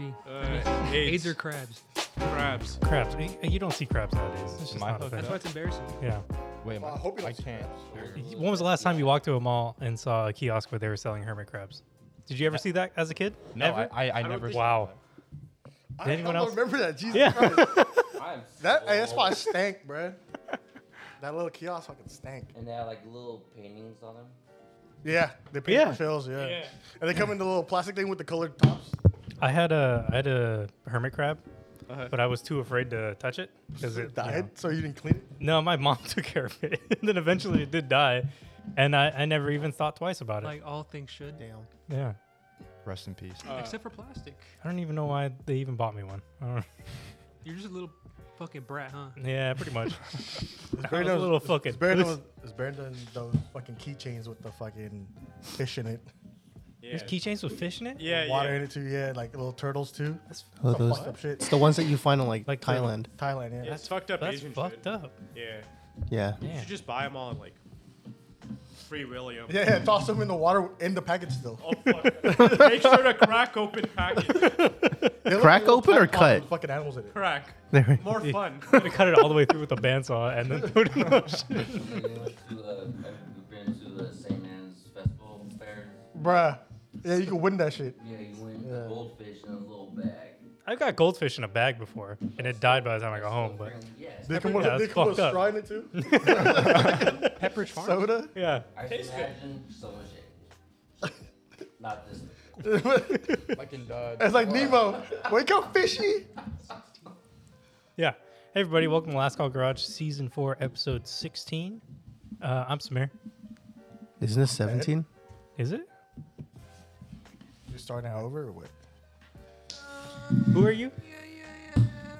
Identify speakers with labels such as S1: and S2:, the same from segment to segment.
S1: Uh,
S2: AIDS
S1: AIDS,
S2: or crabs.
S1: crabs.
S3: Crabs. You, you don't see crabs nowadays. It's just
S4: Am I
S3: not a
S4: hooked
S3: thing.
S2: That's why it's embarrassing.
S3: Yeah.
S4: Wait, am
S5: Well, I hope you don't
S4: I
S5: see
S4: can't.
S5: crabs.
S3: When was the last time you walked to a mall and saw a kiosk where they were selling hermit crabs? Did you ever see that as a kid?
S4: No,
S3: Ever?
S4: I, I, I, never.
S2: think-
S3: wow.
S5: I-
S3: anyone
S5: I don't
S3: else?
S5: remember that. Jesus
S3: Yeah.
S5: Christ.
S6: I'm
S5: That, hey, that's
S6: so
S5: why I
S6: old.
S5: stank, bruh. That little kiosk fucking stank.
S6: And they have like little paintings on them.
S5: Yeah, they paint
S3: Yeah.
S5: yeah. fills, yeah.
S1: Yeah.
S5: And they come in the little plastic thing with the colored tops.
S3: I had a I had a hermit crab,
S1: Uh-huh.
S3: but I was too afraid to touch it because it you
S5: It died,
S3: know.
S5: so you didn't clean it.
S3: No, my mom took care of it, and then eventually it did die, and I, I never even thought twice about it.
S2: Like all things should.
S5: Damn.
S3: yeah,
S4: Rest in peace.
S1: Uh,
S2: Except for plastic.
S3: I don't even know why they even bought me one. I don't
S2: You're just a little fucking brat, huh?
S3: yeah, pretty much.
S5: It's
S3: I was a little fucking.
S5: It's buried,
S3: loose.
S5: in, it's buried in those fucking keychains with the fucking fish in it.
S1: yeah.
S3: There's keychains with fish in it.
S1: yeah,
S5: Water
S1: yeah.
S5: in it too, yeah. Like little turtles too. That's
S7: Oh,
S5: some
S7: those-
S5: fucked up shit.
S7: It's the ones that you find in like,
S3: Like the-
S7: Thailand.
S5: Thailand, yeah.
S1: Yeah, it's fucked up
S3: That's
S1: Asian
S3: fucked
S1: shit.
S3: up.
S1: Yeah.
S7: Yeah.
S1: You
S3: Man.
S1: should just buy them all and like free William.
S5: Yeah, yeah, toss them in the water in the package still.
S1: Oh, fuck. Make sure to crack open package.
S5: They look like
S7: Crack
S5: little
S7: open or
S5: tadpoles with
S7: cut?
S5: Fucking animals in it.
S1: Crack.
S7: There we-
S1: More fun. Oh.
S3: to cut it all the way through with a bandsaw and then put it in the
S6: Like, we went to uh, we've been to the St. Anne's Festival Fair.
S5: Bruh. Yeah, you can win that shit.
S6: Yeah, you win the goldfish in a little bag.
S3: I've got goldfish in a bag before, and it died by the time I got home. But
S6: Apparently, yes.
S5: They come with,
S3: Yeah,
S5: they
S3: it's
S5: come with
S3: fucked
S5: a
S3: up.
S5: straw in it too.
S3: Pepperidge Farm.
S5: Soda.
S3: yeah,
S6: I can
S1: Taste good.
S6: imagine so much. Not this.
S4: Like in uh,
S5: It's like Nemo. Wake up, fishy.
S3: yeah. Hey everybody, welcome to Last Call Garage, Season Four, Episode Sixteen. Uh, I'm Samir.
S7: Isn't this 17?
S3: Is it?
S5: You starting out over or what?
S3: Who are you?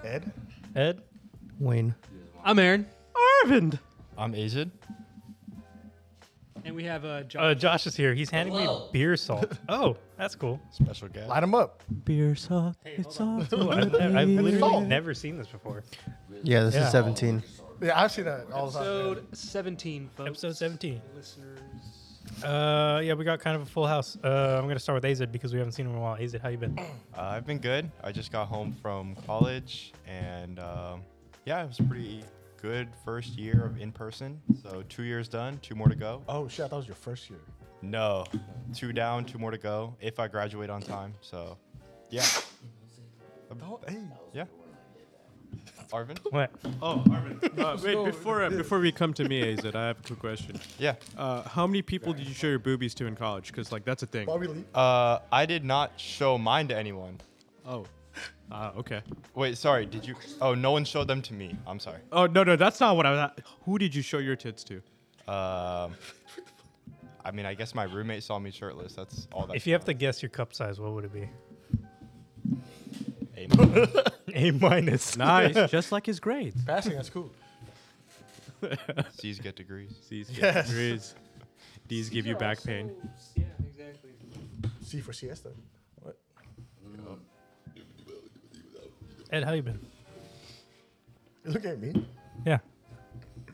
S5: Ed?
S3: Ed.
S7: Wayne.
S2: I'm Aaron.
S3: Arvind.
S4: I'm Asian.
S2: And we have uh, John.
S3: Uh, Josh is here. He's handing me
S6: Hello.
S3: beer salt. oh, that's cool.
S4: Special guest.
S5: Light him up.
S3: Beer salt. it's salt. I've, ne- I've literally
S5: Salt.
S3: never seen this before.
S7: Yeah, this
S3: Yeah.
S7: is 17.
S5: Yeah, I've seen that all the time.
S2: Episode 17, folks.
S3: Episode 17.
S2: Listeners.
S3: Uh, yeah, we got kind of a full house. Uh, I'm gonna start with Azid because we haven't seen him in a while. Azid, how you been?
S4: Uh, I've been good. I just got home from college, and um, yeah, it was a pretty good first year of in person. So two years done, two more to go.
S5: Oh shit, that was your first year.
S4: No, two down, two more to go. If I graduate on time, so yeah. yeah. Arvin.
S3: What?
S1: Oh, Armin. Uh, wait, before, uh, before we come to me, Azit, I have a quick question.
S4: Yeah.
S1: Uh, how many people did you show your boobies to in college? Because, like, that's a thing.
S5: Bobby Lee.
S4: Uh, I did not show mine to anyone.
S1: Oh. Uh, okay.
S4: Wait, sorry. Did you? Oh, no one showed them to me. I'm sorry.
S1: Oh, no, no, that's not what I was at. Who did you show your tits to?
S4: Um, I mean, I guess my roommate saw me shirtless. That's all. That
S3: If you have to guess your cup size, what would it be?
S4: Amen.
S3: A minus.
S1: Nice. just like his grades.
S5: Passing, that's cool.
S4: C's get degrees.
S1: These
S5: Yes.
S1: degrees. These give you back pain.
S2: Yeah, exactly.
S5: C for siesta. What?
S3: Ed, how you been?
S5: You look at me.
S3: Yeah,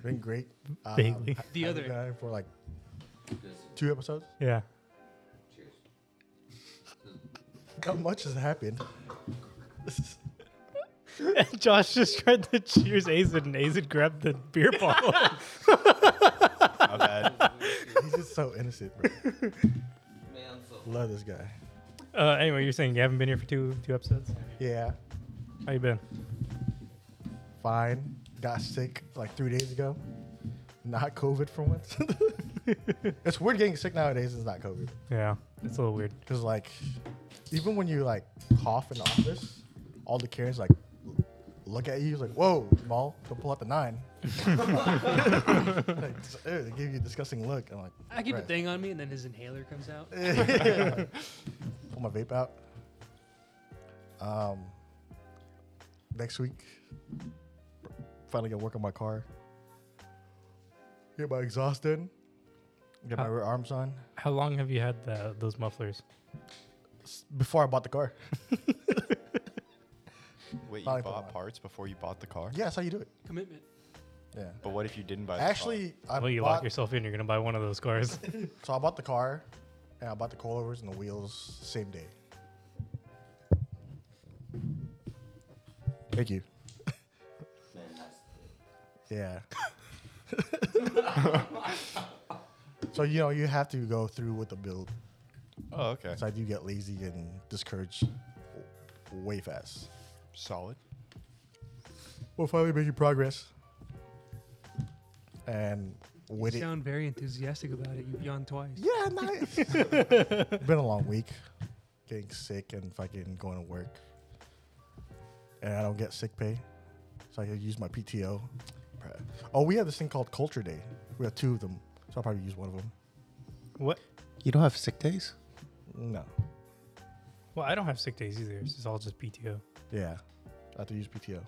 S5: Been great. Um,
S3: vaguely.
S2: The
S5: I've been
S2: other.
S5: down for like two episodes.
S3: yeah.
S6: Cheers.
S5: Not much has happened.
S3: Josh just tried to cheers Azid, and Azid grabbed the beer bottle.
S4: My bad.
S5: He's just so innocent, bro.
S6: Man, I'm so
S5: Love this guy.
S3: uh, anyway, you're saying you haven't been here for two two episodes.
S5: Yeah.
S3: How you been?
S5: Fine. Got sick like three days ago. Not COVID for once. it's weird getting sick nowadays. It's not COVID.
S3: Yeah, it's a little weird.
S5: Cause like, even when you like cough in the office, all the Karens like look at you like, "Whoa, Maul, don't pull out the nine. like, just, ew, they give you a disgusting look. I'm like,
S2: I keep a
S5: "Bruh."
S2: thing on me, and then his inhaler comes out.
S5: Eh. pull my vape out. Um, next week, finally gonna work on my car. Get my exhaust in. Get my
S3: How-
S5: rear arms on.
S3: How long have you had the, those mufflers?
S5: S- Before I bought the car.
S4: Wait, you
S5: Probably put
S4: bought
S5: mine.
S4: parts before you bought the car?
S5: Yeah, that's how you do it.
S2: Commitment.
S5: Yeah.
S4: But what if you didn't buy? the car?
S5: Actually, I
S3: well, you
S5: bought,
S3: lock yourself in. You're gonna buy one of those cars.
S5: So I bought the car, and I bought the coilovers and the wheels same day. Thank you.
S6: Man, that's
S5: Yeah. so you know you have to go through with the build.
S4: Oh, okay.
S5: So I do get lazy and discouraged w- way fast.
S4: Solid.
S5: We're finally making progress. And with
S2: you
S5: it,
S2: sound very enthusiastic about it. You've yawned twice.
S5: yeah, nice. Been a long week, getting sick and fucking going to work, and I don't get sick pay, so I can use my PTO. Bruh. Oh, we have this thing called Culture Day. We have two of them, so I'll probably use one of them.
S3: What?
S7: You don't have sick days?
S5: No,
S3: Well, I don't have sick days either. It's all just PTO.
S5: yeah, I have to use PTO.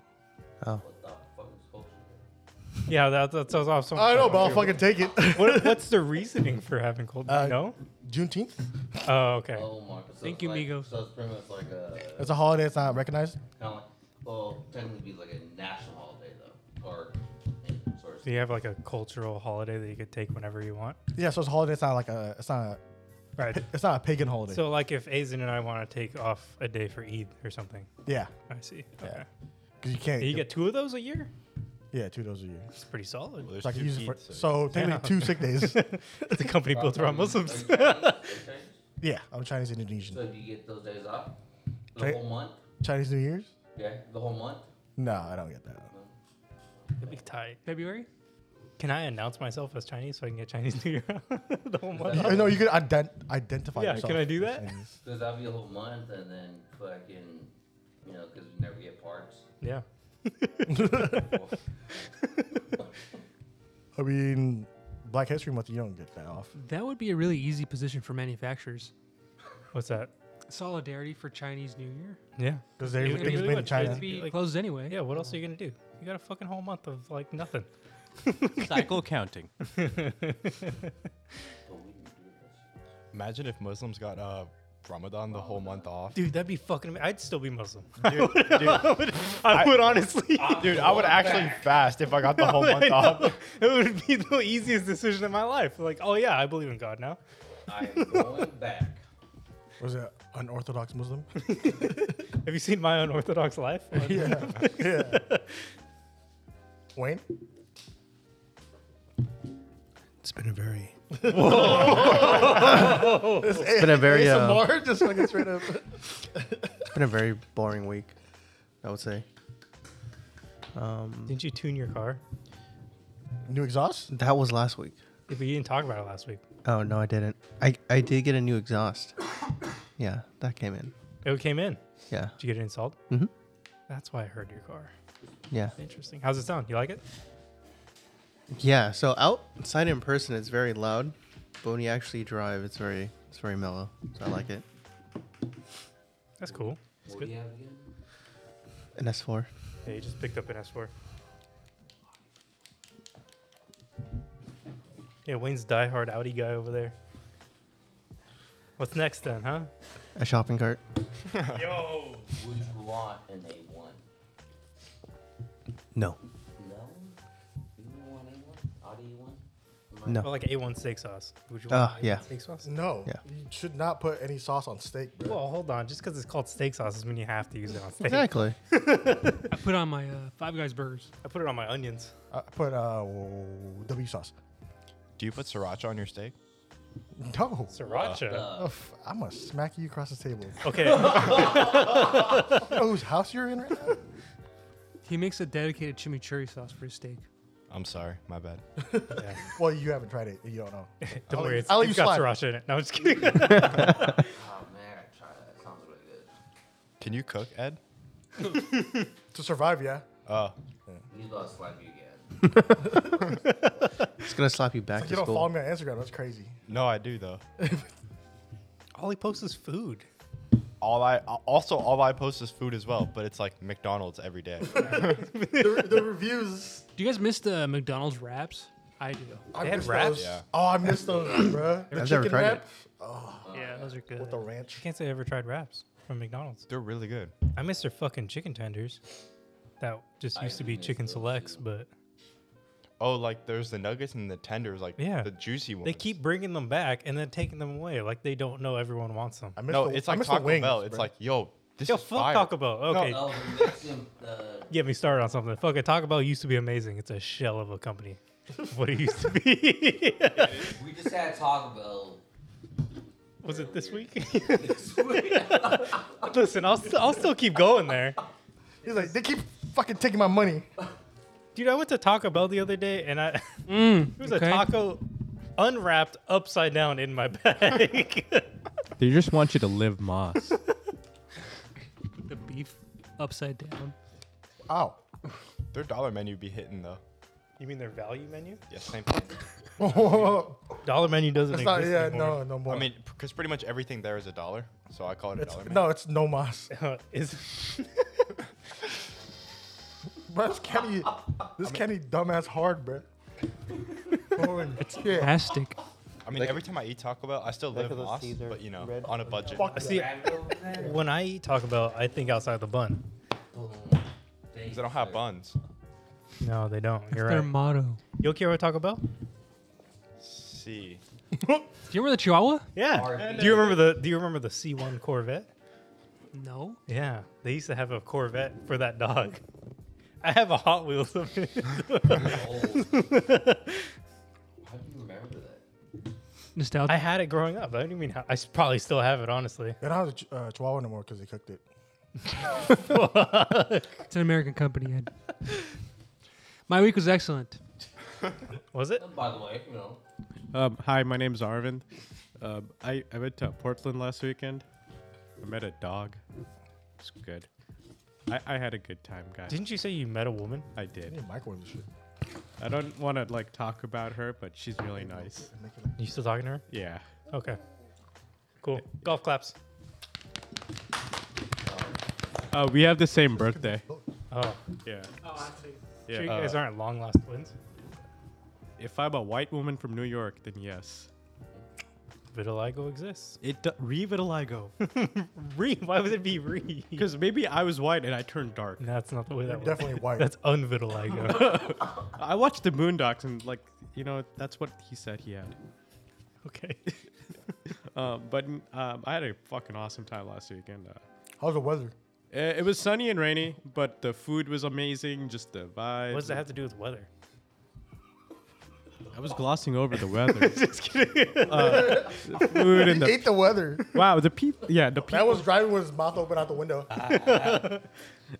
S7: Oh.
S6: what the fuck is culture?
S3: Yeah, that, that's that's awesome.
S5: I know, but I'll fucking take it.
S3: What, what's the reasoning for having cold?
S5: Uh,
S3: no.
S5: Juneteenth.
S3: Oh, okay.
S6: Oh my. So
S2: Thank
S6: it's
S2: you,
S6: like,
S2: Migos.
S6: So it's pretty much like a.
S5: It's a holiday. It's not recognized.
S6: Kind of like, well, technically be like a national holiday though, or any sort of.
S3: Do you have like a cultural holiday that you could take whenever you want?
S5: Yeah, so it's a holiday. It's not like a. It's not.
S3: Right.
S5: A, it's not a pagan holiday.
S3: So, like, if Azen and I want to take off a day for Eid or something,
S5: yeah,
S3: I see.
S5: Yeah.
S3: Okay.
S5: because you can't.
S3: You get two of those a year.
S5: yeah two days a year.
S3: It's pretty solid.
S4: Well, there's
S5: So I can
S4: two
S5: use it for.
S4: Eids,
S5: So,
S4: so
S5: technically
S3: Yeah.
S5: two sick days.
S3: It's a company built around Muslims.
S6: Are you Chinese? Are you Chinese?
S5: yeah, I'm Chinese Indonesian.
S6: So do you get those days off? The
S5: Okay.
S6: whole month?
S5: Chinese New Year's?
S6: Yeah, the whole month.
S5: No, I don't get that.
S3: That'd be tight.
S2: February?
S3: Can I announce myself as Chinese so I can get Chinese New Year the whole month?
S6: that-
S5: You- no, you could ident- identify
S3: Yeah,
S5: yourself.
S3: can I do
S5: as
S3: that?
S5: Chinese.
S6: Because that'll be a whole month, and then fucking, you know, because we never get parts.
S3: Yeah.
S5: I mean, Black History Month, you don't get that off.
S2: That would be a really easy position for manufacturers.
S3: What's that?
S2: Solidarity for Chinese New Year.
S3: Yeah.
S5: Because they
S3: It
S5: it
S3: would
S5: was
S3: be
S5: made
S3: really
S5: in
S3: much-
S5: China.
S3: it'd be-
S2: It
S3: Like-
S2: closed anyway.
S3: Yeah. What else are you gonna do? You got a fucking whole month of like nothing.
S1: Cycle counting.
S6: But we didn't do this.
S4: Imagine if Muslims got uh, Ramadan the whole month off.
S3: Dude, that'd be fucking. I'd still be Muslim.
S4: Dude, dude,
S3: I would honestly.
S4: dude, I would actually fast if I got the whole
S3: I
S4: month off.
S3: know. It would be the easiest decision in my life. Like, oh yeah, I believe in God now.
S6: I am going back.
S5: Was it unorthodox Muslim?
S3: Have you seen my unorthodox life?
S5: yeah. yeah. Wayne?
S7: It's been a very.
S5: It's
S7: been a very, uh,
S5: ASMR, just fucking straight up.
S7: It's been a very boring week, I would say. Um,
S3: Didn't you tune your car?
S5: New exhaust?
S7: that was last week.
S3: Yeah, but you didn't talk about it last week.
S7: Oh no, I didn't. I I did get a new exhaust. Yeah, that came in.
S3: It came in.
S7: Yeah,
S3: Did you get it installed?
S7: Mhm.
S3: That's why I heard your car.
S7: yeah,
S3: Interesting. How's it sound? You like it?
S7: yeah. So outside in person, it's very loud, but when you actually drive, it's very it's very mellow. So I like it.
S3: That's cool. That's
S6: What do
S3: good.
S6: you have again?
S7: An S four.
S3: Yeah, you just picked up an S4. Yeah, Wayne's diehard Audi guy over there. What's next then, huh?
S7: A shopping cart.
S3: Yo.
S6: Would you want an A1?
S7: No.
S6: No? You don't want A1? Audi A1?
S7: No.
S3: Well, like A1 steak sauce. Would you
S7: Ah,
S3: want
S7: yeah.
S3: steak sauce?
S5: No.
S7: Yeah.
S5: You should not put any sauce on steak, bro.
S3: Well, hold on. Just because it's called steak sauce doesn't mean you have to use it on steak.
S7: Exactly.
S2: I put on my uh, Five Guys burgers.
S3: I put it on my onions.
S5: I put uh, W sauce.
S4: Do you put sriracha on your steak?
S5: No.
S3: Sriracha.
S5: Oh, f- I'm going to smack you across the table.
S3: Uh, Okay.
S5: you know whose house you're in right now?
S2: He makes a dedicated chimichurri sauce for his steak.
S4: I'm sorry, my bad.
S3: Yeah.
S5: Well, you haven't tried it. You don't know.
S3: Don't
S5: I'll-
S3: worry. It's,
S5: I'll let
S3: it's
S5: you
S3: got
S5: slide.
S3: sriracha in it. No, I'm just kidding.
S6: Oh man, I gotta try that. It sounds really good.
S4: Can you cook, Ed?
S5: To survive, yeah.
S4: Oh,
S6: He's about to slap you again.
S7: It's gonna slap you back
S5: Like,
S7: to
S5: you don't follow
S7: school.
S5: me on Instagram. That's crazy.
S4: no, I do though.
S3: All he posts is food.
S4: All I also all I post is food as well, but it's like McDonald's every day.
S5: the, the reviews.
S2: Do you guys miss the McDonald's wraps? I do.
S5: I
S3: They had
S5: miss
S3: wraps?
S5: those.
S4: Yeah.
S5: Oh, I missed those, bro. The
S7: never
S5: chicken
S7: tried it.
S5: wrap
S2: yeah, those are good.
S5: with the ranch.
S3: Can't say I ever tried wraps from McDonald's.
S4: They're really good.
S3: I miss their fucking chicken tenders. That just
S6: I
S3: used to be
S6: miss
S3: chicken
S6: those
S3: selects,
S6: too.
S3: but
S4: Oh, like there's the nuggets and the tenders, like
S3: Yeah.
S4: the juicy ones.
S3: they keep bringing them back and then taking them away. Like they don't know everyone wants them.
S5: I missed
S4: No,
S5: the,
S4: it's
S5: I
S4: like
S5: missed
S4: Taco
S5: the wings,
S4: Bell. It's
S5: bruh.
S4: like, yo, This
S3: Yo,
S4: is
S3: fuck
S4: fire.
S3: Taco Bell. Okay.
S6: Oh, the Mexican, the
S3: Get me started on something. Fuck it. Taco Bell used to be amazing. It's a shell of a company. what it used to be.
S6: we just had Taco Bell.
S3: Was it this week?
S6: this week.
S3: Listen, I'll, st- I'll still keep going there.
S5: He's like, they keep fucking taking my money.
S3: Dude, I went to Taco Bell the other day and I
S5: Mm,
S3: there was
S2: okay.
S3: a taco unwrapped upside down in my bag.
S1: They just want you to live Moss.
S2: The beef upside down.
S5: Ow.
S4: Their dollar menu be hitting though.
S3: you mean their value menu?
S4: Yeah, same thing.
S3: Dollar menu doesn't
S5: That's
S3: exist
S5: not, yeah,
S3: anymore.
S5: no, no more.
S4: I mean, because pretty much everything there is a dollar, so I call it a
S5: it's,
S4: dollar menu.
S5: no, it's no mas.
S3: is
S5: Bro, this Kenny, this Kenny dumbass hard, bro. Holy shit.
S2: Fantastic.
S4: I mean, every time I eat Taco Bell, I still live Moss, but you know, on a budget.
S5: Fuck
S3: see when I eat Taco Bell, I think outside the bun.
S4: Because I don't have buns.
S3: No, they don't. You're
S2: Their
S3: right.
S2: motto.
S3: You'll care Taco Bell?
S4: See,
S2: Do you remember the Chihuahua?
S3: Yeah. Do you remember the Do you remember the C1 Corvette?
S2: No.
S3: Yeah, they used to have a Corvette for that dog. I have a Hot Wheels of it.
S6: How do you remember that?
S2: Nostalgia.
S3: I had it growing up. I don't even mean how, I s- probably still have it, honestly.
S5: They don't have a ch- uh, chihuahua anymore because they cooked it.
S2: it's an American company, Ed. My week was excellent.
S3: Was it?
S6: By the way, you know,
S1: Um, hi, my name's Arvind. Um, I, I went to Portland last weekend. I met a dog. It's good. I, I had a good time, guys.
S3: Didn't you say you met a woman?
S1: I did.
S5: They microwave the shit.
S1: I don't want to like talk about her, but she's really nice.
S3: You still talking to her?
S1: Yeah.
S3: Okay. Cool. Golf claps.
S1: Uh, we have the same birthday.
S3: Oh,
S1: Yeah.
S3: sure you
S1: Yeah.
S3: guys
S1: uh,
S3: aren't long lost twins.
S1: if I'm a white woman from New York, then yes.
S3: Vitiligo exists.
S1: It do- revitiligo.
S3: Re? Why would it be re?
S1: Because maybe I was white and I turned dark.
S3: That's not the way that works.
S5: Definitely white.
S3: That's unvitiligo.
S1: I watched the Moondocs and like you know that's what he said he had.
S3: okay.
S1: Um, but um, I had a fucking awesome time last weekend. Uh,
S5: How's the weather?
S1: Uh, It was sunny and rainy, but the food was amazing. Just the vibe.
S3: What does that have to do with weather?
S1: I was glossing over the weather,
S3: Just kidding.
S1: food, and the
S5: He ate the weather.
S1: wow, the people. Yeah, the people.
S5: That was driving with his mouth open out the window.
S3: Ah.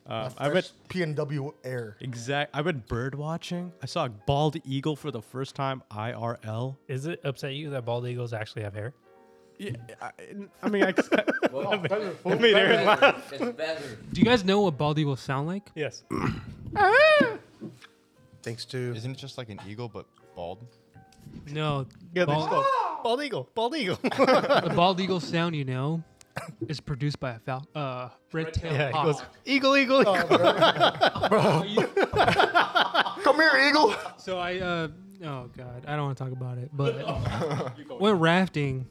S1: Um, I went
S5: P and W air.
S1: exact. I went bird watching. I saw a bald eagle for the first time IRL.
S3: Is it upset you that bald eagles actually have hair?
S1: Yeah, I, I mean, I,
S6: well, it's better.
S3: made Aaron
S6: It's better.
S2: Do you guys know what Baldy will sound like?
S3: Yes.
S7: Thanks to
S4: isn't it just like an eagle but bald?
S2: No.
S3: Yeah, they
S2: Bald-
S3: just go, bald eagle, bald eagle.
S2: the bald eagle sound, you know, is produced by a fal- uh, red-tailed
S3: yeah, it
S2: hawk.
S3: goes eagle, eagle. eagle.
S5: Come here, eagle.
S2: So I, uh, oh god, I don't want to talk about it, but went rafting,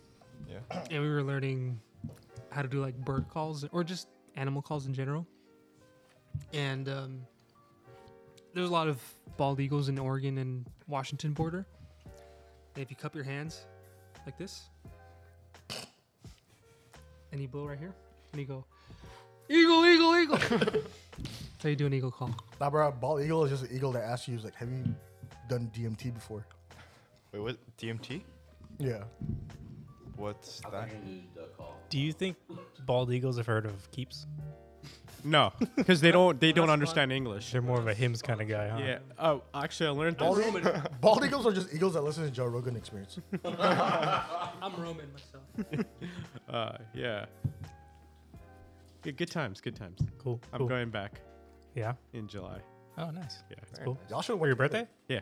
S4: Yeah.
S2: and we were learning how to do like bird calls or just animal calls in general. And um, there's a lot of bald eagles in Oregon and Washington border. And if you cup your hands like this, and you blow right here, and you go, eagle, eagle, eagle. That's how you do an eagle call.
S5: Nah, bro, bald eagle is just an eagle that asks you, is like, have you done DMT before?
S4: Wait, what? DMT?
S5: Yeah.
S4: What's
S6: I
S4: that?
S6: think you need to call.
S3: Do you think bald eagles have heard of keeps?
S1: no, because they don't. They don't
S2: fun.
S1: understand English.
S3: They're more of a hymns kind of guy, huh?
S1: Yeah. Oh, actually, I learned
S5: Bald,
S1: this.
S5: bald eagles are just eagles that listen to Joe Rogan Experience.
S2: I'm Roman myself.
S1: Uh, yeah. Good, good times. Good times.
S3: Cool.
S1: I'm
S3: cool.
S1: going back
S3: Yeah.
S1: in July.
S3: Oh, nice.
S1: Yeah.
S3: That's cool.
S5: Y'all should
S3: For your birthday?
S1: Yeah.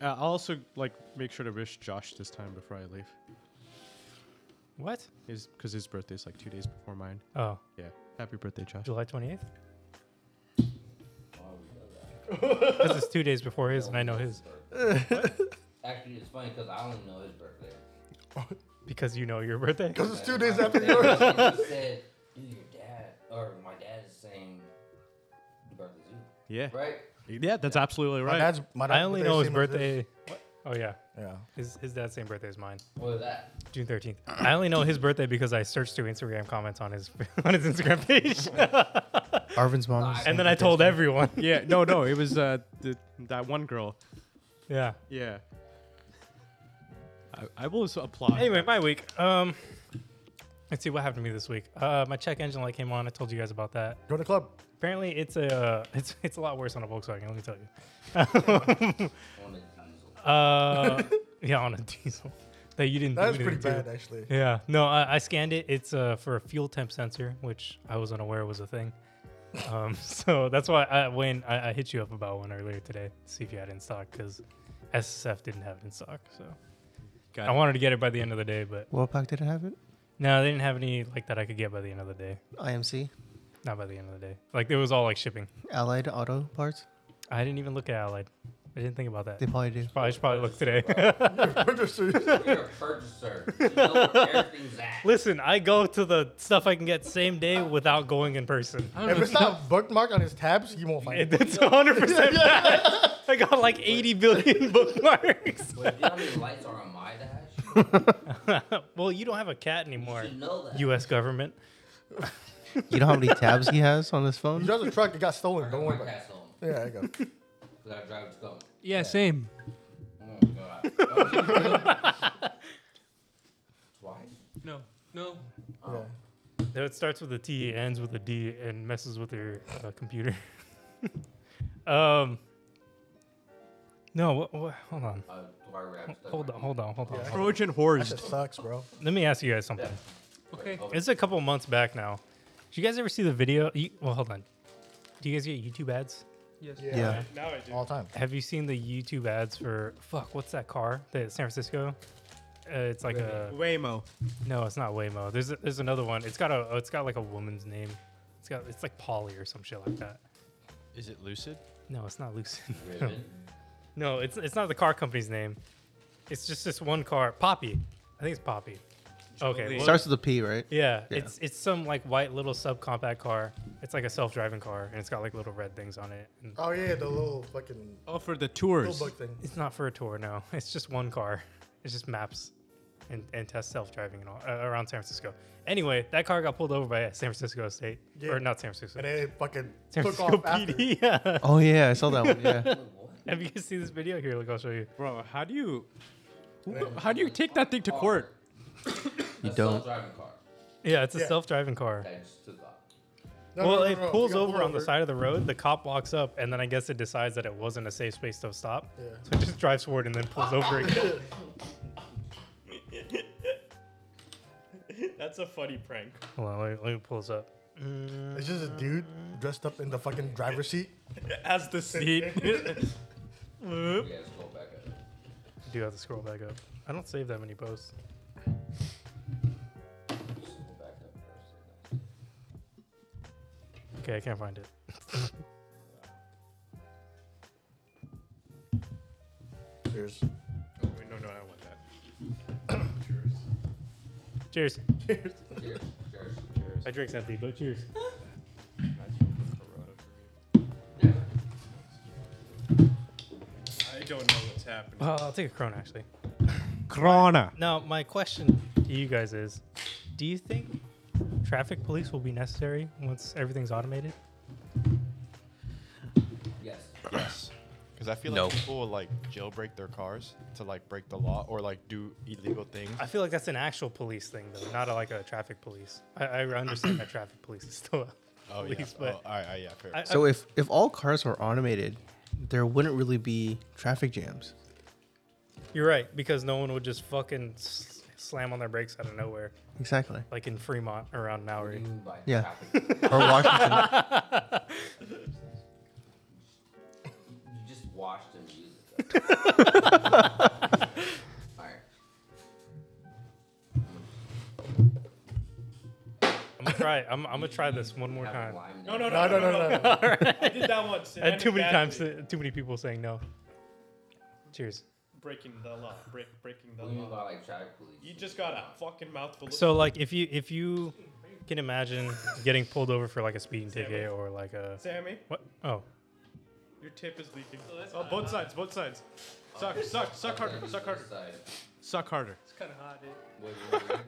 S1: Uh, I'll also like make sure to wish Josh this time before I leave.
S3: What?
S1: His because his birthday's like two days before mine.
S3: Oh,
S1: Yeah. Happy birthday, Josh.
S3: July 28th? Because it's two days before his, and I know his.
S6: Actually, it's funny because I don't even know his birthday.
S3: Because you know your birthday?
S5: Because it's two days after yours.
S6: yours. he said, "Dude, your dad or my dad's the same birthday as you,
S1: Yeah.
S6: right?"
S1: Yeah, that's absolutely
S5: My
S1: right.
S5: dad's, my
S3: I
S5: dad's
S3: only
S5: birthday
S3: know his
S5: same as yours.
S3: birthday. Oh yeah,
S5: Yeah.
S3: his his dad's same birthday as mine,
S6: What was that?
S3: June thirteenth. I only know his birthday because I searched through Instagram comments on his on his Instagram page,
S7: Arvin's mom. is
S3: and then I told everyone.
S1: Yeah, no, no, it was uh the, that one girl.
S3: Yeah.
S1: Yeah. I, I will s- apply.
S3: Anyway, my week. Um, let's see what happened to me this week. Uh, my check engine light came on. I told you guys about that.
S5: Join the club.
S3: Apparently, it's a uh, it's it's a lot worse on a Volkswagen. Let me tell you.
S6: I wanted diesel.
S3: uh, yeah, on a diesel that you didn't.
S5: That was
S3: do
S5: pretty
S3: anything to.
S5: bad, actually.
S3: Yeah. No, I, I scanned it. It's uh, for a fuel temp sensor, which I was unaware was a thing. Um, so that's why I when I, I hit you up about one earlier today, to see if you had it in stock because SSF didn't have it in stock. So
S1: Got
S3: I wanted to get it by the end of the day, but
S7: Wolfpack didn't have it.
S3: no, they didn't have any like that I could get by the end of the day.
S7: IMC,
S3: Not by the end of the day. Like it was all like shipping.
S7: Allied Auto Parts.
S3: I didn't even look at Allied. I didn't think about that.
S7: They probably do.
S3: Probably should probably look today.
S6: You're a purchaser. You know where everything's at.
S3: Listen, I go to the stuff I can get same day without going in person.
S2: I don't
S5: If
S2: know.
S5: it's not bookmarked on his tabs, you won't find
S3: It-
S5: it.
S3: It's 100 percent bad. I got like 80 billion bookmarks.
S6: Wait, do you know how many lights are on my dash?
S3: well, you don't have a cat
S6: You
S3: anymore.
S6: should know that.
S3: U.S. government.
S7: You know how many tabs he has on his
S5: He
S7: phone?
S5: drives a truck that got
S6: I
S5: stolen.
S6: got
S5: Don't worry
S6: my
S5: about it.
S6: cats home.
S5: Yeah, there you go.
S6: Because I drive to come.
S2: yeah, same.
S6: Oh my god. Why?
S2: No, no.
S5: Yeah.
S3: No, it starts with a T, ends with a D, and messes with your uh, computer. um. No, what, what, hold on,
S6: Uh, Dwyer Rapp stuck
S3: hold
S6: my-
S3: on, hold on, hold on.
S1: Trojan
S5: That
S1: horse.
S5: shit sucks, bro.
S3: Let me ask you guys something.
S2: Okay.
S6: Oh,
S3: It's a couple months back now. Did you guys ever see the video? You, well, hold on. Do you guys get YouTube ads?
S2: Yes.
S5: Yeah.
S7: Yeah.
S5: All the time.
S3: Have you seen the YouTube ads for fuck? What's that car? The San Francisco. Uh, it's like a
S1: Waymo.
S3: no, it's not Waymo. There's a, there's another one. It's got a oh, it's got like a woman's name. It's got it's like Polly or some shit like that.
S4: Is it Lucid?
S3: No, it's not Lucid.
S6: Ribbon.
S3: no, it's it's not the car company's name. It's just this one car, Poppy. I think it's Poppy. Okay.
S1: Julie.
S3: well-
S7: Starts with a P, right?
S3: yeah,
S7: Yeah.
S3: it's it's some like white little subcompact car. It's like a self-driving car, and it's got like little red things on it. And
S5: Oh yeah, the little fucking
S1: Oh, for the
S5: little
S1: tours.
S5: book thing.
S3: It's not for a tour, no. It's just one car. It's just maps and, and test self driving and all uh, around San Francisco. Anyway, that car got pulled over by San Francisco State.
S5: Yeah.
S3: Or not San Francisco.
S5: And then it fucking
S3: San
S5: took
S3: Francisco
S5: off after.
S3: PD. Yeah.
S7: Oh yeah, I saw that one. Yeah.
S3: Have you guys seen this video? Here, look, I'll show you.
S1: Bro, how do you how do you take that thing to court?
S7: You
S6: A
S7: don't.
S6: self-driving car.
S3: Yeah, it's a
S5: Yeah.
S3: self driving car.
S6: that I just took off.
S5: No, no,
S3: well,
S5: no,
S3: it
S5: no, no.
S3: pulls
S5: You gotta
S3: over
S5: pull
S3: on the side of the road. The cop walks up, and then I guess it decides that it wasn't a safe space to stop.
S5: Yeah.
S3: So it just drives forward and then pulls over again.
S8: That's a funny prank.
S3: Hold on, let me, let me pull this up.
S5: It's just a dude dressed up in the fucking driver's seat.
S8: As the seat.
S6: We gotta scroll back up.
S3: I do have to scroll back up. I don't save that many posts.
S6: Scroll back up first.
S3: Okay, I can't find it.
S5: There's
S1: no, no, I don't want that.
S3: Cheers.
S6: Cheers. Cheers.
S3: My drink's empty, but cheers.
S1: I don't know what's happening.
S3: Uh, I'll take a Corona, actually.
S1: Krona.
S3: Now, my question to you guys is Do you think traffic police will be necessary once everything's automated?
S6: Yes.
S4: Yes. Because I feel like
S8: No.
S4: people will like jailbreak their cars to like break the law or like do illegal things.
S3: I feel like that's an actual police thing, though, not a, like a traffic police. I, I understand that traffic police is still a
S4: Oh yeah.
S3: police, but
S4: oh, all right, all right, yeah, fair.
S3: I-
S7: So if if all cars were automated, there wouldn't really be traffic jams.
S3: you're right, because no one would just fucking s- slam on their brakes out of nowhere,
S7: Exactly.
S3: like in Fremont around Nowry.
S6: Moved by
S7: Yeah.
S6: traffic.
S7: Or Washington.
S6: You just watched him use it. Alright.
S3: I'm gonna try. I'm, I'm gonna try this one more
S6: Have
S3: time.
S6: lime
S8: No, no, no,
S5: no, no, no, no. no.
S8: I did that once.
S3: I had too many times,
S8: badly.
S3: too many people saying no. Cheers.
S8: Breaking the law. Break, breaking the
S6: What do you mean by
S8: law.
S6: like traffic police?
S8: You just got a fucking mouthful. of-
S3: So like if you if you can imagine getting pulled over for like a speeding ticket or like a
S8: Sammy,
S3: what? Oh,
S8: Your tip is leaking. Oh, both sides, both sides. Suck, suck, suck harder, suck harder,
S6: Side.
S1: Suck harder.
S2: It's kind of hot, dude.
S6: What do you want to do?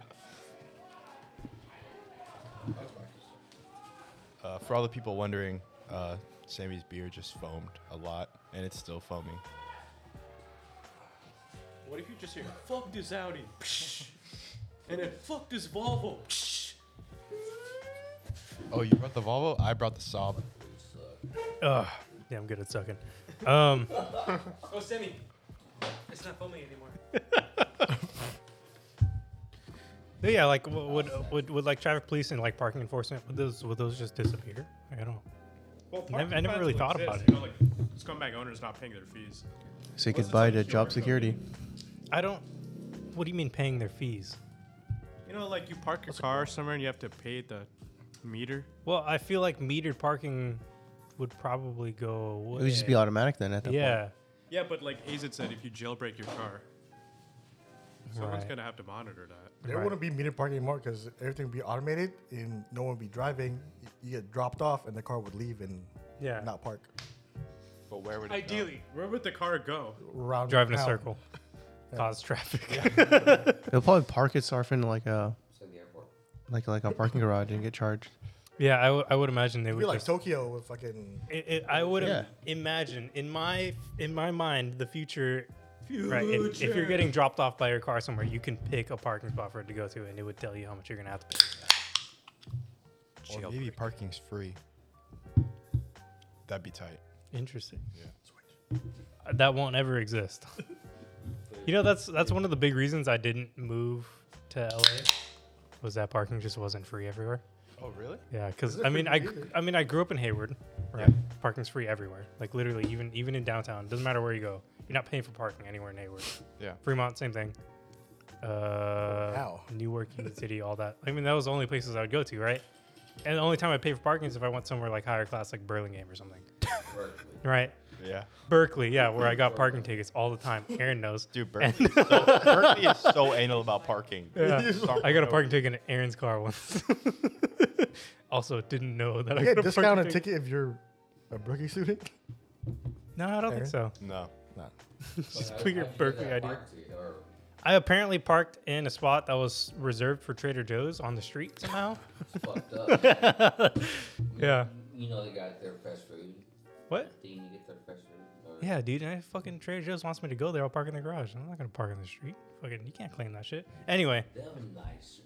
S4: Uh, for all the people wondering, uh, Sammy's beer just foamed a lot, and it's still foaming.
S8: What if you just hear, fuck this Audi? and then fuck this Volvo.
S4: Oh, you brought the Volvo? I brought the Saab.
S3: Ugh. Yeah, I'm good at sucking. Um,
S2: Oh, Sammy. It's not foaming anymore.
S3: but yeah, like w- would would would like traffic police and like parking enforcement would those would those just disappear? Like, I don't.
S8: Well,
S3: I never- I never really thought about it.
S8: You know, like, scumbag owners not paying their fees.
S7: So you
S8: What's
S7: could
S8: the
S7: buy
S8: sign
S7: to
S8: QR
S7: job
S8: code?
S7: security.
S3: I don't. What do you mean paying their fees?
S8: You know, like you park your car somewhere and you have to pay the meter.
S3: Well, I feel like metered parking would probably go away.
S7: It would just be automatic then at that point.
S3: Yeah.
S8: Yeah, but like Azit said, if you jailbreak your car, someone's
S3: Right.
S8: gonna have to monitor that.
S5: There
S3: Right.
S5: wouldn't be metered parking anymore because everything would be automated and no one would be driving. Y- You get dropped off and the car would leave and
S3: Yeah.
S5: not park.
S4: But where would it go?
S2: Ideally.
S8: Where would the car go?
S5: Round
S3: Driving a
S5: town.
S3: circle, cause traffic.
S7: They'll probably park itself in like a
S6: It's in the airport.
S7: like like a parking garage and get charged.
S3: yeah, I, w- I would imagine they
S5: It'd
S3: would
S5: be like
S3: just-
S5: Tokyo with fucking.
S3: It, it, I would im-
S7: Yeah.
S3: imagine in my in my mind the future. Right, if, if you're getting dropped off by your car somewhere, you can pick a parking spot for it to go to, and it would tell you how much you're gonna have to pay.
S4: Or maybe parking's free. That'd be tight.
S3: Interesting. Uh, That won't ever exist. you know, that's that's one of the big reasons I didn't move to LA. Was that parking just wasn't free everywhere?
S4: Oh, really?
S3: Yeah, because
S5: Isn't
S3: I
S5: it
S3: mean,
S5: free
S3: I,
S5: to
S3: gr-
S5: leave?
S3: I mean, I grew up in Hayward. Right, parking's free everywhere. Like literally, even even in downtown, doesn't matter where you go, you're not paying for parking anywhere in Hayward.
S4: Yeah.
S3: Fremont, same thing. Uh,
S5: Wow.
S3: Newark, Union City, all that. I mean, that was the only places I would go to, right? And the only time I pay for parking is if I went somewhere like higher class, like Burlingame or something,
S6: Berkeley.
S3: right?
S4: Yeah.
S3: Berkeley, yeah, where I got parking tickets all the time. Aaron knows.
S4: Dude, Berkeley, is so, Berkeley is so anal about parking.
S3: Yeah.
S4: Sorry.
S3: I got a parking ticket in Aaron's car once. also, didn't know that I
S5: You
S3: got
S5: get
S3: a
S5: discount a
S3: parking ticket.
S5: ticket if you're a Brookie student.
S3: No, I don't think so.
S5: Aaron?
S4: No.
S5: Not.
S3: Just
S6: But
S3: put your
S6: how'd you get
S3: Berkeley
S6: that
S3: ID.
S6: park ticket, or-
S3: I apparently parked in a spot that was reserved for Trader Joe's on the street somehow.
S6: It's fucked up.
S3: yeah.
S6: You know they got their fresh food.
S3: What?
S6: They need to get their fresh food. or-
S3: Yeah, dude. I fucking Trader Joe's wants me to go there. I'll park in the garage. I'm not gonna park in the street. Fucking, you can't claim that shit. Anyway,
S6: They have a nicer.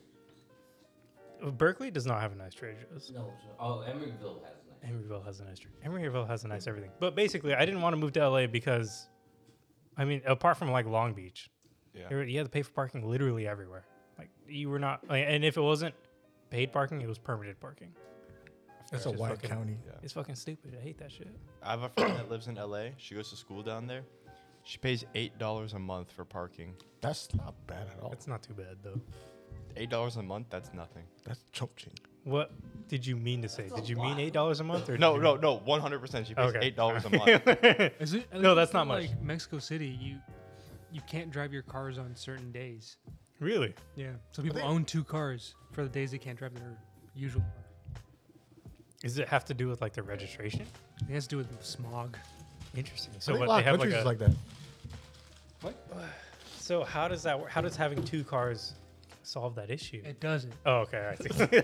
S3: Berkeley does not have a nice Trader Joe's.
S6: No, it's- oh, Emeryville has nice.
S3: Emeryville has a nice Trader. Emeryville has a nice everything. But basically, I didn't want to move to LA because, I mean, apart from like Long Beach,
S4: Yeah.
S3: there- you had to pay for parking literally everywhere. Like you were not, like, and if it wasn't paid parking, it was permitted parking.
S5: That's a
S3: Just
S5: white
S3: fucking-
S5: county.
S3: It's fucking stupid. I hate that shit.
S4: I have a friend that lives in LA. She goes to school down there. She pays eight dollars a month for parking.
S5: That's not bad
S4: Oh.
S5: at all.
S3: It's not too bad though.
S4: Eight dollars a month? That's nothing.
S5: That's chump change.
S3: What did you mean to say?
S6: That's a
S3: Did you mean
S6: lot.
S3: eight dollars a month or
S4: No,
S3: did
S4: no,
S3: you-
S4: no. One hundred percent. She pays
S3: Okay.
S4: eight dollars a month.
S2: Is it?
S3: No, that's not much.
S2: Like Mexico City, you you can't drive your cars on certain days.
S3: Really?
S2: Yeah. So people own two cars for the days they can't drive their usual. car.
S3: Does it have to do with like the registration?
S2: It has to do with smog.
S3: Interesting.
S5: I
S3: So
S5: think
S3: what
S5: a lot
S3: they
S5: of
S3: have like
S5: countries
S3: a
S5: is like that.
S3: so how does that work? How does having two cars solve that issue?
S2: It doesn't.
S3: oh, okay. I see.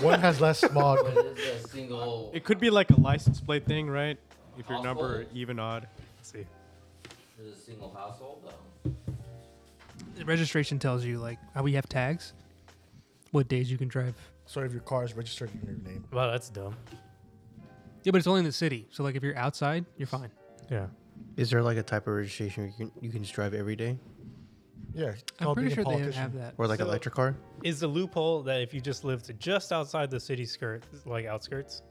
S5: One has less smog.
S6: But it's a single.
S1: It could be like a license plate thing, right? If your number
S6: Household.
S1: even odd.
S3: see.
S6: It's a single household though.
S2: The registration tells you like how we have tags, what days you can drive.
S5: So if your car is registered in your name,
S3: Wow, that's dumb.
S2: Yeah, but it's only in the city. So like if you're outside, you're fine.
S3: Yeah.
S7: Is there like a type of registration where you can you can just drive every day
S5: yeah, it's
S2: I'm
S5: called
S2: pretty
S5: being a
S2: sure they
S5: politician.
S2: have that.
S7: or like
S3: So-
S7: electric car?
S3: Is the loophole that if you just lived just outside the city skirt, like outskirts,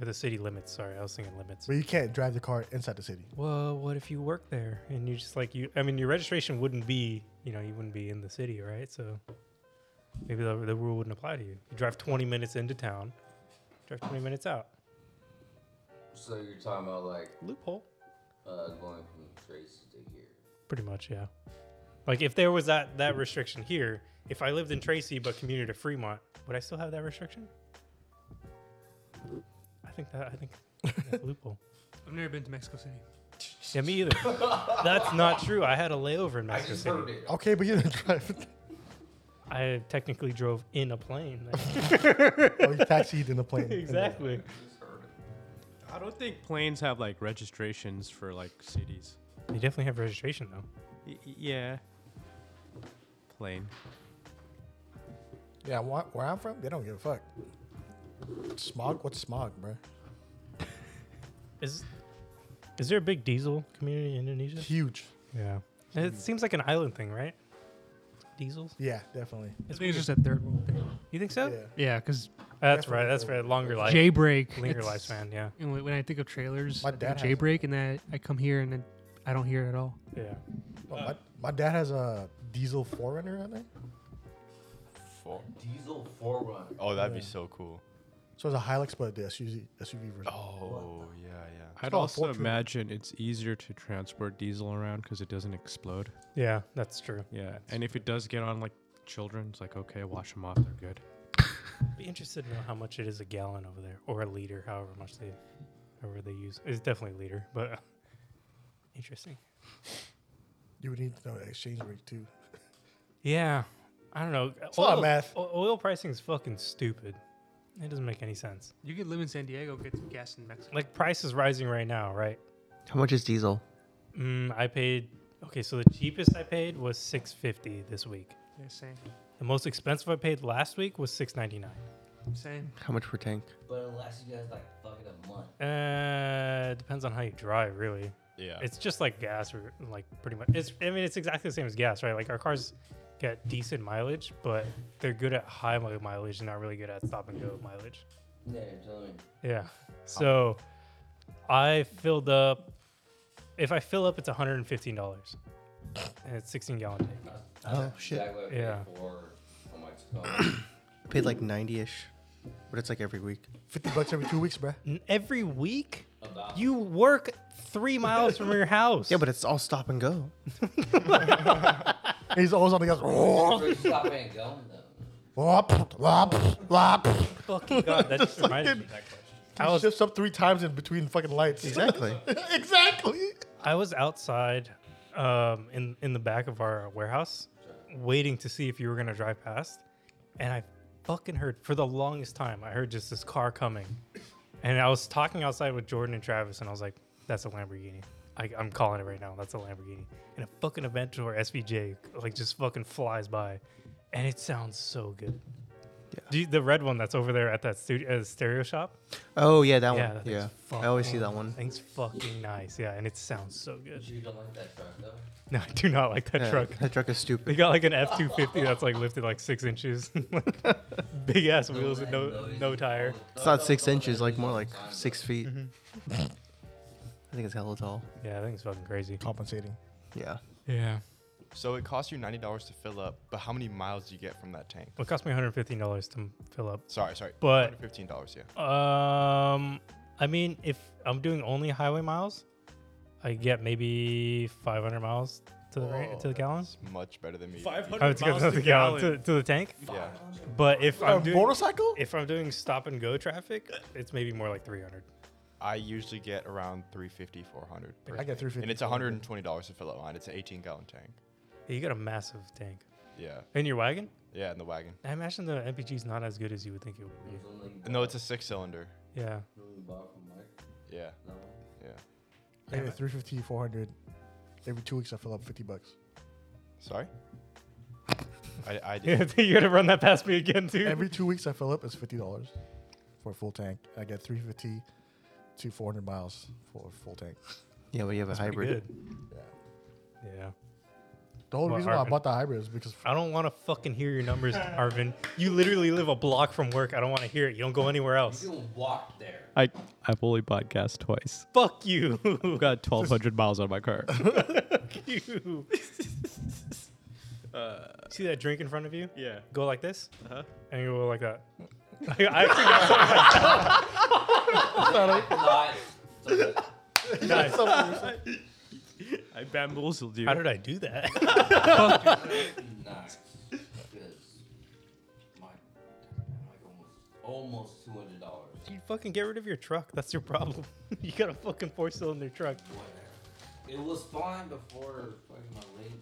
S3: or the city limits? Sorry, I was thinking limits.
S5: But you can't drive the car inside the city.
S3: Well, what if you work there and you just like you? I mean, your registration wouldn't be, you know, you wouldn't be in the city, right? So maybe the, the rule wouldn't apply to you. You drive 20 minutes into town, drive 20 minutes out.
S6: So you're talking about like
S3: Loophole,
S6: uh, going from Tracy to here.
S3: pretty much, yeah. Like if there was that that restriction here, if I lived in Tracy but commuted to Fremont, would I still have that restriction? I think that I think that's a loophole.
S2: I've never been to Mexico City.
S3: Yeah, me either. That's not true. I had a layover in
S6: I
S3: Mexico
S6: just
S3: City.
S6: heard it.
S5: Okay, but you didn't drive.
S3: I technically drove in a plane.
S5: oh, you taxied in the plane.
S3: exactly.
S6: I just heard it.
S1: I don't think planes have like registrations for like cities.
S3: They definitely have registration though.
S1: Y- y- yeah. Plane.
S5: Yeah, wh- where I'm from, they don't give a fuck. Smog? What's smog, bro?
S3: Is is there a big diesel community in Indonesia?
S5: Huge.
S3: Yeah. It seems like an island thing, right? Diesels?
S5: Yeah, definitely.
S2: I think it's just that third world thing.
S3: You think so?
S5: Yeah.
S2: Yeah, because
S3: That's
S5: Definitely
S3: right. That's
S5: so.
S3: right. Longer life.
S2: Jailbreak.
S3: Linger
S2: it's-
S3: lifespan. Yeah.
S2: You know, when I think of trailers,
S5: My
S2: I think
S5: dad
S2: of
S5: has-
S2: Jailbreak, and then I come here and then I don't hear it at all.
S3: Yeah.
S5: Well, my, my dad has a diesel forerunner, I think.
S4: Four.
S6: Diesel forerunner.
S4: Oh, that'd be so cool.
S5: So it's a Hilux, but the SUV, SUV version.
S4: Oh, yeah, yeah.
S1: I'd
S5: called a
S1: also
S5: Fortran.
S1: imagine it's easier to transport diesel around because it doesn't explode.
S3: Yeah. That's true.
S1: Yeah, and if it does get on like children, it's like okay, wash them off. They're good.
S3: Be interested to know how much it is a gallon over there, or a liter, however much they, however they use. It's definitely a liter, but uh, interesting.
S5: You would need to know the exchange rate, too.
S3: Yeah. I don't know.
S5: a lot of math.
S3: o- Oil pricing is fucking stupid. It doesn't make any sense.
S2: You could live in San Diego, get some gas in Mexico.
S3: Like price is rising right now, right?
S7: How much is diesel?
S3: Mm, I paid. Okay, so the cheapest I paid was six fifty this week.
S2: Yeah, same,
S3: The most expensive I paid last week was six ninety nine.
S2: same.
S7: How much per tank?
S6: But it lasts you guys like fucking a month.
S3: Uh, depends on how you drive, really.
S4: Yeah.
S3: It's just like gas, or like pretty much. It's. I mean, it's exactly the same as gas, right? Like our cars get decent mileage, but they're good at high mi- mileage and not really good at stop and go mileage.
S6: Yeah, you're telling me.
S3: Yeah. So, I filled up. If I fill up, it's one hundred and fifteen dollars, and it's sixteen gallon tank.
S7: Oh shit!
S6: Exactly what I
S3: Yeah.
S6: paid for, how much it costs.
S7: I paid like ninety ish, but it's like every week.
S5: 50 bucks every two weeks, bruh.
S3: N- Every week?
S6: About.
S3: You work three miles from your house.
S7: Yeah, but it's all stop and go.
S5: And he's always on the gas. Oh,
S6: Where you stop and going though.
S5: lop, lop, lop.
S3: fucking God, that just reminded me of that question. I was,
S5: shifts up three times in between fucking lights.
S7: Exactly.
S5: exactly.
S3: I was outside um, in, in the back of our warehouse waiting to see if you were going to drive past. And I fucking heard, for the longest time, I heard just this car coming. And I was talking outside with Jordan and Travis, and I was like, that's a Lamborghini. I, I'm calling it right now. That's a Lamborghini. And a fucking Aventador SVJ, like, just fucking flies by. And it sounds so good.
S7: Yeah.
S3: Do you, the red one that's over there at that studio, uh, stereo shop?
S7: Oh yeah, that
S3: Yeah,
S7: one.
S3: that thing's
S7: Yeah,
S3: fucking-
S7: I always see that one.
S3: Thing's fucking nice. Yeah, and it sounds so good.
S6: You don't like that truck though.
S3: No, I do not like that
S7: Yeah,
S3: truck.
S7: That truck is
S3: They
S7: stupid.
S3: got like an F two fifty that's like lifted like six inches, big ass wheels and no no tire.
S7: It's not six inches, like more like six feet.
S3: Mm-hmm.
S7: I think it's hella tall.
S3: Yeah, I think it's fucking crazy.
S5: Compensating.
S7: Yeah.
S3: Yeah,
S4: So it costs you ninety dollars to fill up, but how many miles do you get from that tank?
S3: well, it cost me one hundred fifteen dollars to fill up.
S4: Sorry, sorry.
S3: But-
S4: fifteen dollars, yeah.
S3: Um, I mean, if I'm doing only highway miles, I get maybe five hundred miles to the ra-
S4: Oh,
S3: to the gallon.
S4: that's Much better than me.
S8: Five
S3: I
S8: hundred
S3: would
S8: miles
S3: to the gallon to, to the tank.
S4: Yeah.
S3: But if
S5: A
S3: I'm doing
S5: motorcycle?
S3: if I'm doing stop and go traffic, it's maybe more like three hundred.
S4: I usually get around 350, 400.
S5: I get 350.
S4: And it's $120 to fill up mine. It's an 18 gallon tank.
S3: You got a massive tank
S4: Yeah.
S3: in your wagon.
S4: Yeah, in the wagon.
S3: I imagine the MPG is not as good as you would think it would be.
S4: No, it's a six cylinder.
S3: Yeah.
S4: Yeah, yeah.
S5: I get 350, 400. Every two weeks, I fill up 50 bucks.
S4: Sorry? I, I
S3: Yeah,
S4: did.
S3: you gotta run that past me again, too.
S5: Every two weeks, I fill up. It's fifty dollars for a full tank. I get three fifty to four hundred miles for a full tank.
S7: Yeah, but you have a
S3: Pretty
S7: hybrid.
S3: good.
S5: Yeah.
S3: Yeah.
S5: The whole
S3: Well,
S5: reason why I
S3: Arvin-
S5: bought the hybrid is because
S3: I don't want to fucking hear your numbers, Arvin. You literally live a block from work. I don't want to hear it. You don't go anywhere else.
S6: You can walk there.
S1: I I've only bought gas twice.
S3: Fuck you.
S1: I've got 1,200 miles on my car.
S3: you. See that drink in front of you?
S1: yeah.
S3: Go like this, and you go like that. I, I actually got something like
S6: Not- so-
S3: that.
S1: I bamboozled you.
S3: How did I do that?
S6: Nice. Because my, like almost, almost two hundred dollars.
S3: You fucking get rid of your truck. That's your problem. you got a fucking four cylinder truck.
S6: It was fine before fucking my late.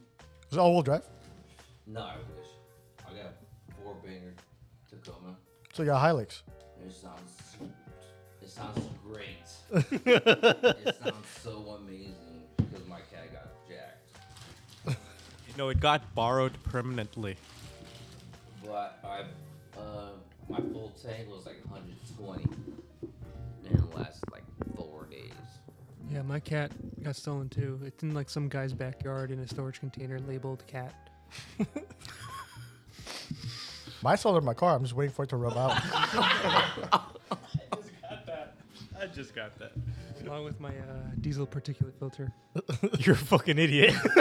S5: Is it all wheel drive?
S6: No, I wish. I got a four banger Tacoma.
S5: So you got Hilux.
S6: It sounds. It sounds great. it sounds so amazing because my cat got jacked.
S1: No, it got borrowed permanently.
S6: But I, uh, my full tank was like 120 in the last like four days.
S2: Yeah, my cat got stolen too. It's in like some guy's backyard in a storage container labeled cat.
S5: My solar in my car. I'm just waiting for it to rub out.
S8: I just got that.
S2: along with my uh, diesel particulate filter.
S3: You're a fucking idiot.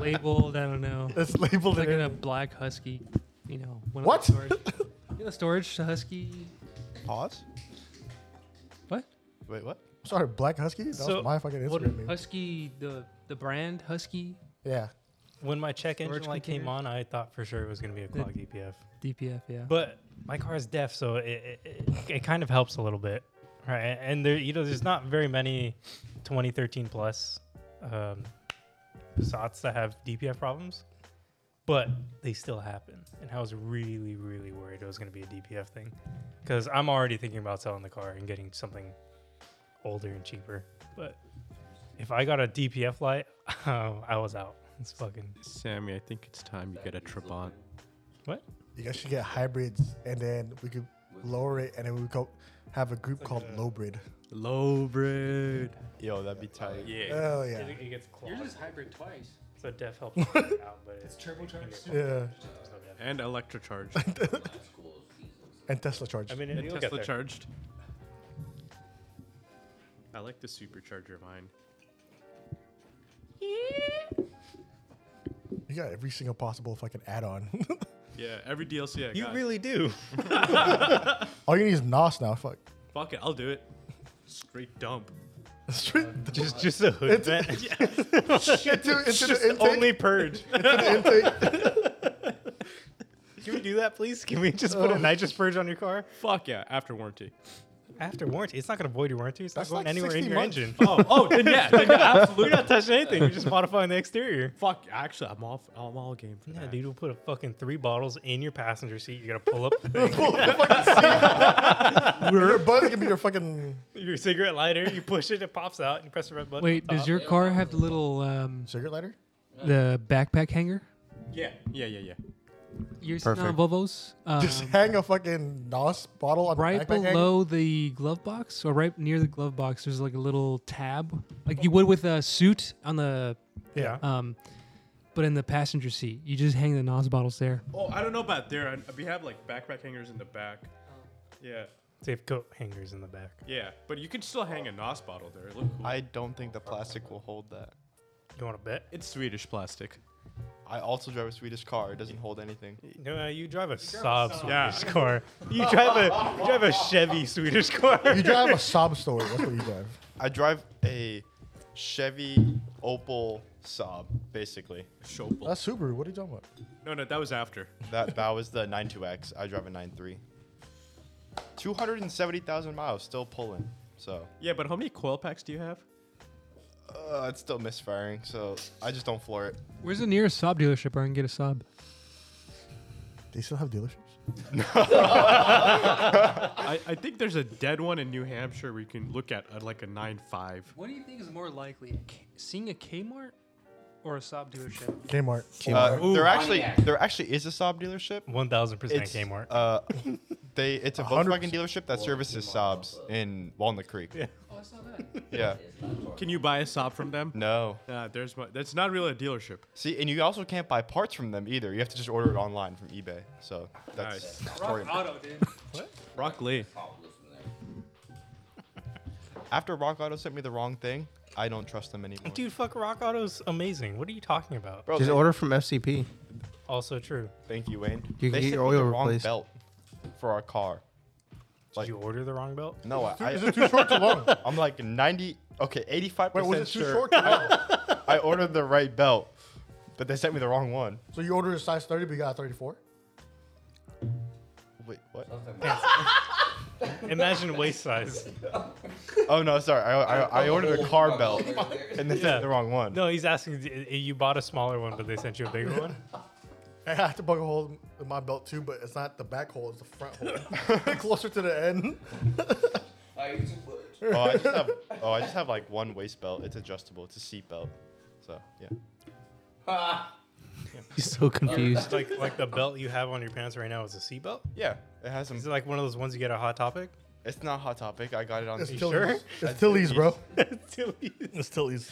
S2: labeled, I don't know.
S5: it's labeled
S2: Like
S5: in
S2: in a black husky, you know. One of the
S5: What?
S2: Storage. you know, storage husky.
S4: Pause.
S2: What?
S4: Wait, what?
S5: Sorry, Black Husky? That
S3: So,
S5: was my fucking
S3: what-
S5: Instagram name.
S2: Husky, the the brand husky
S5: Yeah.
S3: when my check engine
S2: Storage
S3: light came
S2: container?
S3: on, I thought for sure it was gonna be a clogged EPF.
S2: DPF, yeah.
S3: But my car is deaf, so it, it, it, it kind of helps a little bit, right? And there, you know, there's not very many 2013 plus um, Passats that have DPF problems, but they still happen. And I was really, really worried it was going to be a DPF thing, because I'm already thinking about selling the car and getting something older and cheaper. But if I got a DPF light, I was out. It's fucking
S1: Sammy, I think it's time you get a Trabant.
S3: what?
S5: You guys should get hybrids and then we could lower it and then we could go have a group called Low Lowbrid.
S1: Low breed.
S4: Yo, that'd be tight.
S1: Yeah.
S5: Hell yeah.
S3: It, gets
S8: Yours is hybrid twice.
S3: So deaf helps out, but
S8: It's turbocharged.
S5: Yeah.
S1: And electrocharged.
S6: That's cool. Jesus.
S5: And Tesla charge.
S3: I mean,
S1: and
S3: it'll get
S1: Tesla
S3: there.
S1: charged. I like the supercharger mine.
S5: you got every single possible fucking add on.
S1: Yeah, every DLC I
S3: You
S1: got.
S3: really do.
S5: All you need is NOS now. Fuck.
S1: Fuck it, I'll do it. Straight dump.
S5: Straight
S3: just just a hood vent.
S5: into, into the intake.
S3: Only purge.
S5: intake.
S3: Can we do that, please? Can we just
S5: Uh.
S3: put a nitrous purge on your car
S1: Fuck yeah, after warranty.
S3: after warranty? It's not going to void your warranty. It's not
S5: That's
S3: going
S5: like
S3: anywhere in
S5: 60
S3: your
S5: months.
S3: engine.
S1: Oh, oh, then yeah, then yeah, absolutely.
S3: We're not touching anything. We're just modifying the exterior.
S1: Fuck, actually, I'm all, I'm all game for
S3: Yeah,
S1: that.
S3: dude, we'll put a fucking three bottles in your passenger seat. You gotta pull up the thing.
S5: Your buds can be your fucking
S3: your cigarette lighter. You push it, it pops out, and you press the red button.
S2: Wait,
S3: on
S2: does
S3: top.
S2: your car have the little um,
S5: cigarette lighter?
S2: the backpack hanger?
S1: Yeah, yeah, yeah, yeah.
S2: You're sitting on
S7: Perfect.
S2: Volvos. Um,
S5: Just hang a fucking NOS bottle on the
S2: right
S5: backpack hanger?
S2: below the glove box or right near the glove box there's like a little tab like you would with a suit on the
S3: Yeah.
S2: um but in the passenger seat you just hang the nos bottles there
S1: Oh, I don't know about there. I, we have like backpack hangers in the back. Yeah,
S3: They have coat hangers in the back.
S1: yeah, but you can still hang a Nos bottle there. It look cool.
S4: I don't think the plastic will hold that.
S3: You want to bet?
S1: it's Swedish plastic.
S4: I also drive a Swedish car. It doesn't hold anything.
S3: No, uh, you drive a Saab
S1: Yeah.
S3: Swedish car. You drive a you drive a Chevy Swedish car.
S5: You drive a sob story. That's what you drive.
S4: I drive a Chevy Opal Saab, basically.
S1: Schopel.
S5: That's Subaru. What are you talking about?
S1: No, no, that was after.
S4: That that was the 92X. I drive a 93. 270,000 miles, still pulling. So
S1: Yeah, but how many coil packs do you have?
S4: uh, it's still misfiring. So I just don't floor it.
S2: where's the nearest sob dealership where i can get a sob
S5: They still have dealerships?
S1: I, I think there's a dead one in New Hampshire where you can look at uh, like a nine five.
S2: what do you think is more likely seeing a kmart or a sob dealership
S5: Kmart.
S4: Uh,
S5: Kmart.
S4: there actually
S6: Pontiac.
S4: there actually is a Saab dealership.
S3: One thousand percent
S4: It's
S3: Kmart.
S4: Uh, they it's a
S5: hundred
S4: Volkswagen dealership that services Saabs in Walnut Creek. Yeah.
S6: Oh, it's not bad.
S4: yeah.
S6: It's not torque.
S1: Can you buy a sob from them?
S4: No.
S1: Uh, there's my, that's not really a dealership.
S4: See, and you also can't buy parts from them either. You have to just order it online from eBay. So that's Torium.
S2: auto dude
S1: Rock Lee.
S6: I'll listen there.
S4: after Rock Auto sent me the wrong thing. I don't trust them anymore.
S3: Dude, fuck Rock Auto's amazing. What are you talking about?
S4: Bro,
S7: Just
S4: thank-
S7: order from FCP.
S3: Also true.
S4: Thank you, Wayne.
S7: You can
S4: they
S7: get
S4: sent
S7: your
S4: me
S7: oil
S4: the wrong
S7: replaced.
S4: belt for our car.
S3: Did you order the wrong belt?
S4: No, I,
S5: Is
S4: I
S5: it too short or too long?
S4: I'm like 90, okay, 85
S5: Wait,
S4: percent
S5: was it too
S4: sure
S5: short? Oh. or too long?
S4: I ordered the right belt, but they sent me the wrong one.
S5: so you ordered a size 30, but you got a 34?
S4: Wait, what?
S6: Something like that.
S3: Imagine waist size.
S4: Oh no, sorry. I, I, I ordered a car belt and they
S3: Yeah.
S4: sent the wrong one.
S3: No, he's asking. d- i- You bought a smaller one, but they sent you a bigger one.
S5: I have to bug a hole in my belt too, but it's not the back hole; it's the front hole, closer to the end.
S6: I used to
S4: Oh, I just have oh, I just have like one waist belt. It's adjustable. It's a seat belt. So yeah.
S6: Ah,
S7: He's so confused.
S3: It's like like the belt you have on your pants right now is a seatbelt.
S4: Yeah, it has some.
S3: Is it like one of those ones you get at Hot Topic?
S4: It's not hot topic. I got it on.
S5: It's
S4: T-shirt.
S5: Tilly's,
S4: That's
S5: it's Tilly's bro.
S3: Tilly's.
S5: It's Tilly's.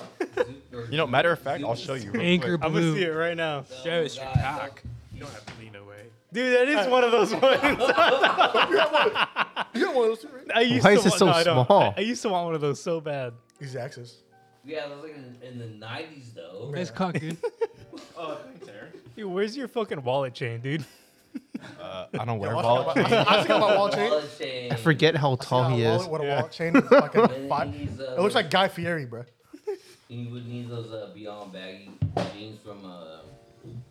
S4: You know, matter of fact, I'll show you. Real
S2: Anchor
S4: Quick.
S3: I'm gonna
S2: blue.
S3: see it right now,
S8: Show us your
S6: God,
S8: cock. You don't have to lean away.
S3: dude. That is one of those ones.
S5: You got one of those too, right?
S3: I used
S7: Why
S3: to
S7: is it
S3: want-
S7: so
S3: no, I don't.
S7: small?
S3: I, I used to want one of those so bad.
S5: Easy access.
S6: Yeah, that was like in, in the 90s, though.
S2: Nice cock, dude.
S8: Oh, thanks, Aaron.
S3: Dude, where's your fucking wallet chain, dude?
S4: Uh, I don't wear
S5: Yo, I
S4: wallet.
S5: still got my- I still got my wallet chain.
S6: Wallet chain.
S7: I forget how tall
S5: Yeah,
S7: he
S5: wallet
S7: is.
S5: With a wallet chain, with fucking
S6: And
S5: five.
S6: he's, uh,
S5: It looks like Guy Fieri, bro.
S6: You would need those uh, Beyond baggy jeans from. Uh,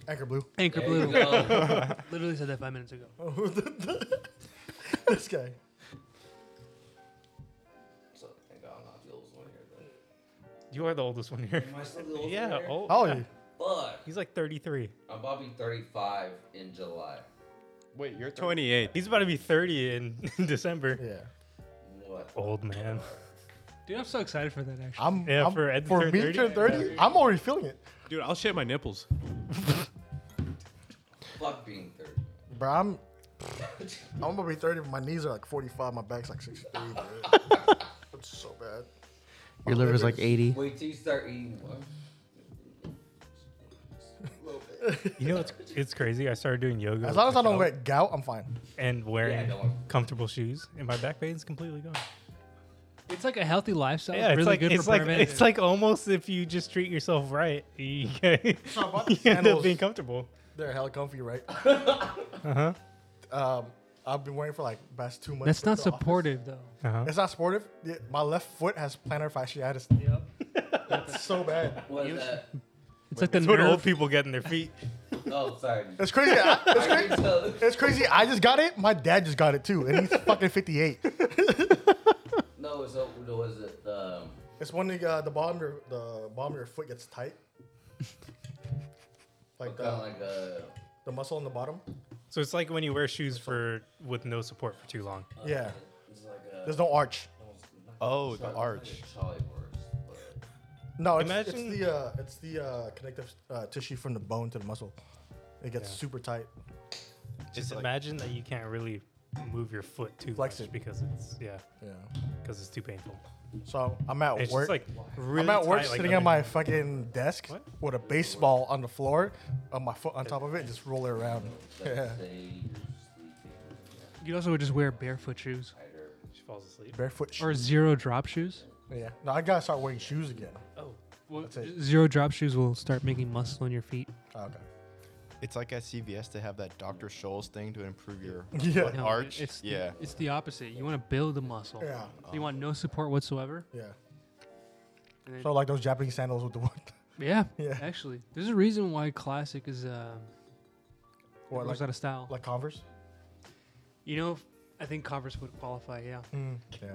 S5: Anchor Blue.
S2: Anchor
S6: there
S2: blue.
S6: you go.
S2: Literally said that five minutes ago.
S5: this guy.
S6: so, thank God I'm not the oldest one here.
S3: You are the oldest one here.
S6: Then. Am I still the oldest
S3: Yeah.
S6: one here?
S3: Oh,
S5: How old are you?
S6: Fuck.
S3: He's like 33.
S6: I'm about to be 35 in July.
S4: Wait, you're
S1: 28.
S3: He's about to be 30 in, in December.
S5: Yeah.
S6: What?
S3: Old man.
S2: Dude, I'm so excited for that actually.
S5: I'm.
S3: Yeah,
S5: I'm,
S3: for Ed to
S5: for
S3: turn
S5: me
S3: 30?
S5: to turn 30, I'm already feeling it.
S1: Dude, I'll shit my nipples.
S6: Fuck being 30.
S5: Bro, I'm. I'm gonna be 30, but my knees are like 45, my back's like 63. Bro. It's so bad.
S7: Your liver's like 80.
S6: Wait till you start eating one.
S3: You know, it's, it's crazy. I started doing yoga.
S5: As
S3: with
S5: long as I don't
S3: myself
S5: get gout, I'm fine.
S3: And
S6: Yeah,
S3: wearing
S6: don't worry.
S3: comfortable shoes, and my back pain's completely gone.
S2: It's like a healthy lifestyle. it's
S3: Yeah, it's
S2: really
S3: like
S2: good
S3: it's
S2: for
S3: like
S2: prevention.
S3: it's like almost if you just treat yourself right, you,
S5: So I bought
S3: you
S5: the
S3: end up
S5: sandals.
S3: being comfortable.
S5: They're hella comfy, right?
S3: Uh huh.
S5: Um, I've been wearing for like past two months.
S2: Uh-huh. That's
S5: to
S2: not
S5: the office.
S2: supportive though.
S3: Uh huh.
S5: It's not supportive. Yeah, My left foot has plantar fasciitis.
S2: Yep.
S5: It's so bad.
S6: What is that?
S2: It's like the
S3: That's what old
S2: nerve.
S3: people get in their feet.
S6: Oh, sorry.
S5: It's crazy. I- it's,
S6: I
S5: crazy.
S6: can tell.
S5: it's crazy. I just got it. My dad just got it too, and he's fucking 58.
S6: No, it's what was it? Um,
S5: It's when the uh, the bottom of your, the bottom of your foot gets tight, like
S6: kind
S5: the,
S6: of like a.
S5: the muscle in the bottom.
S3: So it's like when you wear shoes for with no support for too long.
S5: Yeah,
S6: It's like a.
S5: there's no arch.
S4: Oh, the
S6: Sorry, it's
S4: arch.
S6: Like a trolley horse, but-
S5: No, it's,
S3: Imagine-
S5: it's the uh, it's the uh, connective uh, tissue from the bone to the muscle. It gets
S3: Yeah.
S5: super tight.
S3: Just
S4: like-
S3: imagine that you can't really move your foot too
S5: Flex
S3: much
S5: it.
S3: because it's yeah
S5: Yeah.
S3: because it's too painful.
S5: So I'm at
S3: It's
S5: work.
S3: just like really
S5: I'm at work
S3: tight, like
S5: sitting
S3: under-
S5: at my fucking desk
S3: What?
S5: with a baseball on the floor, on my foot on top of it, and just roll it around. Yeah.
S2: You also would just wear barefoot shoes
S3: She falls asleep.
S5: Barefoot
S2: or
S5: shoes.
S2: zero drop shoes.
S5: Yeah. No, I gotta start wearing shoes again.
S3: Oh,
S5: That's it.
S2: Zero drop shoes will start making muscle in your feet.
S5: Oh, okay.
S4: It's like at CVS they have that Dr. Scholl's thing to improve your
S5: Yeah.
S4: foot
S2: No,
S4: arch.
S2: It's the,
S4: yeah.
S2: It's the opposite. You want to build a muscle.
S5: Yeah.
S2: So you want no support whatsoever.
S5: Yeah.
S2: And then-
S5: So like those Japanese sandals with the one.
S2: yeah,
S5: Yeah.
S2: Actually, there's a reason why classic is uh,
S5: What,
S2: goes
S5: like,
S2: out of style.
S5: like Converse?
S2: you know, I think Converse would qualify. Yeah.
S5: Yeah.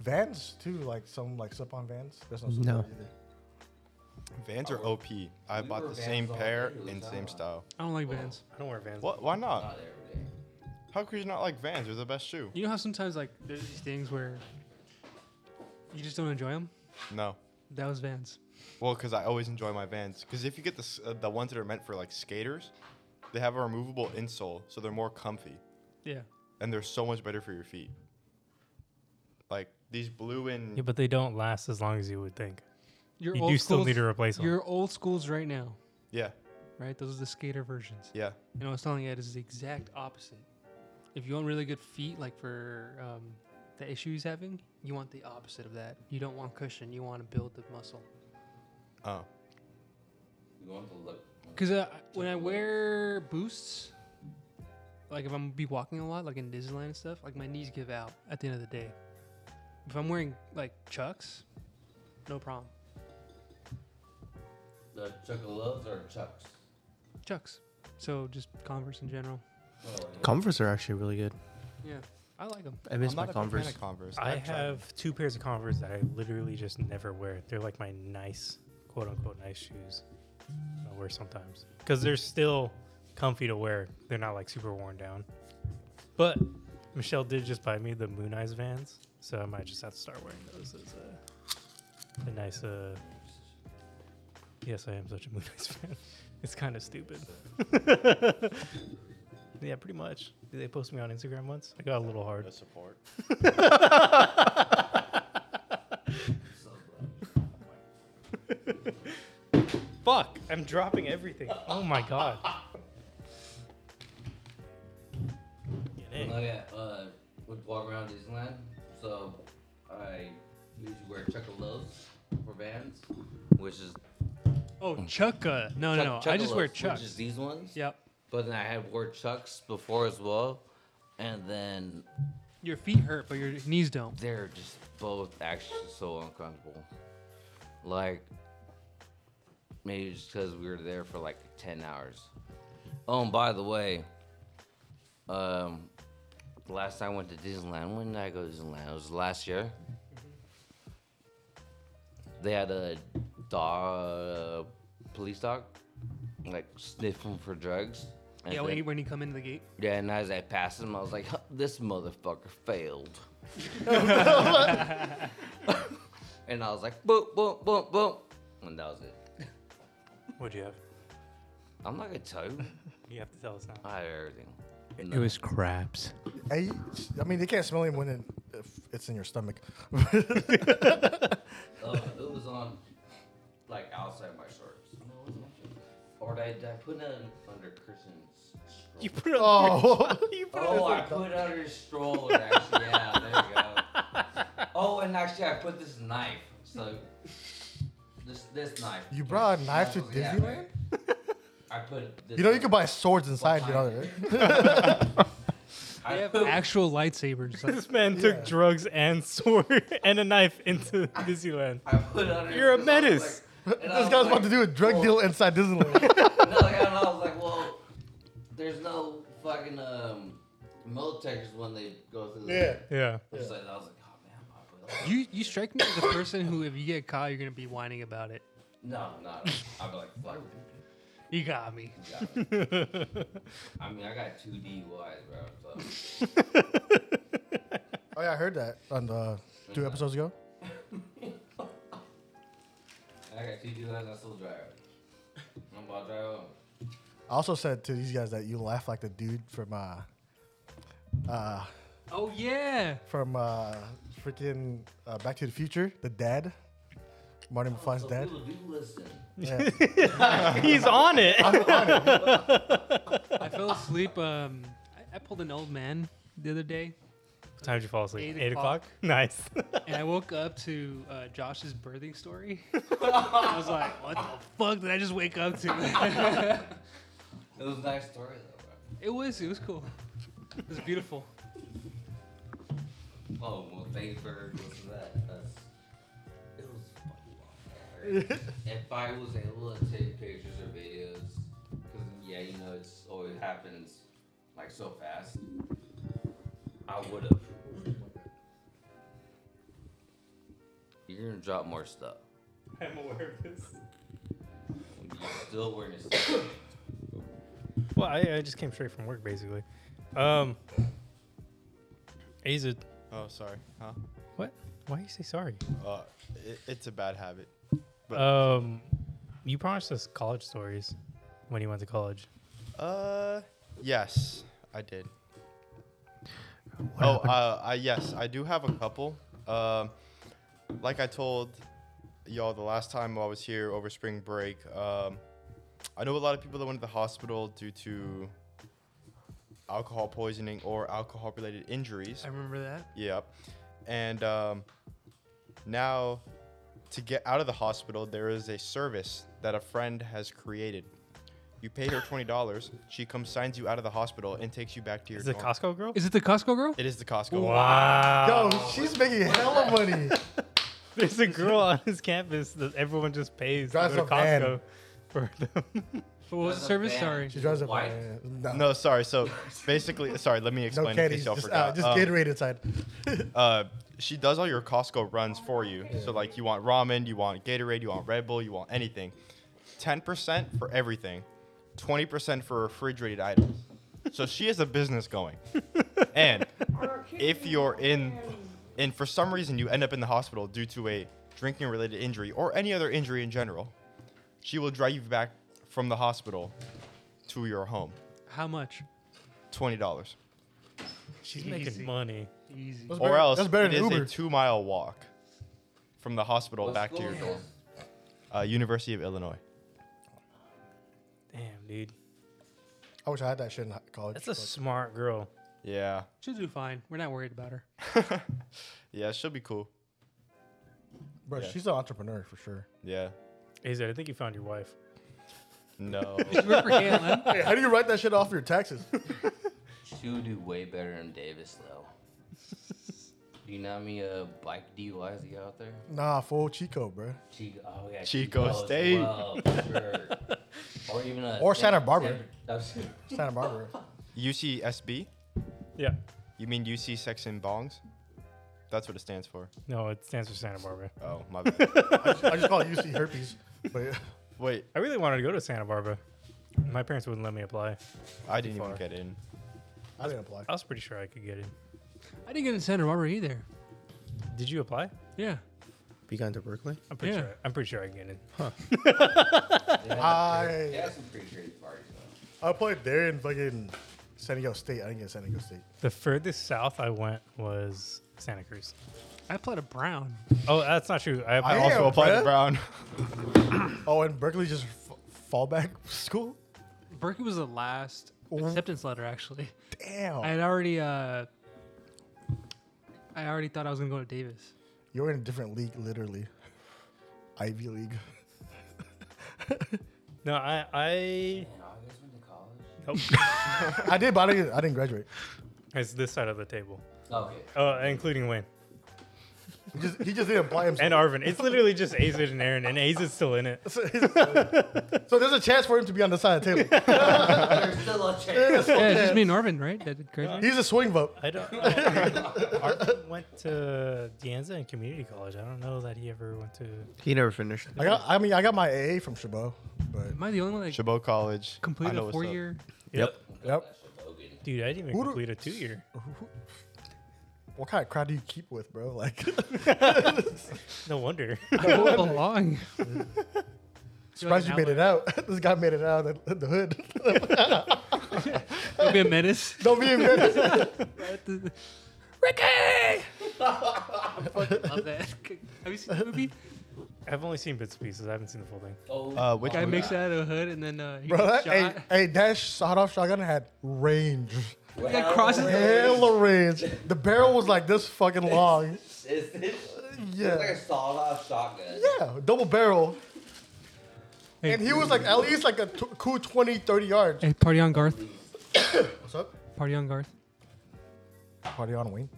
S5: Vans too, like some like slip on Vans. There's no. slip-on
S7: No.
S5: Either.
S4: Vans are OP. I
S6: We
S4: bought
S6: were
S4: the
S6: Vans
S4: same
S6: all
S4: pair
S6: day, it was
S4: and same
S6: not-
S4: style.
S2: I don't like Vans.
S3: I don't wear Vans.
S4: What? Why not?
S6: Not every day.
S4: How could you not like Vans? They're the best shoe.
S2: You know how sometimes like there's these things where you just don't enjoy them.
S4: No.
S2: That was Vans.
S4: Well, because I always enjoy my Vans. Because if you get the s- uh, the ones that are meant for like skaters, they have a removable insole, so they're more comfy
S2: Yeah.
S4: and they're so much better for your feet. Like these blue and
S3: Yeah, but they don't last as long as you would think.
S2: Your
S3: You do still need to replace them.
S2: Your old schools right now,
S4: yeah,
S2: right? Those are the skater versions.
S4: yeah.
S2: And I was telling you, it is the exact opposite. If you want really good feet, like for um, the issue he's having, you want the opposite of that. You don't want cushion. You want to build the muscle.
S4: Oh,
S6: You want to look.
S2: Because uh, when I wear boosts, like if I'm be walking a lot, like in Disneyland and stuff, like my knees give out at the end of the day. If I'm wearing like chucks, no problem.
S6: The Chuckaloves or Chucks?
S2: Chucks. So just Converse in general.
S6: Oh,
S7: Converse are actually really good.
S2: Yeah.
S3: I like them.
S7: I miss
S4: I'm
S7: my
S4: not a big fan
S7: Converse.
S4: of Converse.
S3: I
S4: I've tried them.
S3: have two pairs of Converse that I literally just never wear. They're like my nice, quote unquote, nice shoes. I wear sometimes because they're still comfy to wear. They're not like super worn down. But Michelle did just buy me the Moon Eyes Vans, so I might just have to start wearing those as a, a nice. Uh, yes, I am such a Moon Eyes fan. It's kind of stupid. yeah, pretty much. Did they post me on Instagram once? I got a little hard.
S8: The support.
S3: Fuck! I'm dropping everything. Oh my god.
S6: Like at, uh, would walk around Disneyland. So I usually wear Chuckalos for Vans, which is
S2: Oh, Chucka. No, no, no.
S6: Chuck-
S2: I just wear
S6: Chuckalos,
S2: Chucks.
S6: Which is these ones.
S2: Yep.
S6: But then I had wore Chucks before as well, and then
S2: Your feet hurt, but your knees don't.
S6: they're just both actually so uncomfortable. Like maybe just because we were there for like ten hours. Oh, and by the way, um, the last time I went to Disneyland, when did I go to Disneyland? It was last year. They had a dog, police dog, like sniffing for drugs. And
S2: Yeah,
S6: they-
S2: when you, when you come into the gate.
S6: yeah, and as I passed him, I was like, huh, this motherfucker failed. and I was like, boom, boom, boom, boom. And that was it.
S3: What'd you have?
S6: I'm not gonna tell you.
S3: You have to tell us now.
S6: I had everything.
S1: It was craps.
S5: Hey, I mean, they can't smell it when it, if it's in your stomach.
S6: Uh, it was on, like, outside my shorts. No, it wasn't on shorts. Or did I, did I put it under Kristen's stroller? You put
S7: Oh,
S6: oh, I put it under his stroller, actually. Yeah, there you go. Oh, and actually, I put this knife. So, this this knife. Oh,
S5: You brought a knife to
S6: Yeah,
S5: Disneyland?
S6: I put this
S5: You know, you
S6: knife.
S5: can buy swords inside, you know, right?
S6: I put-
S2: Actual lightsabers. Like,
S3: This man took drugs and sword and a knife into Disneyland.
S6: I put it under
S3: You're a
S6: his- I was
S3: menace.
S6: like- and I
S5: This
S6: was
S5: guy's
S6: like-
S5: about to do a drug
S6: well,
S5: deal inside Disneyland.
S6: No, like, and I was like, well, there's no fucking um, militaries when they go through. The
S5: yeah.
S3: Yeah.
S6: It's like- I was like, oh man, I put it
S2: you you strike me as the person who, if you get caught, you're gonna be whining about it.
S6: No, no. I'd be like, fuck. it.
S2: You got me.
S6: You got it. I mean, I got two DUIs, bro. So.
S5: Oh, yeah, I heard that on the two episodes ago.
S6: I got two DUIs. I still drive. I'm about to drive home.
S5: I also said to these guys that you laugh like the dude from uh, uh,
S2: Oh yeah.
S5: from uh, freaking uh, Back to the Future, the dad, Marty McFly's
S6: So
S5: dad.
S6: people do listen.
S5: Yeah.
S3: He's on it.
S2: I fell asleep. Um, I, I pulled an old man the other day,
S3: What time did you fall asleep?
S2: Eight
S3: Eight, o'clock. Nice.
S2: and I woke up to uh, Josh's birthing story. I was like, what the fuck did I just wake up to?
S6: It was a nice story, though,
S2: it was it was cool. It was beautiful.
S6: bro. Oh, well, thank you for listening to that. That's, it was fucking long. if I was able to take pictures or videos, because, yeah, you know, it's always happens, like, so fast, I would have. You're gonna drop more stuff.
S3: I'm aware of this.
S6: You're still wearing your stuff.
S3: Well, I, I just came straight from work basically. Um Azid.
S4: Oh, sorry. Huh?
S3: What? Why you say sorry?
S4: Uh, it, it's a bad habit. But-
S3: Um you promised us college stories when you went to college.
S4: Uh, yes, I did. oh, uh, I yes, I do have a couple. Um, like I told y'all the last time I was here over spring break. Um, I know a lot of people that went to the hospital due to alcohol poisoning or alcohol-related injuries.
S2: I remember that.
S4: Yep. And um, now, to get out of the hospital, there is a service that a friend has created. You pay her twenty dollars. She comes, signs you out of the hospital, and takes you back to your.
S3: Is it
S4: dorm.
S3: Costco girl?
S2: Is it the Costco girl?
S4: It is the Costco.
S3: Wow.
S5: Yo, she's making hella money.
S3: There's a girl on his campus that everyone just pays to
S5: Drives
S3: go to
S5: a van.
S3: Costco for them.
S2: What was the service? Sorry.
S5: She drives a
S6: Why?
S5: van.
S4: No, sorry. So basically, sorry. Let me
S5: No
S4: explain in
S5: caddies,
S4: case y'all
S5: just, uh,
S4: forgot.
S5: just
S4: Um,
S5: Gatorade inside.
S4: uh, she does all your Costco runs for you. So like you want ramen, you want Gatorade, you want Red Bull, you want anything. 10% for everything. 20% for refrigerated items. So she has a business going. And if you're in and for some reason you end up in the hospital due to a drinking related injury or any other injury in general, she will drive you back from the hospital to your home.
S2: How much?
S4: $20.
S3: She's making money.
S2: Easy.
S5: That's
S4: or
S5: better-
S4: else
S5: That's better
S4: it is
S5: than Uber.
S4: a two-mile walk from the hospital
S6: What
S4: back to
S6: school
S4: your
S6: is
S4: dorm.
S6: this?
S4: Uh, University of Illinois.
S3: Damn, dude.
S5: I wish I had that shit in hi- college.
S3: That's a
S5: but
S3: smart girl.
S4: Yeah,
S2: She'll do fine. We're not worried about her.
S4: yeah, she'll be cool.
S5: bro,
S4: yeah.
S5: she's an entrepreneur for sure.
S4: Yeah,
S3: AZ, I think you found your wife.
S4: no,
S2: Work for KLM.
S5: Hey, how do you write that shit off your taxes?
S6: She would do way better than Davis, though. do you know how many uh, bike DUIs you got out there?
S5: nah, full Chico, bro.
S6: Chico, oh yeah,
S4: Chico
S6: as
S4: State.
S6: well, for sure. Or even a
S5: Or Santa
S6: San-
S5: Barbara.
S6: San-
S5: Santa Barbara.
S4: UCSB.
S3: Yeah.
S4: You mean UC Sex and Bongs? That's what it stands for.
S3: No, it stands for Santa Barbara.
S4: Oh my bad.
S5: I just call it UC herpes. But yeah.
S4: Wait,
S3: I really wanted to go to Santa Barbara. My parents wouldn't let me apply.
S4: I didn't even
S3: far.
S4: get in.
S5: I didn't apply.
S3: I was pretty sure I could get in.
S2: I didn't get in Santa Barbara either.
S3: Did you apply?
S2: Yeah.
S7: You gone to Berkeley?
S3: I'm pretty
S2: Yeah.
S3: sure. I'm pretty sure I can get in.
S6: They
S5: I
S6: have some pretty crazy parties though.
S5: I played there in fucking San Diego State. I didn't get San Diego State.
S3: The furthest south I went was Santa Cruz.
S2: I applied to Brown.
S3: Oh, that's not true. I
S4: I
S3: applied.
S5: Damn,
S4: also applied
S5: bruh.
S4: to Brown.
S5: Oh, and Berkeley just f- fall back school.
S2: Berkeley was the last acceptance letter, actually.
S5: Damn,
S2: I had already, uh, I already thought I was gonna go to Davis.
S5: you're in a different league, literally. Ivy League.
S3: no, I I
S6: Man, I guys went to college.
S3: nope.
S5: I did, but I didn't, I didn't graduate.
S3: it's this side of the table.
S6: Okay.
S3: Oh, including Wayne
S5: He just, he just didn't apply himself.
S3: and Arvin. It's literally just Azid and Aaron, and Azid's still in it.
S5: So, so there's a chance for him to be on the side of the table.
S6: There's still a chance.
S5: Oh,
S2: Yeah, it's just me and Arvin, right? That graduated.
S5: He's a swing vote.
S3: I don't. know. Arvin went to Dianza and community college. I don't know that he ever went to.
S7: He never finished.
S5: I got. I mean, I got my AA from Chabot, but
S2: Am I the only one that
S4: Chabot College. I
S2: completed
S4: know
S2: a
S4: what's up.
S2: four-year?
S3: Yep.
S5: yep.
S3: Dude, I didn't even
S5: Who do-
S3: complete a two year.
S5: What kind of crowd do you keep with, bro? Like,
S3: No wonder.
S2: I don't belong.
S5: surprised you made it out. this guy made it out of the, the hood.
S2: Don't be a menace.
S5: Don't be embarrassed.
S2: Ricky! I fucking love that. Have you seen the movie?
S3: I've only seen bits and pieces. I haven't seen the full thing.
S6: Oh,
S4: Uh, which
S2: Guy
S4: one?
S2: makes it out of a hood and then uh, he
S5: bro.
S2: gets
S5: That,
S2: shot.
S5: hey, hey, that sawed off shotgun had range.
S6: well,
S2: That crosses-
S5: Hella range. The barrel was like this fucking long.
S6: Is this it's like
S5: Yeah.
S6: a sawed-off shotgun?
S5: Yeah, double barrel.
S2: Hey.
S5: And he was like at least like a t- cool 20, 30 yards.
S2: Hey, party on Garth.
S5: What's up?
S2: Party on Garth.
S5: Party on wing.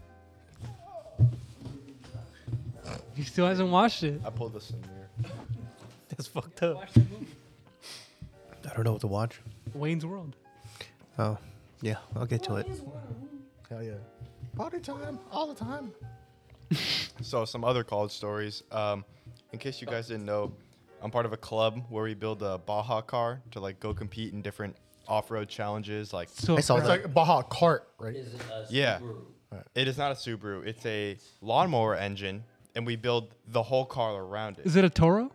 S2: He still hasn't watched it.
S4: I pulled this in here.
S3: That's fucked up.
S7: I don't know what to watch.
S2: Wayne's World.
S7: Oh, yeah, I'll get to it.
S5: Hell yeah. Party time all the time.
S4: So some other college stories. Um, in case you guys didn't know, I'm part of a club where we build a Baja car to like go compete in different off-road challenges. Like
S2: So
S7: I saw
S5: It's
S7: that.
S5: like Baja cart, right?
S6: Is it a
S4: Yeah.
S6: Subaru?
S4: it is not a Subaru, it's a lawnmower engine, and we build the whole car around it.
S2: Is it a Toro?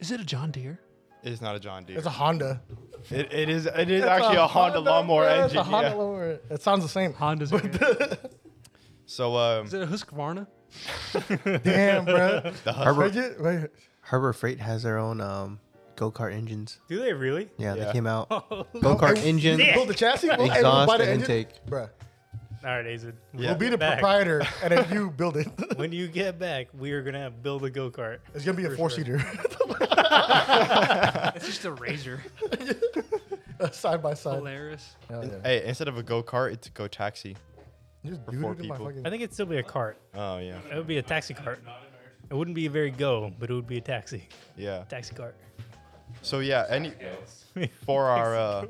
S2: Is it a John Deere?
S4: It is not a John Deere.
S5: It's a Honda.
S4: it, it is it is actually a, Honda, lawnmower
S5: bro.
S4: engine.
S5: It's a Honda
S4: yeah.
S5: lawnmower. It sounds the same.
S2: Honda's. okay.
S4: So um,
S2: Is it a Husqvarna?
S5: Damn, bro.
S7: Harbor,
S5: Wait, you- wait.
S7: Harbor Freight has their own um, go kart engines.
S3: Do they really?
S7: Yeah, they
S4: Yeah.
S7: came out. Go kart
S5: Hey,
S7: engine,
S5: You build the chassis, we'll, hey, we'll buy
S7: exhaust,
S5: the
S7: and
S5: engine.
S7: intake.
S5: Bruh,
S3: All right, Azid.
S4: Yeah.
S5: we'll be the
S3: Back.
S5: proprietor, and then you build it.
S3: When you get back, we are gonna build a go kart.
S5: It's gonna be a
S3: For sure.
S5: four seater,
S2: It's just a Razor.
S5: side by side.
S2: Hilarious.
S5: Hell yeah.
S4: hey, instead of a go kart, it's a go taxi.
S5: You Just
S4: for
S5: dude
S4: four
S5: it in my
S4: people.
S5: fucking.
S3: I think it'd still be a cart.
S4: Oh yeah,
S3: It would be a taxi cart. It wouldn't be a very go, but it would be a taxi.
S4: yeah.
S3: Taxi cart.
S4: So yeah, any for our uh,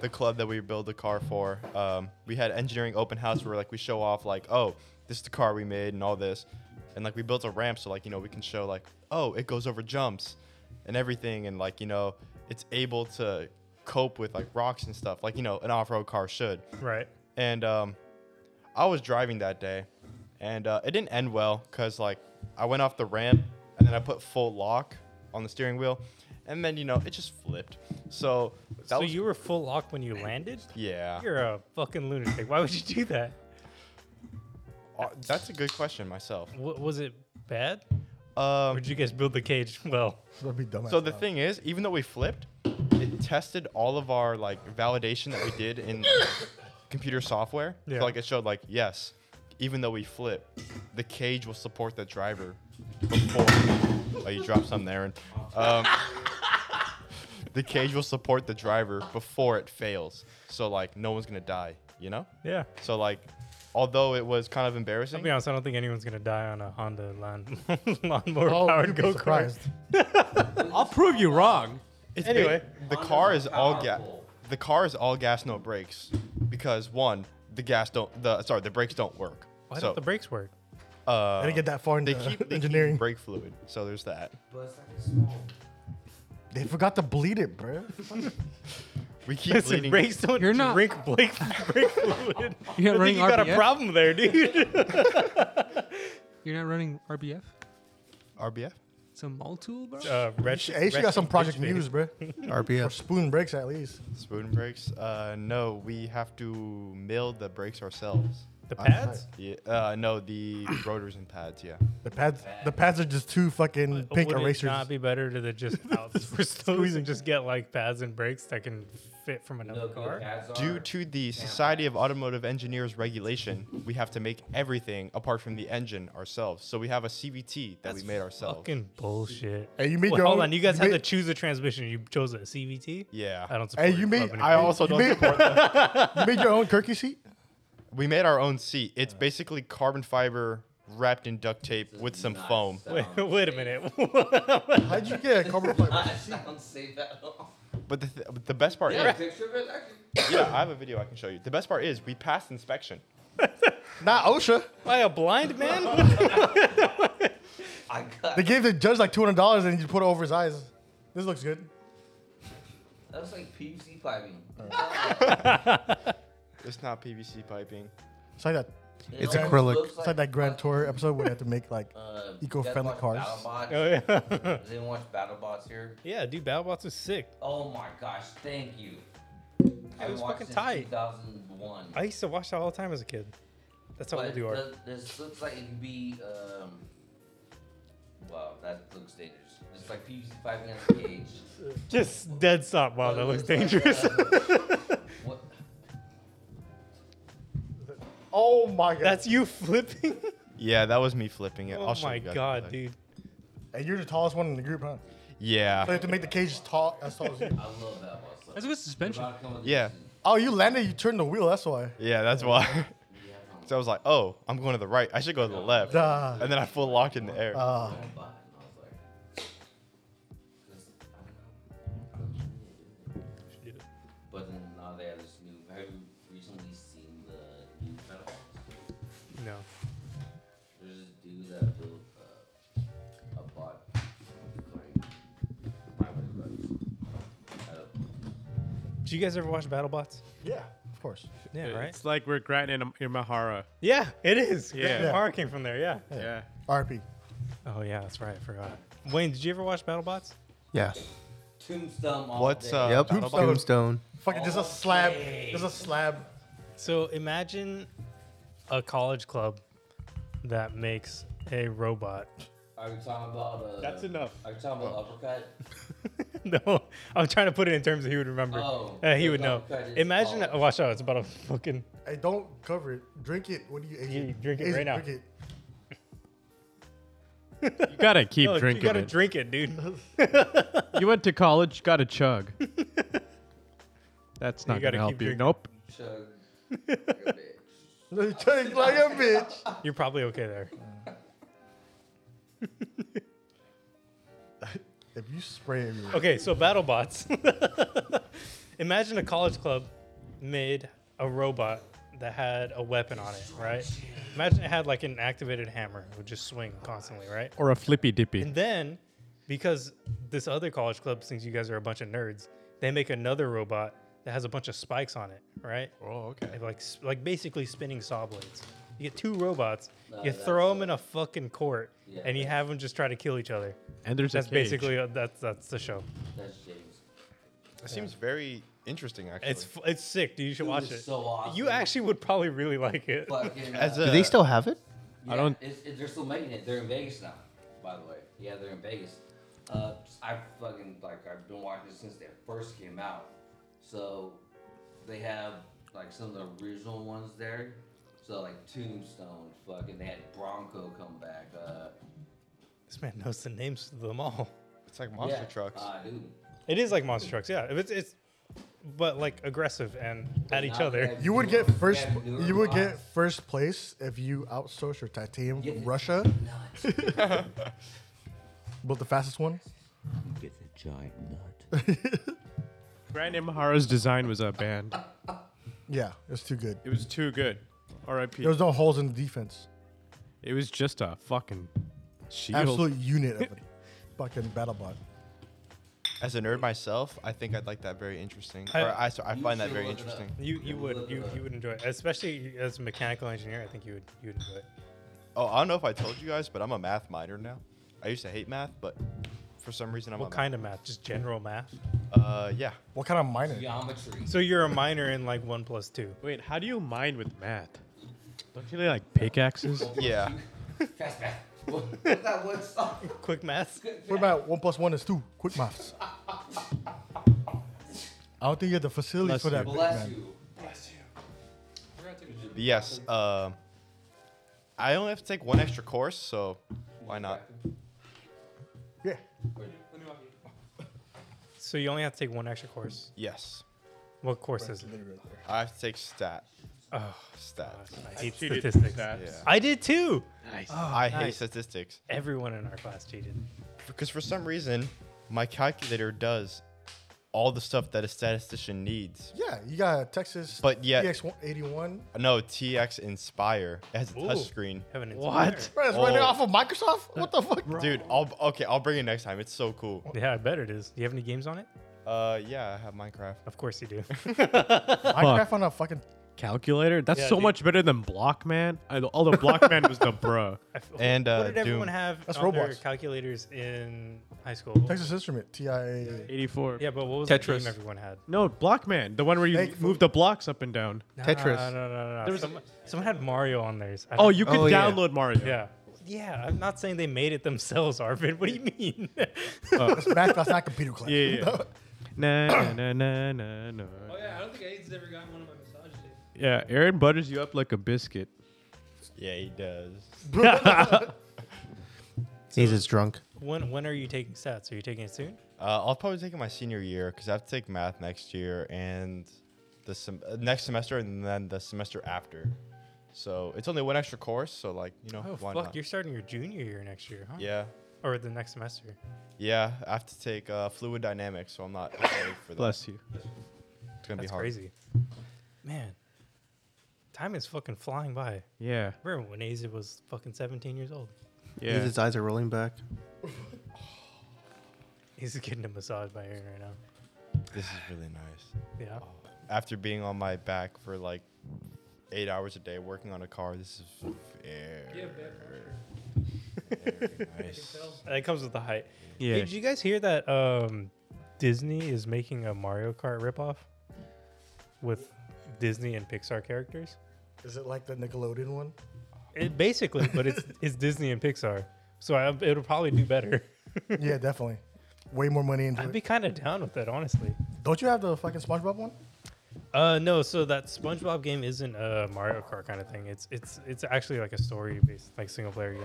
S4: the club that we build the car for, um, we had engineering open house where like we show off like, oh, this is the car we made and all this, and like we built a ramp so like you know we can show like, oh, it goes over jumps, and everything, and like you know it's able to cope with like rocks and stuff like you know an off-road car should.
S3: Right.
S4: And um, I was driving that day, and uh, it didn't end well because like I went off the ramp and then I put full lock on the steering wheel, and then you know it just flipped. So that
S3: so
S4: was
S3: you were full lock when you landed?
S4: yeah.
S3: You're a fucking lunatic. Why would you do that?
S4: Uh, that's a good question myself.
S3: Wa- was it bad? Or
S4: Um,
S3: did you guys build the cage well?
S5: That'd be dumbass.
S4: so the
S5: loud.
S4: thing is, even though we flipped, it tested all of our like validation that we did in computer software.
S3: Yeah.
S4: So like it showed like yes, even though we flip, the cage will support the driver before. Oh, you dropped something, Aaron. Um, the cage will support the driver before it fails. So like no one's gonna die, you know.
S3: Yeah.
S4: So like, although it was kind of
S3: I'll
S4: embarrassing,
S3: be honest, I don't think anyone's gonna die on a Honda lawn lawnmower
S5: Oh,
S3: powered
S5: you'd be
S3: go kart.
S5: surprised.
S8: I'll prove you wrong.
S4: It's
S3: Anyway.
S4: ba- the car is all gas. The car is all gas, no brakes, because one, the gas don't. The sorry, the brakes don't work.
S3: Why
S4: so
S3: don't the brakes work?
S4: uh,
S5: I didn't get that far into
S4: they keep they
S5: engineering.
S4: keep brake fluid. So there's that.
S5: they forgot to bleed it, bro.
S4: We keep
S3: Listen,
S4: bleeding.
S3: brakes don't
S2: You're not-
S3: drink brake, brake fluid.
S2: You're not
S3: I think
S2: running
S3: you got a
S2: RBF?
S3: problem there, dude.
S2: You're not running RBF?
S4: RBF.
S2: It's a mall tool, bro?
S3: Uh, ret-
S5: Hey, you should got some project news, bro. Or
S7: RBF.
S5: spoon breaks at least.
S4: Spoon brakes. Uh, no, we have to mill the brakes ourselves.
S3: The
S4: I'm-
S3: pads?
S4: Yeah, uh, no, the rotors and pads. Yeah.
S5: The pads, the pads are just two fucking pink
S3: Would
S5: erasers.
S3: it not be better to the just outsource those and just get like pads and brakes that can fit from another car?
S4: Due to the Society of Automotive Engineers regulation, we have to make everything apart from the engine ourselves. So we have a CVT that we made ourselves.
S3: Fucking bullshit.
S5: Hey, you made
S3: Wait,
S5: your
S3: hold
S5: own-
S3: on, you guys
S5: you
S3: had
S5: made-
S3: to choose a transmission. You chose a CVT.
S4: Yeah.
S3: I don't support.
S5: Hey, you
S3: it.
S5: made.
S3: Rubbing it
S4: I
S3: in.
S4: also
S5: you
S4: don't
S5: made,
S4: support
S5: you made your own turkey seat.
S4: We made our own seat. It's basically carbon fiber wrapped in duct tape with some foam.
S3: Wait, wait a minute.
S5: How'd you get a carbon fiber?
S6: That sounds safe at all.
S4: But the, th- but the best part
S6: Yeah,
S4: is,
S6: picture of it. actually.
S4: yeah, I have a video I can show you. The best part is we passed inspection.
S5: Not OSHA.
S3: By a blind man?
S6: I got.
S5: They gave the judge like two hundred dollars and he put it over his eyes. This looks good.
S6: That was like PVC piping.
S4: It's not PVC piping.
S5: It's like that.
S6: It
S7: It's
S6: almost
S7: acrylic.
S6: looks
S5: It's like that Grand Tour episode where they have to make like.
S6: uh, you
S5: eco-friendly
S6: guys
S5: cars.
S6: watch BattleBots?
S3: oh yeah.
S6: Does anyone watch BattleBots here?
S3: yeah, dude. BattleBots is sick.
S6: Oh my gosh! Thank you. I
S3: was
S6: watched
S3: fucking
S6: since
S3: tight.
S6: 2001.
S3: I used to watch that all the time as a kid. That's how
S6: But
S3: old you are.
S6: does- This looks like it could be. Um, wow, that looks dangerous. It's like PVC piping on the cage.
S3: Just dead stop. Wow,
S6: But
S3: Oh, that
S6: it
S3: looks
S6: like,
S3: dangerous.
S6: uh, what?
S5: Oh my god.
S3: That's you flipping.
S4: Yeah, that was me flipping it. I'll
S3: Oh
S4: show
S3: my
S4: you guys
S3: god,
S4: later.
S3: dude.
S5: and you're the tallest one in the group, huh? They
S4: Yeah.
S5: have to make the cage as tall as tall as you.
S6: I love that one.
S2: That's a good suspension.
S4: Yeah.
S5: Oh, you landed. You turned the wheel. That's why.
S4: Yeah, that's why. so I was like, oh, I'm going to the right. I should go to the left.
S5: Duh.
S4: And then I full locked in the air.
S5: Uh,
S6: But then now they have this new. Have you recently seen the new BattleBots?
S3: No.
S6: There's this dude that built uh, a bot like 500 bucks. Out of-
S3: Did you guys ever watch BattleBots?
S5: yeah, of course.
S3: Yeah, right.
S1: It's like we're grinding in Imahara.
S3: Yeah, it is.
S1: Yeah.
S3: Yeah, Horror came from there. Yeah.
S1: Yeah.
S5: RP.
S3: Oh yeah, that's right. I forgot. Wayne, did you ever watch BattleBots?
S7: Yeah.
S6: Tombstone all
S4: What's
S6: day.
S4: uh,
S7: Yep.
S4: Battle Bot?
S7: Tombstone.
S5: Fucking just a slab. Just a slab.
S3: So imagine a college club that makes a robot.
S6: Are you talking about? Uh,
S1: That's enough.
S6: Are you talking
S4: Oh.
S6: about uppercut?
S3: no, I'm trying to put it in terms that he would remember.
S6: Oh,
S3: Uh, he
S6: the
S3: would know.
S6: uppercut is
S3: Imagine.
S6: college.
S3: watch out! It's about a fucking.
S5: Hey, don't cover it. Drink it. What do you?
S3: Yeah, drink it right now.
S5: Drink
S1: You gotta keep
S3: Oh,
S1: drinking
S3: you gotta
S1: it.
S3: drink it, dude.
S1: you went to college, got a chug. That's not
S3: gotta
S1: gonna help
S3: keep
S1: you.
S3: drinking.
S1: Nope.
S6: Chug. like a bitch.
S5: it. Drink like a bitch.
S3: You're probably okay there.
S5: If you spray everywhere,
S3: Okay, so battle bots. Imagine a college club made a robot that had a weapon on it, right? Imagine it had like an activated hammer, it would just swing constantly, right?
S1: Or a flippy dippy.
S3: And then, because this other college club thinks you guys are a bunch of nerds, they make another robot that has a bunch of spikes on it, right?
S1: Oh, okay.
S3: They have, like s- like basically spinning saw blades. You get two robots,
S6: No,
S3: you
S6: that's
S3: throw them in a fucking court,
S6: Yeah,
S3: and you
S6: that's-
S3: have them just try to kill each other.
S1: And there's
S3: That's
S1: a cage.
S3: basically uh, that's that's the show.
S6: That's James.
S4: That seems very interesting, actually.
S3: It's f- it's sick, dude. You should
S6: Dude,
S3: watch
S6: it's
S3: it.
S6: so awesome.
S3: You actually would probably really like it.
S6: Fucking,
S4: As
S6: uh,
S4: a-
S7: Do they still have it?
S1: I don't-
S6: yeah, It's, it, they're still making it. They're in Vegas now, by the way. Yeah, they're in Vegas. Uh, I fucking like I've been watching it since they first came out. So they have like some of the original ones there. So like Tombstone, fucking they had Bronco come back. Uh,
S3: This man knows the names of them all.
S4: it's like monster
S6: yeah,
S4: trucks.
S6: Uh, dude.
S3: It is like monster trucks, yeah. If It's it's, but like aggressive and at each
S6: Now they
S3: other.
S6: have
S5: you would
S6: newer-
S5: get
S6: they
S5: first.
S6: have newer
S5: You would get
S6: models.
S5: first place if you outsourced your titanium
S6: Yeah.
S5: from Russia.
S6: nuts.
S5: Built the fastest one.
S6: You get the giant nut.
S1: Grand Imahara's design was a band.
S5: Yeah, it's too good.
S1: It was too good. R.I.P.
S5: There was no holes in the defense.
S1: It was just a fucking shield.
S5: Absolute unit of a fucking battle bot.
S4: As a nerd myself, I think I'd like that very interesting.
S3: I-
S4: or I, so I
S6: You
S4: find that
S6: should
S4: very
S6: look it up.
S4: interesting.
S3: You you
S6: Yeah,
S3: would
S6: look
S3: you,
S6: at
S3: you
S6: that.
S3: would enjoy it, especially as a mechanical engineer. I think you would you would enjoy it.
S4: Oh, I don't know if I told you guys, but I'm a math minor now. I used to hate math, but for some reason I'm
S3: What
S4: a
S3: kind of math? Just general math.
S4: Math. Uh, yeah.
S5: What kind of minor?
S6: Geometry.
S3: So you're a minor in like one plus two.
S1: Wait, how do you mine with math? Don't you like pickaxes?
S4: Yeah.
S6: Fast back. What, what's that one song?
S3: Quick math.
S5: What about one plus one is two? Quick maths. I don't think you have the
S1: Bless
S5: facilities for that,
S1: you.
S5: big
S6: Bless
S5: man.
S6: you. Bless you.
S4: Yes. Um, I only have to take one extra course, so why not?
S5: Yeah.
S3: So you only have to take one extra course.
S4: Yes.
S3: What course is it?
S4: I have to take stat.
S3: Oh,
S4: Stat.
S3: I hate statistics.
S4: Yeah.
S3: I did too.
S4: I hate
S3: Oh, nice.
S4: statistics
S3: Everyone in our class cheated.
S4: because for some reason my calculator does all the stuff that a statistician needs.
S5: Yeah, you got Texas. E
S4: But yet-
S5: TX81.
S4: No, TX Inspire. It has a
S3: Ooh.
S4: touchscreen.
S3: Heaven
S1: What?
S5: Bro, it's running
S4: Oh.
S5: off of Microsoft? What the fuck?
S4: Dude, I'll okay. I'll bring it next time. It's so cool.
S3: Yeah, I bet it is. Do you have any games on it?
S4: Uh, yeah, I have Minecraft.
S3: Of course you do.
S5: Minecraft on a fucking.
S1: Calculator? That's
S3: Yeah,
S1: so
S3: dude.
S1: much better than Blockman. I, although Blockman was the bruh.
S3: I f-
S4: And, uh,
S3: what did everyone
S4: Doom.
S3: have
S5: That's
S3: on their
S5: robots.
S3: calculators in high school? What was-
S5: Texas Instrument. TIA.
S1: 84.
S3: Yeah, but what was the
S7: Tetris.
S3: game everyone had?
S1: No, Blockman. The one where you
S5: Hey,
S1: move the blocks up and down.
S7: Tetris.
S3: No, no, no, no. no. Some, someone had Mario on theirs. I
S1: Oh,
S3: don't-
S1: you could
S7: Oh, yeah.
S1: download Mario.
S3: Yeah. Yeah, I'm not saying they made it themselves, Arvin. What do you mean?
S5: That's math. That's not computer class.
S1: Yeah, yeah. yeah. na, na, na, na, na.
S2: Oh yeah, I don't think Aiden's ever gotten one of my massages.
S1: Yeah, Aaron butters you up like a biscuit.
S4: Yeah, he does.
S7: He's just drunk.
S3: when when are you taking stats? Are you taking it soon?
S4: Uh, I'll probably take it my senior year because I have to take math next year and the sem- uh, next semester and then the semester after. So it's only one extra course. So like you know,
S3: Oh,
S4: why
S3: fuck.
S4: not?
S3: You're starting your junior year next year, huh?
S4: yeah,
S3: Or the next semester.
S4: yeah. I have to take uh, fluid dynamics, so I'm not ready for that.
S1: Bless you.
S4: It's gonna
S3: That's
S4: be hard.
S3: crazy. Man, time is fucking flying by.
S1: Yeah.
S3: Remember when Aza was fucking 17 years old?
S1: Yeah.
S7: His eyes are rolling back.
S3: He's getting a massage by Aaron right now.
S4: This is really nice.
S3: Yeah.
S4: After being on my back for like eight hours a day working on a car, this is
S2: Yeah,
S4: very,
S2: bad pressure.
S4: very
S2: I can
S4: nice.
S2: tell.
S3: That comes with the height.
S1: yeah.
S3: Hey, did you guys hear that um, Disney is making a Mario Kart ripoff with Disney and Pixar characters?
S5: Is it like the Nickelodeon one?
S3: It basically, but it's it's Disney and Pixar, so I, it'll probably do better.
S5: yeah, definitely. Way more money into
S3: I'd
S5: it.
S3: be kind of down with it, honestly.
S5: Don't you have the fucking SpongeBob one?
S3: Uh, no, so that SpongeBob game isn't a Mario Kart kind of thing. It's it's it's actually like a story based, like single player game.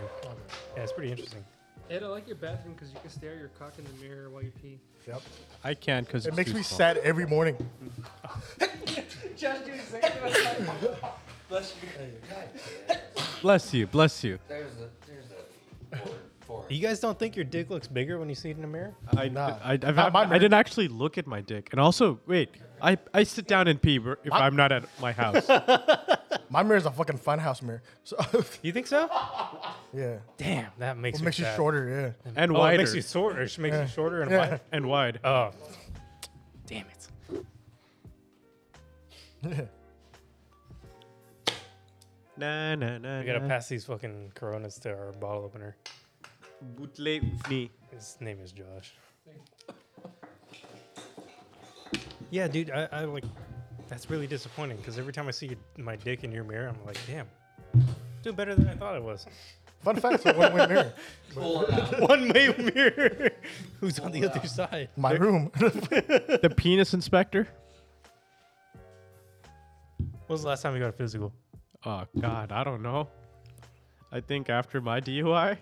S3: Yeah, it's pretty interesting.
S2: Ed, I like your bathroom because you can stare at your cock in the mirror while you pee.
S5: Yep.
S1: I can't because
S5: It makes me sad every morning.
S2: Josh, do exactly what I Bless you.
S1: Bless you. Bless you.
S6: There's a there's a word for
S3: You guys don't think your dick looks bigger when you see it in the mirror?
S1: I,
S5: Nah.
S1: I, I've,
S5: Not my
S1: I didn't actually look at my dick. And also, wait, I, I sit down and pee if I'm not at my house.
S5: My mirror's a fucking funhouse mirror. So
S3: You think so?
S5: yeah,
S3: Damn, that makes
S5: it
S3: me
S5: makes you
S3: sad.
S5: shorter. Yeah.
S1: and
S3: Oh, it
S1: wider.
S3: makes you shorter. It makes you shorter and
S5: Yeah.
S3: wide.
S1: and wide. Uh,
S3: Oh, damn it.
S1: Nah, nah, nah.
S3: We gotta pass these fucking Coronas to our bottle opener. His name is Josh. Yeah, dude, I, I like. That's really disappointing because every time I see my dick in your mirror, I'm like, damn, doing better than I thought I was.
S5: Fun fact: it's a one-way mirror.
S3: One way mirror. Who's on the other side?
S5: My room.
S1: The penis inspector.
S3: When was the last time you got a physical?
S1: Oh God, I don't know. I think after my DUI,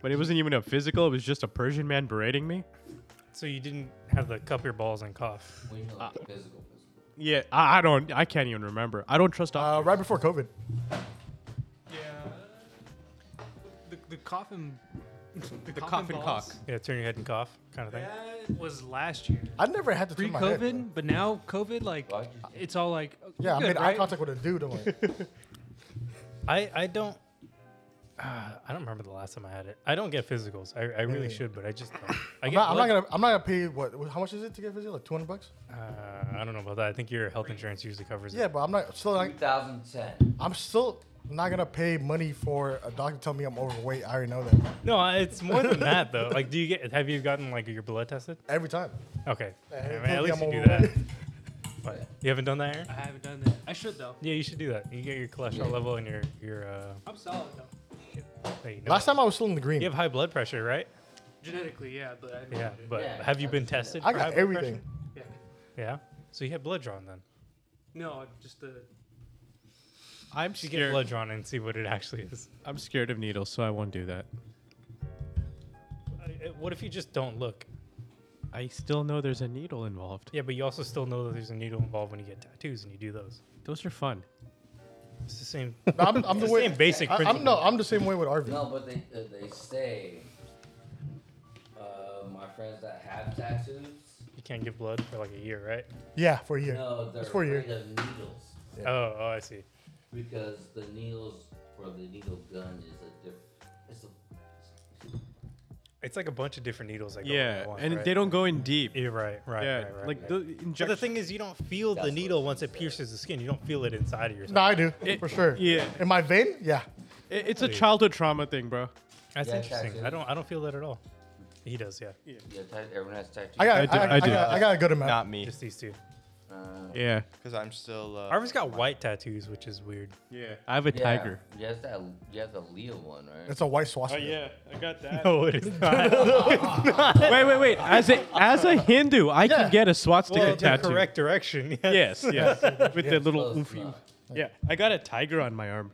S1: but it wasn't even a physical. It was just a Persian man berating me.
S3: So you didn't have the cup your balls and cough.
S6: When you're like physical, physical.
S1: Yeah, Um, I, I don't. I can't even remember. I don't trust.
S5: uh,
S1: doctors.
S5: right before COVID.
S2: Yeah. The, the coffin. The,
S8: cough cough and and balls? cock.
S3: Yeah, turn your head and cough kind of thing.
S2: That was last year.
S5: I never had to
S2: Pre
S5: turn my head.
S2: COVID, but now COVID, like,
S6: Why'd you
S2: it's all like. oh,
S5: Yeah, I
S2: good,
S5: made eye
S2: right?
S5: contact with a dude. I'm like,
S3: I, I don't. Uh, I don't remember the last time I had it. I don't get physicals. I, I really should, but I just don't. I
S5: I'm
S3: get
S5: not, I'm
S3: blood-
S5: not gonna. I'm not gonna pay. What? How much is it to get physical? Like 200 bucks?
S3: Uh, I don't know about that. I think your health insurance usually covers
S5: Yeah,
S3: it.
S5: but I'm not. Still, like,
S6: 2010.
S5: I'm still not gonna pay money for a doctor to tell me I'm overweight. I already know that.
S3: No, I- it's more than that though. Like, do you get? Have you gotten like your blood tested?
S5: Every time.
S3: Okay,
S5: Yeah,
S3: I mean,
S5: tell
S3: at
S5: me
S3: least
S5: Uh, I'm
S3: you do that.
S5: overweight.
S3: But you haven't done that, Aaron?
S2: I haven't done that. I should though.
S3: Yeah, you should do that. You get your cholesterol level and your your. Uh,
S2: I'm solid though.
S3: hey, no.
S5: Last time I was still in the green.
S3: you have high blood pressure, right?
S2: Genetically, yeah, but I
S3: Yeah, but
S6: Yeah,
S3: have you
S6: I've
S3: been
S6: seen that.
S3: tested?
S5: I
S3: for high
S5: got
S3: blood
S5: everything.
S3: pressure?
S2: yeah.
S3: Yeah. So you had blood drawn then.
S2: No, just uh, the.
S1: I'm
S3: You should get
S1: scared.
S3: blood drawn and see what it actually is.
S1: I'm scared of needles, so I won't do that.
S3: Uh, uh, What if you just don't look?
S1: I still know there's a needle involved.
S3: Yeah, but you also still know that there's a needle involved when you get tattoos and you do those.
S1: Those are fun.
S3: It's the same.
S5: No, I'm, I'm the,
S3: the
S5: way.
S3: same basic
S5: I,
S3: principle.
S5: I'm no. I'm the same way with RV.
S6: No, but they uh, they say uh, my friends that have tattoos.
S3: You can't give blood for like a year, right?
S5: Yeah, for a year.
S6: No, they're
S5: It's for a year.
S6: afraid of needles
S5: Yeah.
S3: Oh, oh, I see.
S6: because the needles or the needle gun is a different. It's a
S3: It's like a bunch of different needles. That go
S1: Yeah,
S3: at once,
S1: and
S3: right?
S1: they don't go in deep.
S3: Yeah, right, right,
S1: yeah,
S3: right, right.
S1: like
S3: right.
S1: the
S3: But the
S1: injection.
S3: thing is, you don't feel
S6: That's
S3: the
S6: what
S3: needle
S6: it
S3: once it
S6: is.
S3: pierces the skin. You don't feel it inside of yourself.
S5: No, I do
S1: It-
S5: for sure.
S1: yeah.
S5: In my vein, yeah.
S1: It- it's a childhood trauma thing, bro.
S3: That's
S6: Yeah,
S3: interesting.
S6: tattoos.
S3: I don't. I don't feel that at all. He does, yeah.
S6: yeah, ta- everyone has tattoos.
S5: I got. I,
S1: I do-
S5: I,
S1: I do.
S5: got, I gotta go to Matt.
S4: Not me,
S3: Just these two.
S6: Uh,
S1: Yeah,
S4: because I'm still. Uh,
S3: Arvin's got white tattoos, which is weird.
S1: yeah. I have a
S6: yeah,
S1: tiger.
S6: You have that. You have the Leo one, right?
S5: It's a white swastika.
S1: Oh, I got that.
S3: No, it is not.
S1: wait, wait, wait. As a as a Hindu, I
S5: Yeah.
S1: can get a swastika
S3: well, the
S1: tattoo.
S3: correct direction. Yeah.
S1: Yes, yes. With the little
S6: Close
S1: oomphy.
S6: enough.
S1: Yeah, I got a tiger on my arm.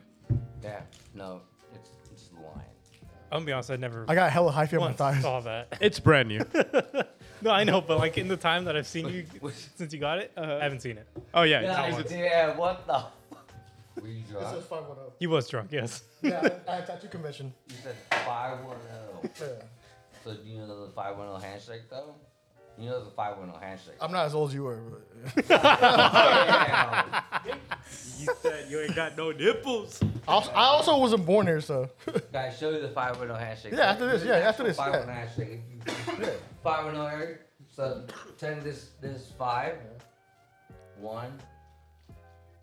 S6: Yeah. No, it's it's lion.
S3: I'm gonna be honest. I never
S5: I got hella high fever on my
S3: once
S5: thighs.
S3: saw that.
S1: It's brand new.
S3: No, I know, but like in the time that I've seen you since you got it, I haven't seen it.
S1: Oh yeah, it's-
S6: Yeah,
S1: it's-
S6: yeah what the? Were you drunk?
S5: It says 510.
S3: He was drunk. Yes.
S5: Yeah, I, I had tattoo convention.
S6: You said oh. 510.
S5: Yeah.
S6: So do you know the 510 handshake though? You know the 510 handshake.
S5: I'm not as old as you were. but-
S6: Damn.
S1: You said you ain't got no nipples.
S5: I also, I also wasn't born here, so
S6: Guys, show you the 510 handshake.
S5: Yeah, after this, yeah, after this,
S6: 510 handshake. If you- 510 oh, Eric. So 10 this this 5. 1.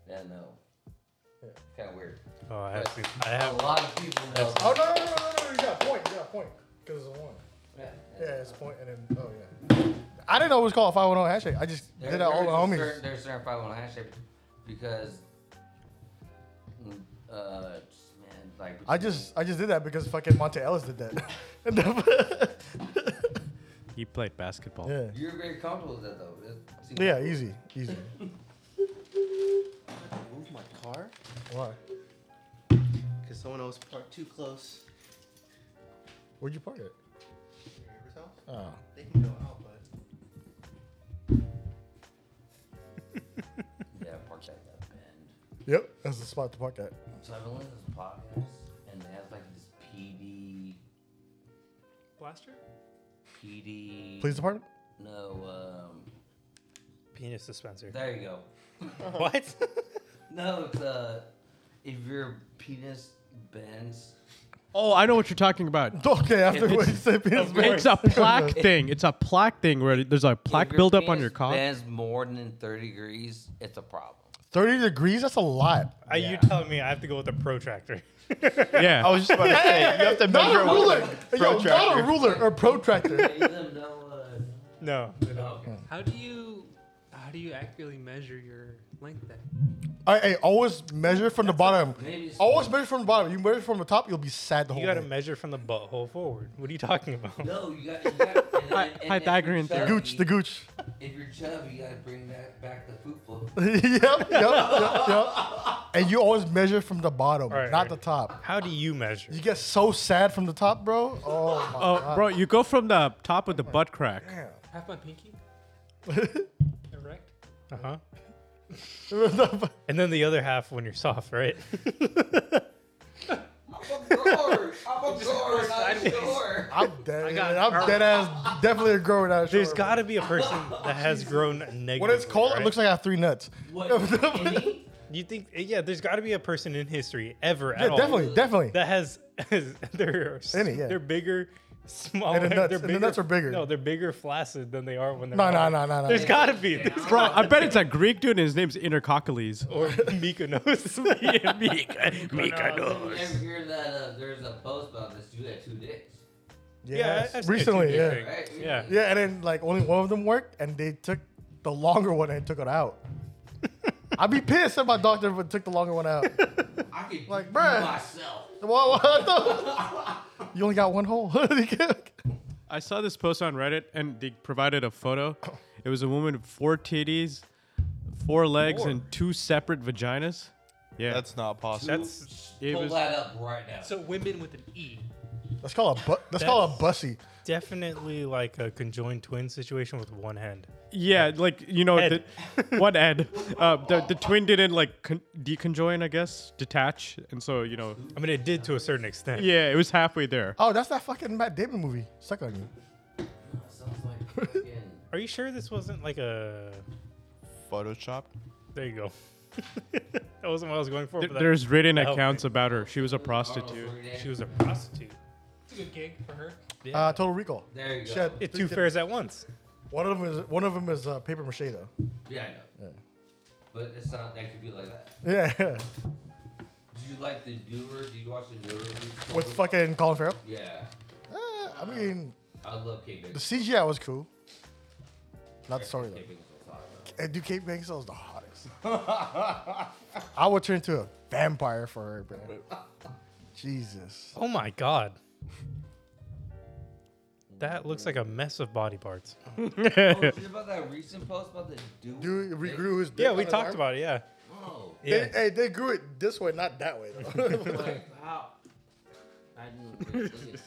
S6: Yeah, no.
S5: Yeah.
S6: Kind of weird.
S3: Oh, I have
S6: But
S3: seen. I have.
S6: a lot of people know.
S5: Oh no, no, no, no, no, you got a point, you got a point, because it's a one.
S6: Yeah,
S5: Yeah, it's a point, and then oh yeah. I didn't know it was called 510 handshake. I just
S6: There-
S5: did it all the
S6: there is a
S5: homies.
S6: Certain, there's certain 510 handshake because, mm, uh, just, man, like.
S5: I just I just did that because fucking Monte Ellis did that.
S1: He played basketball.
S5: yeah.
S6: You're very comfortable with that though. It seems-
S5: Yeah, easy, easy.
S7: Move my car
S5: Why?
S7: because someone else parked too close.
S5: Where'd you park it? Oh.
S7: They can go out, but
S6: Yeah, park that at that bend.
S5: Yep, that's the spot to park at.
S6: So I've been listening to this podcast, and they have like this PD
S3: Blaster?
S6: PD.
S5: Police department?
S6: No. Um,
S3: Penis dispenser.
S6: there you go.
S3: what?
S6: No, it's uh, if your penis bends.
S1: Oh, I know what you're talking about.
S5: Okay, after what you said, penis
S1: It's a plaque thing. It's a plaque thing where there's a plaque
S6: if your
S1: buildup on your
S6: penis
S1: cock.
S6: Bends more than thirty degrees, it's a problem.
S5: 30 degrees? That's a lot.
S3: Are you telling me I have to go with a protractor?
S1: Yeah.
S4: I was just about to say you have to measure
S5: Not a ruler. Yo, not a
S4: Protractor.
S5: ruler or protractor.
S6: Any of them know, uh,
S3: no.
S2: How do you how do you accurately measure your length then?
S5: I, I always measure from the bottom.
S6: maybe it's-
S5: Always measure from the bottom. You measure from the top, you'll be sad the whole
S3: You got to
S5: day.
S3: measure from the butthole forward. What are you talking about?
S6: No, you got. You got and,
S1: Hy-
S6: and, and
S1: Pythagorean
S6: if you're
S1: theorem.
S5: Gooch, the
S6: chubby-
S5: gooch.
S6: If you're chubby, you gotta bring that back to foot flow.
S5: yep, yep, yep, yep. And you always measure from the bottom,
S3: right,
S5: not
S3: all right.
S5: the top.
S3: How do you measure?
S5: You get so sad from the top, bro. Oh my
S1: oh, bro, you go from the top of the butt crack.
S2: Half my pinky? Erect?
S3: Uh huh.
S5: god.
S3: And then the other half when you're soft, right?
S6: I'm a grower. I'm a grower. Not a grower.
S5: I'm dead. I
S2: got-
S5: am dead ass. Definitely a grower that
S3: There's
S5: short,
S3: got to be a person that has grown negative.
S5: What it's called? It looks like I have three nuts.
S6: What?
S5: yeah,
S6: Any?
S3: You think? Yeah, there's got to be a person in history ever at all
S5: definitely, definitely.
S3: that has, has they're s-
S5: Any, yeah.
S3: they're bigger, smaller.
S5: And the nuts-
S3: they're
S5: and the nuts are bigger.
S3: No, they're bigger flaccid than they are when they're
S5: No, no,
S3: hard.
S5: no, no, no.
S3: There's got to be there's
S1: Bro, I bet it's a Greek dude and his name's Intercoccales.
S3: or Mykonos. yeah, Mykonos.
S6: You ever hear that? Uh, there's a post about this dude had two dicks.
S3: Yeah,
S5: Yes.
S3: I've seen a
S5: recently,
S3: two-dick
S5: yeah,
S3: thing.
S6: Right?
S3: Yeah.
S5: yeah, and then like only one of them worked, and they took the longer one and took it out. I'd be pissed if my doctor would took the longer one out.
S6: I
S5: Like,
S6: could like,
S5: bruh.
S6: myself.
S5: What- what the- you only got one hole.
S1: I saw this post on Reddit and they provided a photo. It was a woman with four titties, four legs,
S3: Four.
S1: and two separate vaginas. Yeah.
S4: That's not possible.
S3: That's
S1: it
S6: Pull
S1: was-
S6: that up right now.
S2: So women with an E.
S5: let's call a bu- let's call a bussy.
S3: definitely like a conjoined twin situation with one hand.
S1: yeah, like, you know,
S3: Ed.
S1: The, what Ed? Uh, the, the twin didn't, like, con- deconjoin, I guess, detach. And so, you know,
S3: I mean, it did to a certain extent.
S1: yeah, it was halfway there.
S5: Oh, that's that fucking Matt Damon movie. Suck on you.
S6: Sounds like fucking.
S3: Are you sure this wasn't like a?
S4: Photoshop.
S3: There you go. that wasn't what I was going for.
S1: Th-
S3: but that-
S1: There's written
S3: that helped
S1: accounts about her. She was a
S6: Arnold
S1: prostitute.
S6: Schwarzenegger.
S3: She was a prostitute.
S2: It's a good gig for her.
S5: Uh, Total Recall.
S6: There you go.
S5: Shit.
S3: It two fairs at once.
S5: One of them is one of them is uh, paper mache though.
S6: Yeah, I know. But it's not. That could be like that.
S5: Yeah,
S6: Do you like the newer? Do you watch the newer? movies?
S5: with fucking Colin Farrell.
S6: Yeah,
S5: Uh, I mean,
S6: I love Kate
S5: the
S6: Beckinsale.
S5: CGI was cool. Not the story though.
S6: Kate Beckinsale's hot, though.
S5: And dude, Kate Beckinsale is the hottest. I would turn into a vampire for her, bro. Jesus.
S3: Oh my god. That looks like a mess of body parts.
S6: Oh, did you hear about that recent post about the dude?
S5: Dude,
S6: that-
S5: regrew his. dick
S3: Yeah, we
S5: on his
S3: talked
S5: arm.
S3: about it. Yeah.
S6: Oh,
S3: Yeah.
S5: They, hey, they grew it this way, not that way. Though.
S6: like how? I didn't really look into it,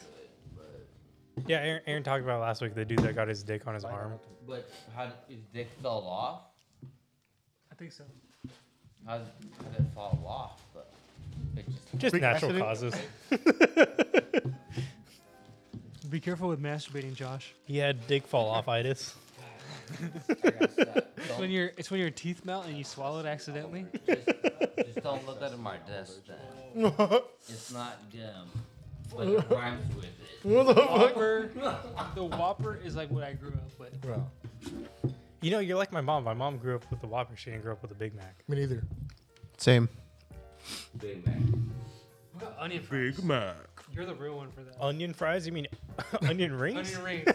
S6: but
S3: Yeah, Aaron, Aaron talked about it last week the dude that got his dick on his arm.
S6: but how did- his dick fell off?
S2: I think so.
S6: How did, how did it fall off? But it just
S3: Just
S5: Freak
S3: natural
S5: accident?
S3: causes.
S2: Be careful with masturbating, Josh.
S3: He had dick fall off itis.
S6: I got stuck.
S2: It's
S6: Don't-
S2: when your it's when your teeth melt and you swallow it accidentally.
S6: just, just don't look under my desk then. it's not gum, but it rhymes with it.
S5: what the fuck?
S2: Whopper, the Whopper is like what I grew up with.
S5: Bro,
S3: You know, you're like my mom. My mom grew up with the Whopper. She didn't grow up with a Big Mac.
S5: me neither.
S7: Same.
S6: Big Mac.
S2: Onion fries.
S1: Mac.
S2: You're the real one for that.
S3: Onion fries? You mean onion rings?
S2: Onion rings.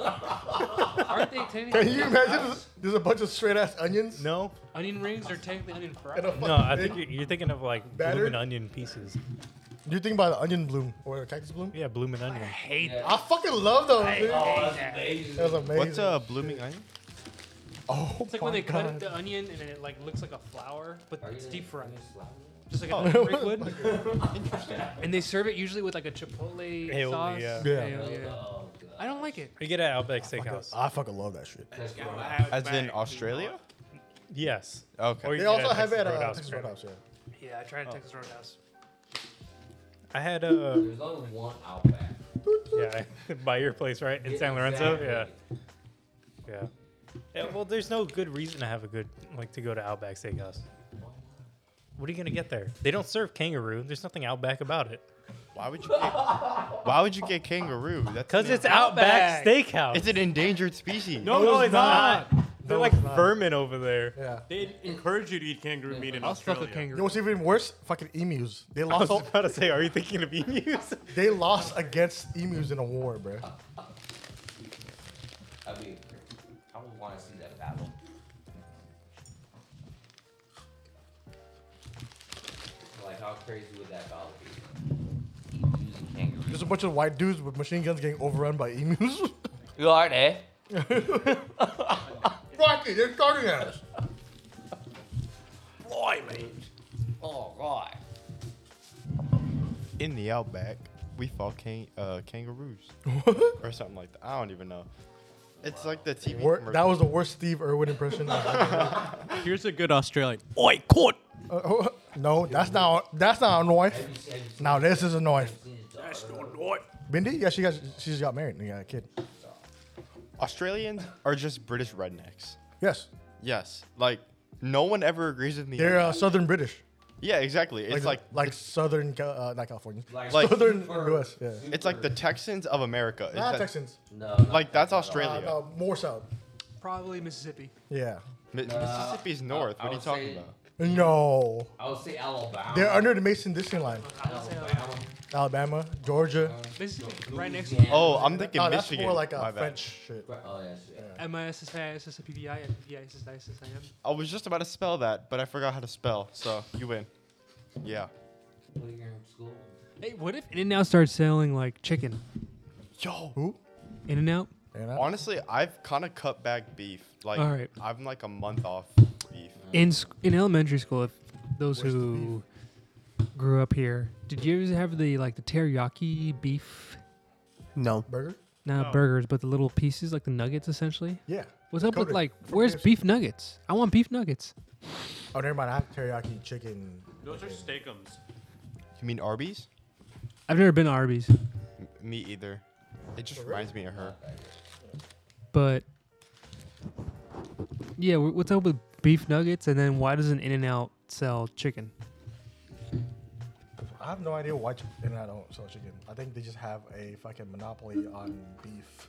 S2: Aren't they technically?
S5: Can you imagine? There's, there's a bunch of straight ass onions.
S3: No,
S2: Onion rings are technically onion fries.
S5: And a
S3: no. I
S5: fucking
S3: think
S5: egg.
S3: you're, you're thinking of like
S5: Battered?
S3: blooming onion pieces.
S5: you think about the onion bloom or the cactus bloom.
S3: Yeah, blooming onion.
S2: hate
S6: Yeah.
S5: I fucking love those. dude.
S6: Oh,
S2: oh.
S5: That was amazing.
S4: What's
S3: uh,
S4: a blooming onion?
S5: Oh,
S2: It's like when they cut the onion and it like looks like a flower, but it's deep fried, just like
S5: Oh.
S2: a brick wood. Interesting. And they serve it usually with like a chipotle
S3: Aioli,
S2: sauce.
S3: yeah.
S5: Yeah.
S2: Aioli, yeah.
S6: Oh, God.
S2: I don't like it.
S3: You get at Outback Steakhouse.
S5: I fucking love that shit.
S6: That's grown up.
S4: As in Australia?
S3: Yes.
S4: Okay.
S3: Or you
S5: They
S3: get
S5: also
S3: at
S5: have
S3: Texas
S5: it at uh,
S3: Roadhouse,
S5: Texas
S3: right?
S5: Roadhouse. Yeah.
S4: Oh.
S2: Yeah, I tried Texas Roadhouse.
S3: I had a.
S6: There's only one Outback.
S3: yeah, by your place, right in San Lorenzo. Yeah, yeah. Yeah, Well, there's no good reason to have a good like to go to Outback Steakhouse. What are you gonna get there? They don't serve kangaroo. There's nothing Outback about it.
S4: Why would you? Get, why would you get kangaroo? That's
S3: Cause
S4: an-
S3: it's Outback, Steakhouse.
S4: it's an endangered species.
S3: no, no, it's not. They're like vermin over there.
S5: Yeah.
S8: They encourage you to eat kangaroo meat in
S2: I'll fuck
S8: Australia.
S2: a kangaroo.
S5: You know what's even worse? Fucking emus. They
S3: I was
S5: lost.
S3: about to say, are you thinking of E emus?
S5: they lost against emus in a war, bro.
S6: I'd be, I would want to see that battle. Like, how crazy would that battle be? Emus and kangaroos.
S5: There's a bunch of white dudes with machine guns getting overrun by emus.
S6: You alright, eh?
S5: Rocky, they're starting at us.
S6: Boy, mate. Oh, God.
S4: In the outback, we fought can, uh, kangaroos or something like that. I don't even know. It's like the TV.
S5: Wor-
S4: commercial.
S5: that was the worst Steve Irwin impression. I've ever-
S1: Here's a good Australian.
S8: Oi, caught!
S5: Uh, no, that's not. That's not a knife. Now this is a knife.
S8: That's not right.
S5: Bindi? Yeah, she got. She just got married and got a kid.
S4: Australians are just British rednecks.
S5: Yes,
S4: Yes, like no one ever agrees with me. on
S5: they're
S4: that.
S5: uh, Southern British.
S4: yeah, exactly. It's like
S5: like Southern, Ca- uh, not California.
S4: Like-
S5: Southern
S6: super-
S5: U.S. Yeah.
S4: it's like the Texans of America. Is
S5: Not
S4: that-
S5: Ah, Texans.
S6: No. no,
S4: Like that's
S5: Uh,
S4: Australia.
S5: no, more south.
S2: Probably Mississippi.
S5: Yeah.
S4: Mi- Mississippi's north. what
S6: I
S4: are you
S6: would
S4: talking
S6: say-
S4: about?
S5: No.
S6: I would say Alabama.
S5: They're under the Mason Dixon line.
S6: Alabama.
S5: Alabama, Georgia.
S2: Mississippi, right next to
S6: Louisiana.
S4: Oh, I'm thinking
S5: No, that's
S4: Michigan.
S5: more like
S4: My
S5: a
S4: bad.
S5: French shit.
S6: Oh, yes, yeah.
S2: M-I-S-S-I-S-S-P-D-I and D-I-S-S-I-S-S-I-M.
S4: I was just about to spell that, but I forgot how to spell. So you win. Yeah.
S6: When you're in school.
S2: Hey, what if In-N-Out started selling like chicken?
S4: Yo.
S5: Who?
S2: In-N-Out?
S5: And I-
S4: Honestly, I've kind of cut back beef. Like
S2: All right.
S4: I'm like a month off beef.
S2: In sc- in elementary school, if those who grew up here, did you ever have the like the teriyaki beef?
S7: No.
S5: burger?
S2: Not burgers, but the little pieces like the nuggets essentially.
S5: Yeah.
S2: What's up with
S5: Coated.
S2: like where's
S5: KFC.
S2: beef nuggets? I want beef nuggets.
S5: Oh, never mind. I have teriyaki chicken.
S8: Those are steakums.
S4: You mean Arby's?
S2: I've never been to Arby's,
S4: M- me either. It just reminds me of her.
S2: but yeah, wh- what's up with beef nuggets? And then why doesn't In-N-Out sell chicken?
S5: I have no idea why chicken and I don't sell chicken. I think they just have a fucking monopoly on beef.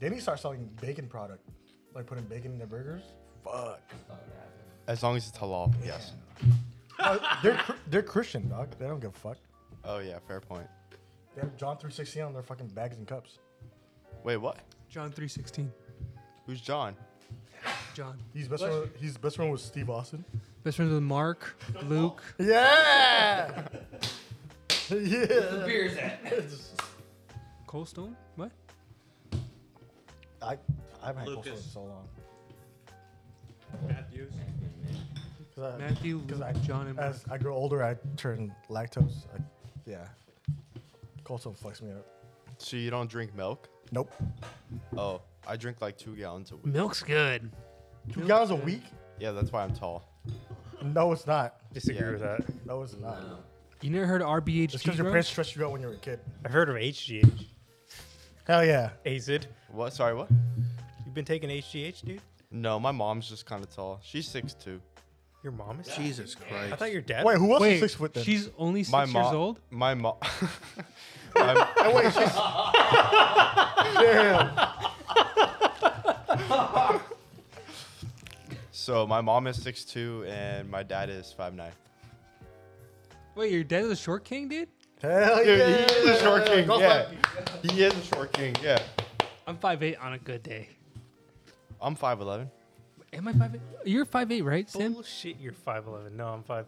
S5: They need to start selling bacon product, like putting bacon in their burgers. Fuck.
S4: As long as it's halal. Yes.
S5: Uh, they're cr- they're Christian, dog. They don't give a fuck.
S4: Oh yeah, fair point.
S5: They have John three sixteen on their fucking bags and cups.
S4: Wait, what?
S2: John three sixteen.
S4: Who's John?
S2: John.
S5: He's best friend. He's best friend with Steve Austin.
S2: Best friends with Mark, Luke.
S5: Yeah. yeah.
S6: Beer's at.
S2: Cold Stone? What?
S5: I I haven't had coleslaw in
S8: Lucas.
S5: so long.
S8: Matthews.
S5: 'Cause I-
S2: Matthew,
S5: 'cause
S2: Luke,
S5: I-
S2: John, and Mark.
S5: As I grow older, I turn lactose. I, yeah. Coleslaw fucks me up.
S4: So you don't drink milk?
S5: Nope.
S4: Oh, I drink like two gallons a week.
S2: Milk's good.
S5: Two gallons a week?
S4: Yeah, that's why I'm tall.
S5: No, it's not.
S3: Disagree with that.
S5: No, it's not.
S2: You never heard of RBHG,
S5: Just because your
S2: bro?
S5: parents stressed you out when you were a kid.
S3: I've heard of HGH.
S5: Hell yeah.
S3: Acid.
S4: What? Sorry, what?
S3: You've been taking HGH, dude?
S4: No, my mom's just kind of tall. She's six two.
S3: Your mom is.
S7: Jesus Christ.
S3: I thought your dad.
S5: Wait, who else
S2: Wait,
S5: is six foot then?
S2: she's only six
S4: My
S2: years
S4: mom.
S2: old?
S4: My mom.
S5: Oh, wait, she's. Damn.
S4: so my mom is six two and my dad is five nine.
S2: Wait, your dad's a short king, dude?
S5: Hell
S4: Dude,
S5: yeah.
S4: he is a short king.
S5: Go
S4: Yeah, he is a short king. Yeah,
S2: I'm 5'8 on a good day.
S4: I'm five eleven.
S2: Am I 5'8? You're 5'8, right, Sam?
S3: Bullshit, you're 5'11. No, I'm 5'9.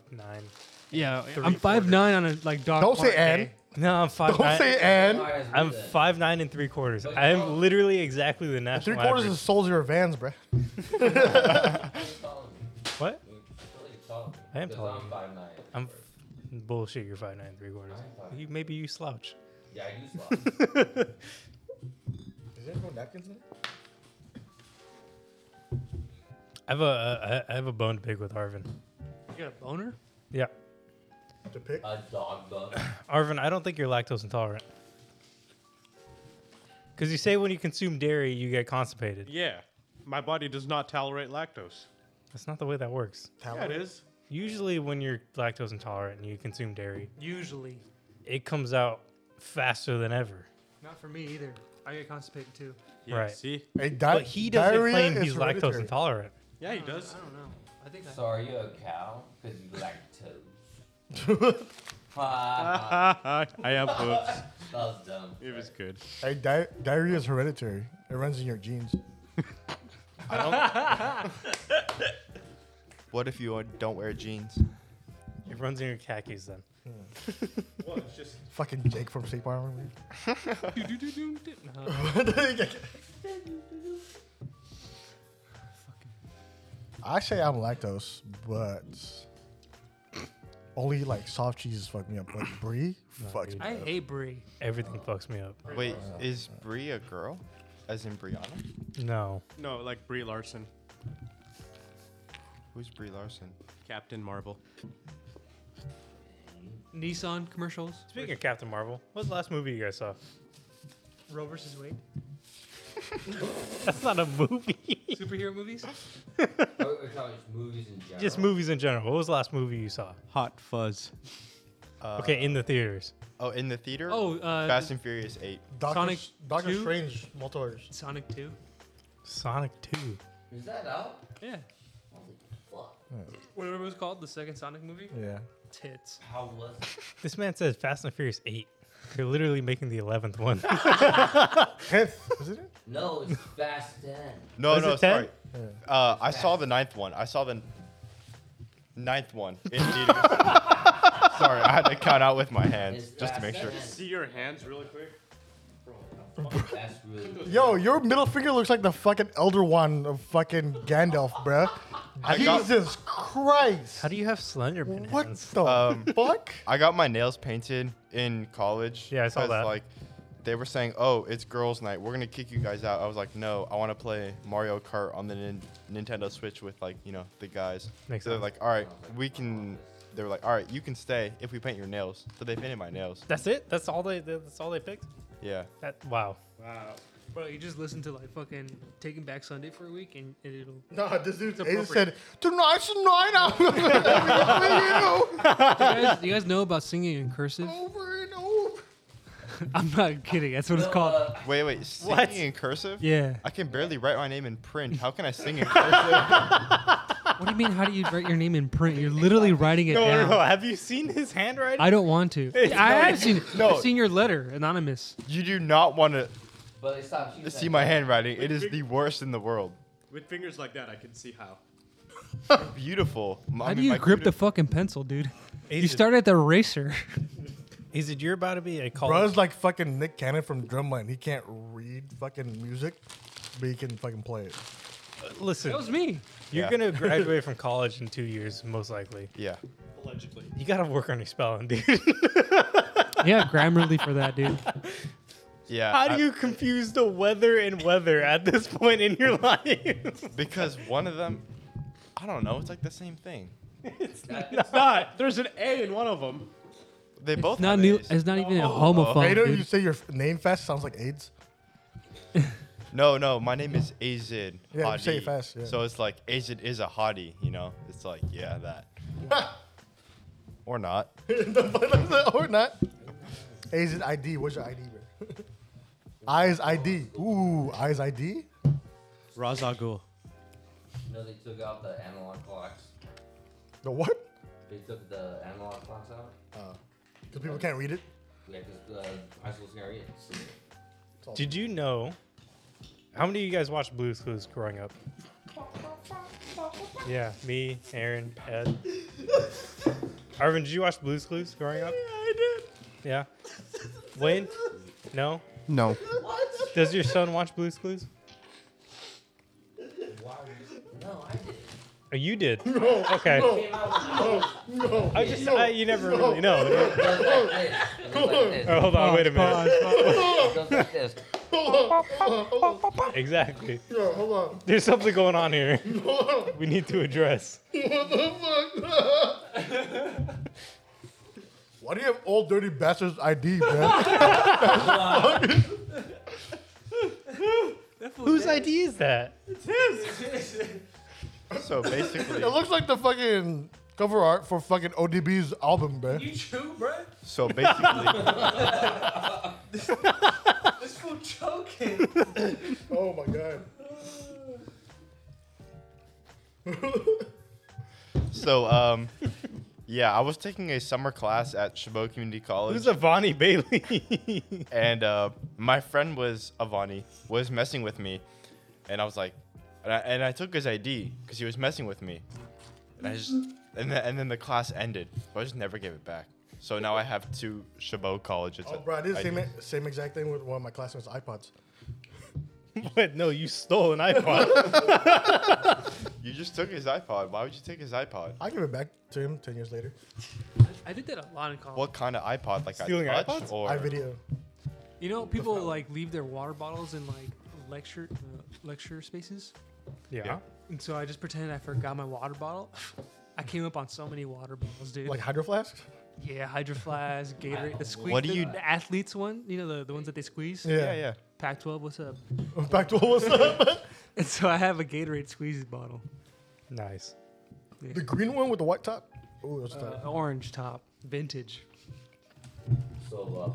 S2: Yeah,
S3: Three
S2: I'm 5'9 on a like dog.
S5: Don't
S2: park
S5: say and.
S2: day.
S3: No, I'm 5'9.
S5: Don't say and.
S3: I'm 5'9 and 3 quarters. I am literally exactly the
S5: Three
S3: national
S5: quarters
S3: average.
S5: is soldier of vans, bruh.
S3: What? I
S6: I
S3: am taller than
S6: I'm
S3: you.
S6: five nine.
S3: I'm. F- bullshit, you're 5'9 and 3 quarters. You, maybe you slouch.
S6: Yeah, I do sloth.
S5: Is there no napkins in it?
S3: I have a, I I have a bone to pick with Arvin.
S2: You got a boner?
S3: Yeah.
S5: to pick.
S6: A dog bun.
S3: Arvin, I don't think you're lactose intolerant. Because you say when you consume dairy, you get constipated.
S1: Yeah, my body does not tolerate lactose.
S3: That's not the way that works.
S1: Yeah, it is.
S3: Usually, when you're lactose intolerant and you consume dairy,
S2: Usually,
S3: it comes out faster than ever.
S2: not for me either. I get constipated too.
S1: Yeah,
S3: Right.
S1: See?
S5: Hey, di-
S3: But he doesn't
S5: diarrhea
S3: claim
S5: is
S3: he's
S5: hereditary.
S3: lactose intolerant.
S1: Yeah, he
S2: I don't-
S1: does.
S2: I don't know. I think I.
S6: So are you a cow? Because you lactose. Ha, ha.
S1: I am boobs.
S6: that was dumb.
S1: It was good.
S5: Hey, di- diarrhea is hereditary. It runs in your genes.
S4: What if you don't wear jeans?
S3: It runs in your khakis then.
S1: Well, it's just
S5: Fucking Jake from State Farm.
S2: Uh-huh.
S5: I say I'm lactose, but only like soft cheeses fuck me up. But brie fucks me
S2: I
S5: up.
S2: hate brie.
S3: Everything fucks me up.
S4: Wait, is Brie a girl? As in Brianna?
S3: No.
S1: no, like Brie Larson,
S4: Who's Brie Larson?
S1: Captain Marvel.
S2: Nissan commercials.
S3: Speaking of Captain Marvel, what's the last movie you guys saw?
S2: Roe versus Wade.
S3: That's not a movie.
S2: Superhero movies.
S6: Are we talking just movies in general?
S3: Just movies in general. What was the last movie you saw?
S1: Hot Fuzz.
S4: Uh,
S3: Okay, in the theaters.
S4: Oh, in the theater?
S2: Oh, uh,
S4: Fast and Furious 8.
S5: Doctor,
S2: Sonic
S5: Doctor
S2: two?
S5: Strange multiverse.
S2: Sonic Two.
S3: Sonic 2.
S6: Is that out?
S2: Yeah.
S6: Holy fuck.
S2: Whatever it was called, the second Sonic movie.
S5: Yeah.
S2: Tits.
S6: How was it?
S3: This man says Fast and Furious 8. You're literally making the 11th one.
S5: Tenth, isn't it?
S6: No, it's Fast 10.
S4: No,
S3: Was
S4: no,
S3: it 10?
S4: sorry. Uh, I saw the ninth one. I saw the ninth one in theaters. sorry, I had to count out with my hands
S6: It's
S4: just to
S6: Fast
S4: make sure.
S6: 10.
S1: See your hands really quick?
S6: That's really good.
S5: Yo, your middle finger looks like the fucking Elder One of fucking Gandalf, bruh.
S4: I got-
S5: Jesus Christ!
S3: How do you have Slenderman
S5: What
S3: hands?
S5: the
S4: Um,
S5: fuck?
S4: I got my nails painted in college.
S3: Yeah, I saw
S4: 'cause,
S3: that.
S4: Like, they were saying, "Oh, it's girls' night. We're gonna kick you guys out." I was like, "No, I want to play Mario Kart on the nin- Nintendo Switch with like you know the guys."
S3: Makes
S4: so they're
S3: sense.
S4: like, "All right, we can." They were like, "All right, you can stay if we paint your nails." So they painted my nails.
S3: That's it? That's all they that's all they picked?
S4: Yeah.
S3: That wow.
S2: Bro, you just listen to like fucking Taking Back Sunday for a week, and and it'll
S5: No, this dude's
S2: appropriate.
S5: said, "Tonight's the night I'm gonna be with you
S2: you guys, you guys know about singing in cursive?
S5: over and over."
S2: I'm not kidding. That's what it's
S6: No,
S2: called.
S6: uh,
S4: Wait, wait. Singing
S3: What?
S4: in cursive?
S2: Yeah.
S4: I can barely write my name in print. How can I sing in cursive?
S2: What do you mean? How do you write your name in print? You're literally writing it down.
S3: Have you seen his handwriting?
S2: I don't want to. I have seen. it.
S4: no.
S2: I've seen your letter, anonymous.
S4: you do not want
S6: but it stops you.
S4: to see my handwriting. It is the worst in the world.
S1: With fingers like that, I can see how.
S4: Beautiful. I
S2: How do
S4: mean,
S2: you
S4: my
S2: grip the
S4: computer-
S2: fucking pencil, dude? You
S3: Agent.
S2: start at the eraser.
S3: Is it you're about to be a college?
S5: Bro's like fucking Nick Cannon from Drumline. He can't read fucking music, but he can fucking play it.
S3: Listen,
S2: That was me.
S3: you're
S4: Yeah.
S3: gonna graduate from college in two years, most likely.
S4: Yeah.
S1: Allegedly.
S3: You gotta work on your spelling, dude.
S2: Yeah, Grammarly for that, dude.
S4: Yeah.
S3: How
S4: I-
S3: do you confuse the weather and weather at this point in your life?
S4: Because one of them, I don't know. It's like the same thing.
S1: It's not. There's an A in one of them.
S4: They both.
S2: Not
S4: have
S2: new,
S4: A's.
S2: it's not even a
S5: Hey,
S2: homophobe,
S5: don't you
S2: dude.
S5: say your f- name fast sounds like AIDS.
S4: No, no. My name is Azid.
S5: Yeah, you say
S4: Hadi.
S5: it fast, yeah.
S4: So it's like Azid is a hottie. You know, it's like yeah that. or not.
S5: or not. A's is ID. What's your ID, bro? Eyes ID. Ooh, eyes ID.
S1: Razagul.
S6: No, they took out the analog clocks.
S5: The what?
S6: They took the analog clocks out.
S5: Because people can't read it.
S6: Yeah, because the high school's gonna read it.
S3: Did you know? How many of you guys watched Blue's Clues growing up? Yeah, me, Aaron, Ed. Arvin, did you watch Blue's Clues growing up? Yeah, I did. Yeah. Wayne? No?
S7: No.
S3: Does your son watch Blue's Clues?
S6: No, I didn't.
S3: Oh, you did. okay. I just I, you never really know.
S6: It goes like this. It goes like this.
S3: Oh, hold on, wait a minute.
S6: It goes like this.
S3: Exactly. There's something going on here. we need to address.
S5: Why do you have old dirty bastard's ID, man?
S3: Whose ID is that?
S4: So basically,
S5: it looks like the fucking cover art for fucking ODB's album, man.
S8: You chew, bruh?
S4: so basically,
S8: This fool choking.
S5: Oh my god.
S4: so um, yeah, I was taking a summer class at Chabot Community College.
S3: Who's Avani Bailey?
S4: and uh, my friend was Avani was messing with me, and I was like, and I, and I took his ID because he was messing with me, and I just and then, and then the class ended, but I just never gave it back. So now I have two Chabot colleges.
S5: Oh, bro, I did the same,
S4: IDs.
S5: same exact thing with one of my classmates' iPods.
S3: what? No, you stole an iPod.
S4: You just took his iPod. Why would you take his iPod?
S5: I give it back to him 10 years later.
S2: I did that a lot in college.
S4: What kind of iPod? Like
S3: Stealing
S4: I
S3: iPods?
S4: touched or
S5: I video.
S2: You know, people like leave their water bottles in like lecture uh, lecture spaces,
S3: yeah.
S2: and so I just pretended I forgot my water bottle. I came up on so many water bottles, dude.
S5: Like hydro flasks?
S2: yeah, Hydro Flask, Gatorade, the squeeze.
S4: What do
S2: the,
S4: you-
S2: the athletes one? You know the, the ones that they squeeze.
S4: yeah, yeah.
S2: Pac-12, what's up?
S5: yeah. Back to what was up?
S2: And so I have a Gatorade squeeze bottle,
S3: Nice.
S5: the green one with the white top? Oh, that's
S2: uh, orange top, vintage.
S6: uh,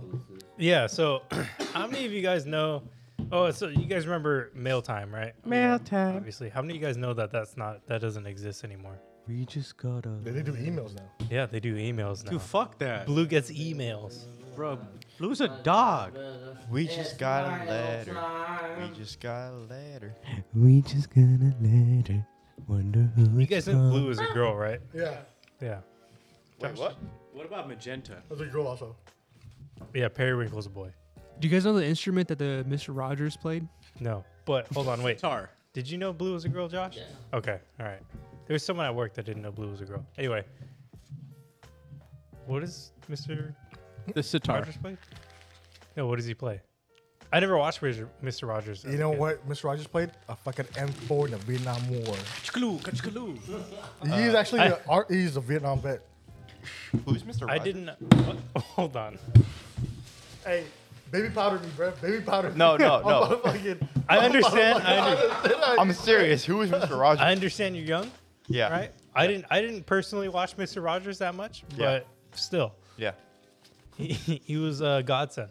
S3: Yeah. So, how many of you guys know? Oh, so you guys remember mail time, right? Mail time. Obviously, how many of you guys know that that's not that doesn't exist anymore?
S9: We just gotta.
S5: They, they do emails now.
S3: Yeah, they do emails now.
S9: Dude, fuck that.
S3: Blue gets emails.
S9: Bro, Blue's a dog.
S4: We just got a letter. We just got a letter.
S9: We just gonna let her wonder who
S3: You guys know Blue is a girl, right?
S5: Yeah.
S3: Yeah.
S4: Wait, what?
S8: What about magenta?
S5: That's a girl also.
S3: Yeah. Periwinkle's a boy.
S2: Do you guys know the instrument that the Mr. Rogers played?
S3: No, but hold on, wait.
S8: Tar.
S3: Did you know Blue was a girl, Josh? Okay, all right. There was someone at work that didn't know Blue was a girl. Anyway, what is Mr.
S1: The sitar.
S3: Rogers play? No, what does he play? I never watched Roger- Mr. Rogers. as
S5: You
S3: a
S5: know
S3: kid.
S5: what Mr. Rogers played? A fucking M4 in the Vietnam War.
S8: Kachkaloo, kachkaloo.
S4: Uh,
S5: he's actually
S3: I-
S5: a R- he's a Vietnam vet.
S4: Who's Mr. Rogers?
S3: I didn't. what? Hold on.
S5: Hey, baby powder me, bruh. Baby powder me.
S4: No, no,
S5: I'm
S4: no.
S5: about to fucking-
S3: I understand. I, under-
S4: I'm serious. Who is Mr. Rogers?
S3: I understand you're young,
S4: yeah.
S3: right? I didn't. I didn't personally watch Mr. Rogers that much,
S4: Yeah.
S3: but still,
S4: Yeah.
S3: he, he was a godsend.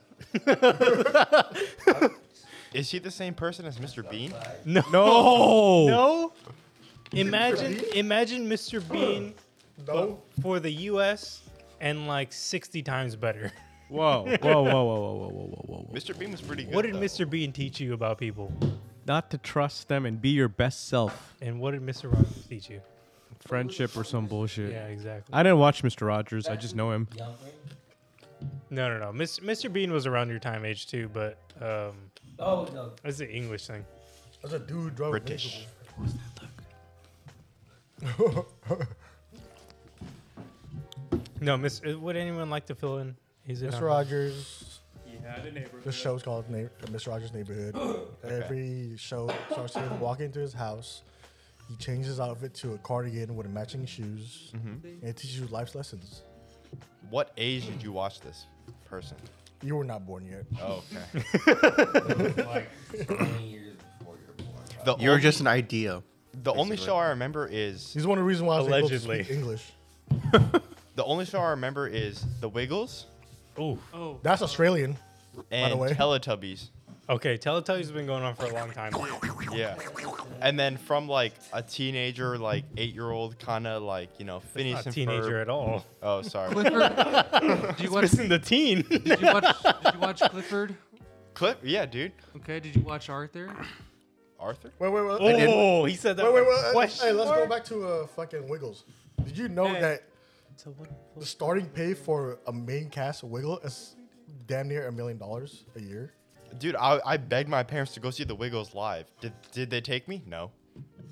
S4: Is he the same person as Mr. Bean?
S3: No.
S9: No.
S3: No. Imagine, imagine Mr. Bean
S5: No.
S3: for the U.S. and like 60 times better.
S1: Whoa, whoa, whoa, whoa, whoa, whoa, whoa, whoa, whoa, whoa.
S4: Mr. Bean was pretty good.
S3: What did
S4: though.
S3: Mr. Bean teach you about people?
S1: Not to trust them and be your best self.
S3: And what did Mr. Rogers teach you?
S1: Friendship or some bullshit.
S3: Yeah, exactly.
S1: I didn't watch Mr. Rogers. I just know him.
S3: No, no, no. Mis- Mr. Bean was around your time age too, but um,
S9: Oh, no.
S3: that's the English thing.
S5: That's a dude driving.
S4: British?
S3: No, Miss. uh, Would anyone like to fill in? He's
S5: Mr. Rogers.
S8: Yeah, the neighborhood.
S5: The show's called Na- Mr. Rogers' Neighborhood. Every show starts with him walking into his house. He changes his outfit to a cardigan with matching shoes.
S4: Mm-hmm.
S5: And it teaches you life's lessons.
S4: What age did you watch this person?
S5: You were not born yet.
S4: Oh, okay.
S6: Alright,
S4: The
S7: You were
S4: only-
S7: just an idea.
S4: the only show I remember is
S5: He's one of the reasons why I was
S3: Allegedly.
S5: able to speak English.
S4: the only show I remember is The Wiggles
S3: Oh,
S2: Oh,
S5: That's Australian.
S4: and
S5: way.
S4: Teletubbies.
S3: okay. Teletubbies has been going on for a long time.
S4: Yeah. And then from like a teenager, like eight year old, kind of like, you know, Phineas
S3: Not
S4: and
S3: teenager
S4: Ferb.
S3: at all.
S4: Oh, sorry.
S2: Clifford. did you watch?
S3: Missing the teen.
S2: Did you watch? Did you watch Clifford?
S4: Clip? Yeah, dude.
S2: Okay. Did you watch Arthur?
S4: Arthur?
S5: Wait, wait, wait. Wait,
S3: oh, he said that.
S5: wait, wait.
S3: with
S5: wait.
S3: question
S5: Hey, let's go
S3: mark?
S5: back to uh, fucking Wiggles. Did you know that the starting pay for a main cast Wiggle is damn near a million dollars a year?
S4: Dude, I, I begged my parents to go see The Wiggles live. Did, did they take me? No.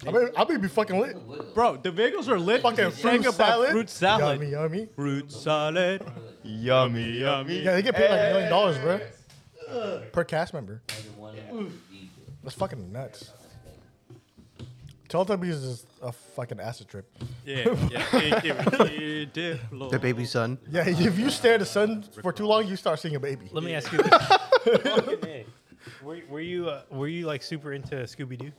S5: I mean, I mean, be fucking lit.
S1: Bro, the bagels are lit.
S5: Fucking fruit salad.
S1: fruit salad.
S5: Yummy, yummy.
S1: Fruit salad.
S4: Yummy, yummy.
S5: Yeah, they get paid like a million dollars, bro. Per cast member.
S6: the one that we did.
S5: That's fucking nuts. Teletubbies is a fucking acid trip.
S1: Yeah, yeah.
S7: The baby son.
S5: Yeah, if you stare at the sun for too long, you start seeing a baby.
S3: Let me ask you this. Fucking A. were, were you uh, were you like super into Scooby Doo?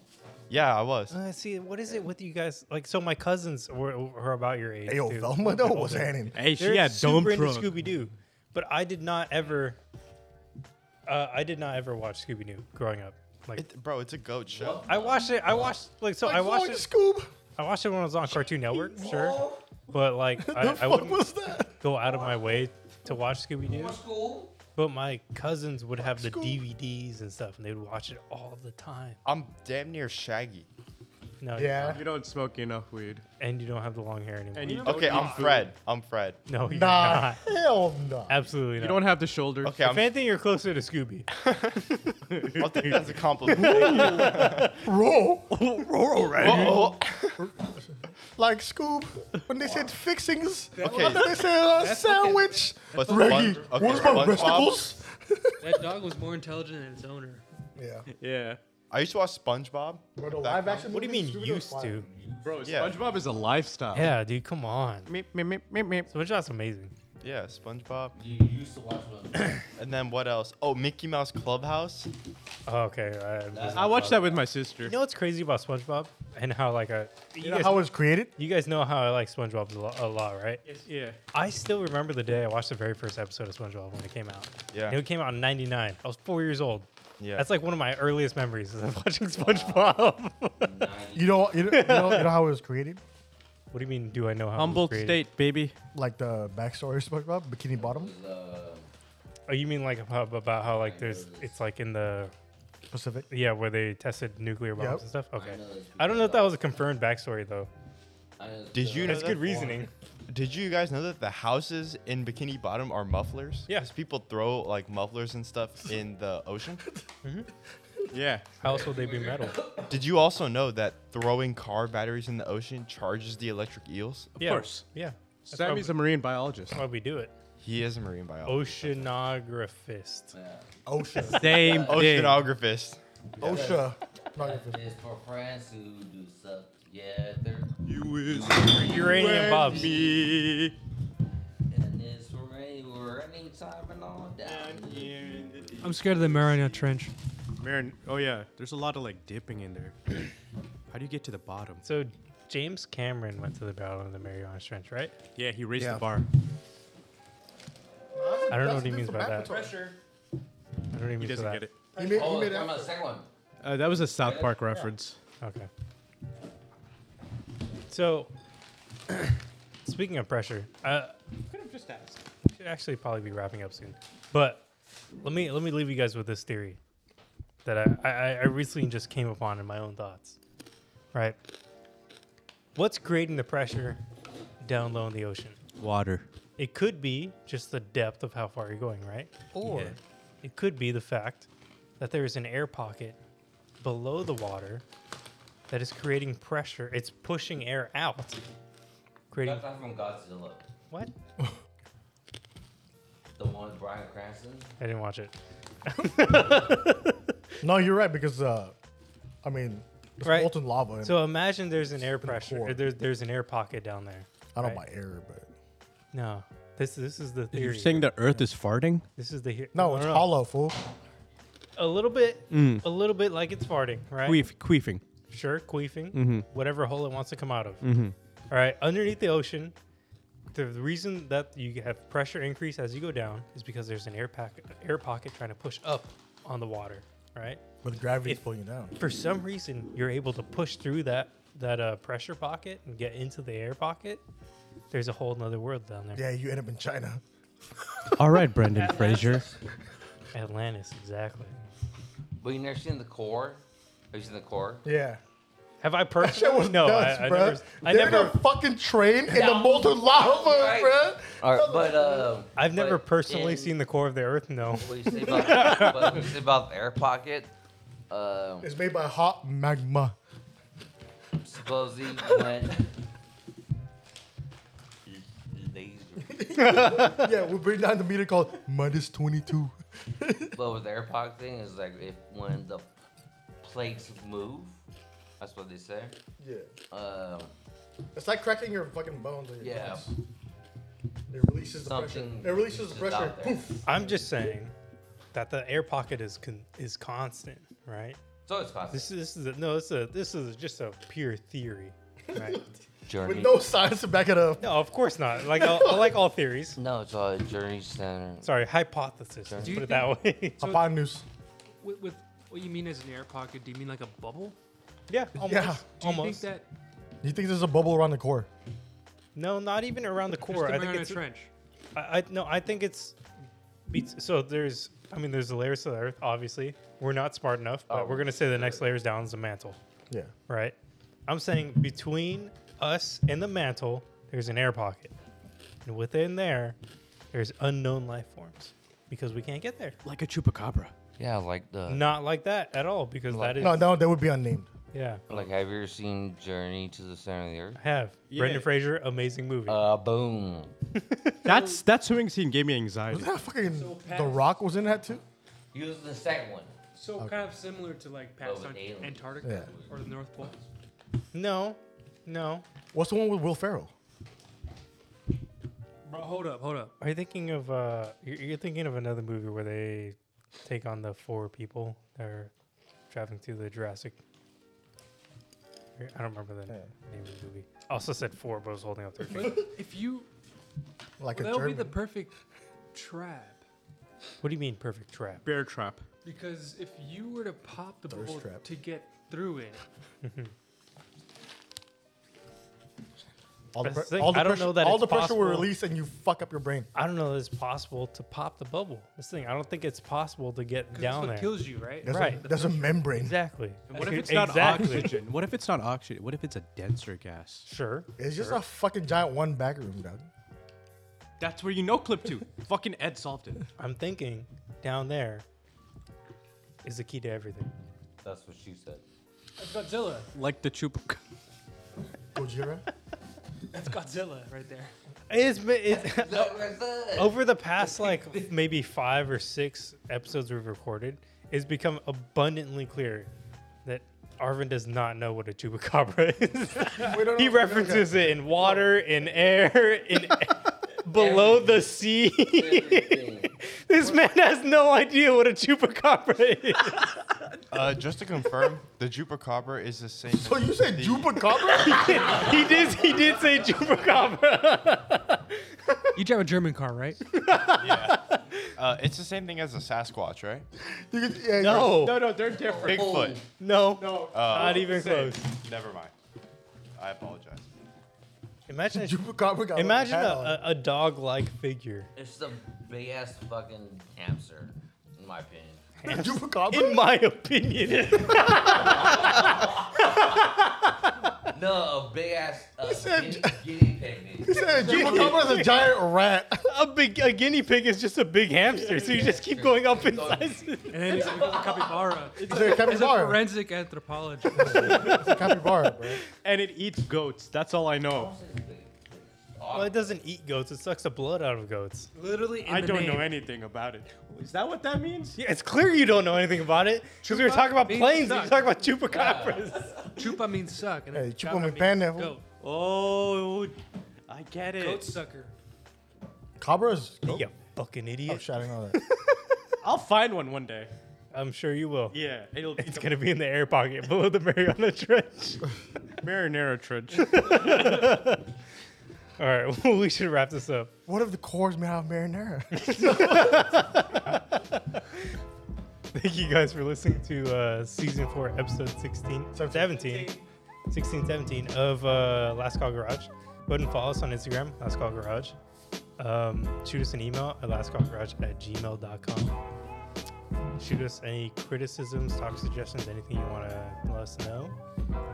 S4: Yeah, I was.
S3: Uh, see, what is it with you guys? Like, so my cousins were, were about your age.
S5: Ayo,
S3: too.
S5: Velma though was hanging.
S1: Hey,
S3: They're
S1: she had dumb
S3: super into
S1: truck.
S3: Scooby Doo, but I did not ever. Uh, I did not ever watch Scooby Doo growing up. Like,
S4: It, bro, it's a goat show.
S3: I watched it. I watched like so. I watched it.
S5: Scoob.
S3: I watched it when I was on Cartoon Network, sure. But like, I, I
S5: What
S3: wouldn't
S5: was that?
S3: go out of my way to watch Scooby Doo. But my cousins would have the DVDs and stuff, and they would watch it all the time.
S4: I'm damn near shaggy.
S3: No, you
S5: Yeah.
S3: don't.
S1: You don't smoke enough weed.
S3: and you don't have the long hair anymore.
S1: And you don't
S4: Okay,
S1: eat
S4: I'm
S1: food.
S4: Fred. I'm Fred.
S3: no, you're
S5: Nah,
S3: not.
S5: hell no.
S3: Absolutely not.
S1: You don't have the shoulders.
S4: Okay, I'm,
S3: if anything, you're closer to Scooby.
S4: I'll take that as a compliment.
S5: Roll
S4: oh,
S5: like Scoob when they said fixings. Okay, they said uh, sandwich.
S4: But
S5: Reggie,
S4: Spon- okay,
S5: where's my
S4: SpongeBob?
S5: vegetables?
S2: That dog was more intelligent than its owner.
S5: Yeah.
S1: Yeah.
S4: I used to watch SpongeBob.
S5: Bro, the
S4: That
S5: live
S4: count?
S5: action
S3: What do you mean
S5: movies, Scooby-Doo is
S3: used
S5: fire.
S3: to?
S1: Bro,
S4: Yeah.
S1: SpongeBob is a lifestyle.
S3: Yeah, dude, come on.
S1: Meep, meep, meep, meep,
S3: SpongeBob's amazing.
S4: Yeah, SpongeBob.
S6: You used to watch one.
S4: And then what else? Oh, Mickey Mouse Clubhouse.
S3: Oh, okay. I,
S1: meep. I watched that with my sister.
S3: You know what's crazy about SpongeBob and how like I, you,
S5: You know
S3: guys,
S5: how it was created?
S3: you guys know how I like SpongeBob a lot, a lot, right?
S1: Yeah.
S3: I still remember the day I watched the very first episode of SpongeBob when it came out.
S4: Yeah.
S3: And it came out in '99. I was four years old.
S4: Yeah.
S3: That's like one of my earliest memories is of watching SpongeBob. what
S5: You know, you know, you know, you know how it was created?
S3: do you mean? Do I know how? it was
S1: Humble
S3: created?
S1: state, baby.
S5: Like the backstory of SpongeBob, Bikini Bottom,
S6: uh,
S3: Oh, you mean like about, about how like there's it's like in the
S5: Pacific.
S3: yeah where they tested nuclear bombs
S5: Yep.
S3: and stuff. Okay. I don't know if that was a confirmed backstory though.
S4: Did you know
S3: That's
S4: that,
S3: good reasoning.
S4: Did you guys know that the houses in Bikini Bottom are mufflers?
S3: Yeah.
S4: 'Cause people throw like mufflers and stuff in the ocean.
S1: Yeah.
S3: How else would they be metal?
S4: Did you also know that throwing car batteries in the ocean charges the electric eels?
S3: yeah.
S1: course.
S3: Yeah. That's why
S1: Sammy's a marine biologist.
S3: That's why we do it.
S4: He is a marine
S3: Oh,
S4: biologist.
S3: Oceanographist.
S5: OSHA.
S1: Same thing.
S4: Oceanographists.
S5: OSHA. Not your fifth.
S6: It's for friends who do stuff together.
S1: You is
S3: Uranium Bobs.
S1: me.
S6: And it's for anywhere, anytime, and all down here.
S2: I'm scared of the Mariana Trench.
S1: Marin, oh yeah, there's a lot of like dipping in there. How do you get to the bottom?
S3: So James Cameron went to the Battle of the Mariana Trench, right?
S1: Yeah, he raised
S7: Yeah.
S1: the bar.
S3: I don't know what he means by that. I don't even
S1: He doesn't get it.
S5: He made, he
S6: Oh,
S5: made
S6: I'm
S5: that.
S6: on the second one.
S1: Uh, that was a South Park reference.
S3: Okay. So, speaking of pressure, uh, we should actually probably be wrapping up soon. But let me let me leave you guys with this theory that I, I, I recently just came upon in my own thoughts. Right. What's creating the pressure down low in the ocean?
S1: Water.
S3: It could be just the depth of how far you're going, right? Or it could be the fact that there is an air pocket below the water that is creating pressure. It's pushing air out. Creating
S6: That's not from Godzilla.
S3: what?
S6: The one with Brian Cranston.
S3: I didn't watch it.
S5: No, you're right because uh, I mean, it's
S3: Right.
S5: molten lava. And
S3: So imagine there's an air pressure.
S5: core.
S3: Or there's there's an air pocket down there.
S5: I don't
S3: right?
S5: buy air, but
S3: No, this this is the
S1: You're
S3: theory.
S1: saying the Earth is farting?
S3: this is the he-
S5: no, it's hollow, Mm. fool.
S3: A little bit, a little bit like it's farting, right?
S1: Queef, queefing.
S3: sure, queefing,
S5: Mm-hmm.
S3: whatever hole it wants to come out of. All right, underneath the ocean, the reason that you have pressure increase as you go down is because there's an air packet, air pocket trying to push up on the water, right?
S5: But gravity's
S3: It-
S5: pulling you down.
S3: For some reason, you're able to push through that that uh, pressure pocket and get into the air pocket. There's a whole nother world down there.
S5: Yeah, you end up in China.
S9: All right, Brendan Fraser.
S3: Atlantis, exactly.
S6: But you never seen the core? Have you seen the core?
S5: Yeah.
S3: Have I
S5: That was
S3: personally? No,
S5: nuts,
S3: I, I
S5: bruh.
S3: never. I
S5: They're
S3: never.
S5: in a fucking train in the
S6: No.
S5: molten lava,
S6: Right.
S5: bruh.
S6: All right, but uh,
S3: I've never
S6: but
S3: personally
S6: in-
S3: seen the core of the Earth. No.
S6: What you say about, but what you say about the air pocket? Um,
S5: It's made by hot magma.
S6: suppose he went laser.
S5: yeah, we bring down the meter called minus 22.
S6: But with the air pocket thing is like if when the plates move, That's what they say.
S5: Yeah.
S6: Um,
S5: It's like cracking your fucking bones. In your
S6: yeah.
S5: Bones. It releases the
S6: Something
S5: pressure. It releases the
S6: is just
S5: pressure.
S6: out there.
S5: Poof.
S3: I'm just saying that the air pocket is con- is constant, right?
S6: So it's possible.
S3: This is, this is a, no, this is a, this is just a pure theory, right?
S6: journey.
S5: With no science to back it up.
S3: no, of course not. Like all, I like all theories.
S6: No, it's all a journey standard.
S3: Sorry, hypothesis. Let's
S2: Do you
S3: put it that way.
S2: So-
S5: Upon news.
S2: With, with what you mean as an air pocket, do you mean like a bubble?
S3: yeah, almost.
S5: Yeah.
S2: Do you
S3: almost.
S2: think that
S5: You think there's a bubble around the core?
S3: no, not even around the
S2: just
S3: core. I
S2: around
S3: think
S2: a
S3: it's
S2: trench?
S3: I, I no, I think it's beats. So there's, I mean, there's the layers of the earth. Obviously, we're not smart enough, but we're gonna say the next layers down is the mantle,
S5: Yeah.
S3: right? I'm saying between us and the mantle, there's an air pocket, and within there, there's unknown life forms because we can't get there.
S8: Like a chupacabra.
S6: Yeah, like the.
S3: Not like that at all, because
S6: Like-
S3: that is
S5: No, no, that would be unnamed.
S3: yeah.
S6: Like, have you ever seen Journey to the Center of the Earth?
S3: I have
S1: Yeah.
S3: Brendan Fraser, amazing movie.
S6: Uh, boom.
S1: That's that swimming scene gave me anxiety.
S5: Was that fucking
S2: So past-
S5: The Rock was in that too?
S6: He was the second one.
S2: So kind of similar to like
S6: But
S2: past
S6: with aliens.
S2: Antarctica
S5: Yeah.
S2: or the North Pole.
S3: no, no.
S5: What's the one with Will Ferrell?
S2: Bro, hold up, hold up.
S3: Are you thinking of uh? You're, you're thinking of another movie where they take on the four people that are traveling through the Jurassic. I don't remember the name of the movie. I also said four, but I was holding up their finger.
S2: If you, well,
S5: Like a
S2: that'll
S5: German.
S2: be the perfect trap.
S3: what do you mean, perfect trap?
S1: Bear trap.
S2: Because if you were to pop the
S5: Thirst
S2: bolt
S5: trap.
S2: to get through it,
S5: all the,
S3: That's the
S5: pre-
S3: thing,
S5: all the
S3: I don't
S5: pressure,
S3: know that
S5: all
S3: it's
S5: the pressure will
S3: possible.
S5: release and you fuck up your brain.
S3: I don't know. that It's possible to pop the bubble. This thing. I don't think it's possible to get
S2: 'cause that's
S3: down
S2: what
S3: there.
S2: kills you, right?
S5: There's
S3: Right.
S5: A, there's a membrane.
S3: exactly.
S1: What if
S3: Ex-
S1: it's not
S3: exactly.
S1: oxygen? What if it's not oxygen? What if it's a denser gas?
S3: Sure.
S5: It's just a fucking giant one back room, dog.
S1: That's where you know clip to. Fucking Ed solved it.
S3: I'm thinking down there is the key to everything.
S6: That's what she said.
S2: That's Godzilla.
S1: Like the chupac.
S5: Gojira.
S2: That's Godzilla right there.
S3: It's, it's,
S6: That
S3: over the past like maybe five or six episodes we've recorded, it's become abundantly clear that Arvin does not know what a chupacabra is.
S5: Wait, no, no,
S3: he
S5: no, no,
S3: references it in water, in air, in below the sea. this man has no idea what a chupacabra is.
S4: Uh, just to confirm, the Jupacabra is the same.
S5: So Oh, you said Jupacabra?
S3: he did. He did say chupacabra.
S2: You drive a German car, right?
S4: Uh, it's the same thing as a Sasquatch, right?
S5: You could- yeah,
S3: no,
S1: No, no, they're different.
S4: Bigfoot.
S3: no, Uh,
S4: Oh,
S3: not even close.
S4: never mind. I apologize.
S3: Imagine.
S5: yeah.
S3: A,
S5: Chupacabra got
S3: imagine a,
S5: hat on.
S3: a, a dog-like figure.
S6: It's the big ass fucking hamster, in my opinion.
S5: Chupacabra?
S3: In my opinion.
S6: No, a big ass uh,
S5: said-
S6: guinea, guinea pig.
S5: He said Chupacabra is a giant rat.
S3: a big a guinea pig is just a big hamster, so you just keep going up in size.
S2: And then it's a capybara. It's
S5: Is it a
S2: a
S5: capybara?
S2: forensic anthropologist.
S5: It's a capybara, bro.
S1: And it eats goats. That's all I know.
S3: Well, it doesn't eat goats; it sucks the blood out of goats.
S2: Literally, in
S1: I
S2: the
S1: don't
S2: name.
S1: know anything about it. Is that what that means?
S3: Yeah, it's clear you don't know anything about it because we were talking about
S2: Chupa means
S3: planes. and
S2: suck.
S3: You talking about chupacabras.
S2: Chupa means suck. And
S5: Hey,
S2: then
S5: chupa
S2: cabra
S5: means
S2: means
S5: pineapple.
S2: Goat.
S1: Oh, I get it.
S2: Goat sucker.
S5: Cabras? Nope.
S3: you fucking
S5: Oh,
S3: idiot!
S5: shit, I didn't know that.
S1: I'll find one one day.
S3: I'm sure you will.
S1: Yeah, it'll
S3: It's gonna be in the air pocket below the Mariana Trench.
S1: marinara trench.
S3: All right, well, we should wrap this up.
S5: What if the core's made out of marinara?
S3: Thank you guys for listening to uh, season four, episode 16, 17, 16, 17 of uh, Last Call Garage. Go ahead and follow us on Instagram, Last Call Garage. Um, shoot us an email at lastcallgarage at gmail.com. Shoot us any criticisms, talk suggestions, anything you want to let us know.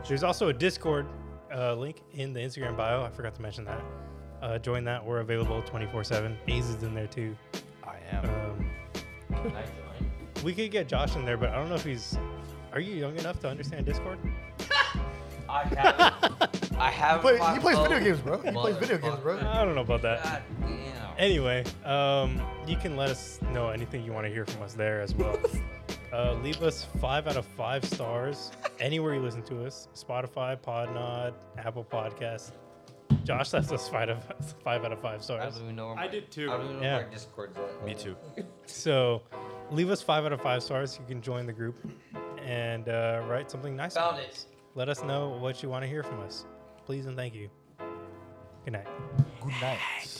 S3: There's also a Discord uh, link in the Instagram bio. I forgot to mention that. Uh, join that. We're available 24 7. Ace is in there too.
S4: I am.
S3: Um,
S6: I joined.
S3: we could get Josh in there, but I don't know if he's. Are you young enough to understand Discord?
S6: I haven't. I haven't.
S5: Play-
S6: fought
S5: he plays video
S6: both.
S5: games, bro. He plays video games, bro.
S3: I don't know about that.
S6: God damn.
S3: Anyway, um, you can let us know anything you want to hear from us there as well. Uh, leave us five out of five stars anywhere you listen to us Spotify, Podnod, Apple Podcasts. Josh left us five, of, five out of five
S6: I
S3: stars.
S6: don't even know. Where
S8: I
S6: my-
S8: did too.
S6: I don't even know
S3: Yeah.
S6: where my Discord's at.
S4: Me too.
S3: So leave us five out of five stars. You can join the group and uh, write something nice.
S6: Found
S3: about
S6: it.
S3: us. Let us know what you want to hear from us. Please and thank you. Good night.
S5: Good night.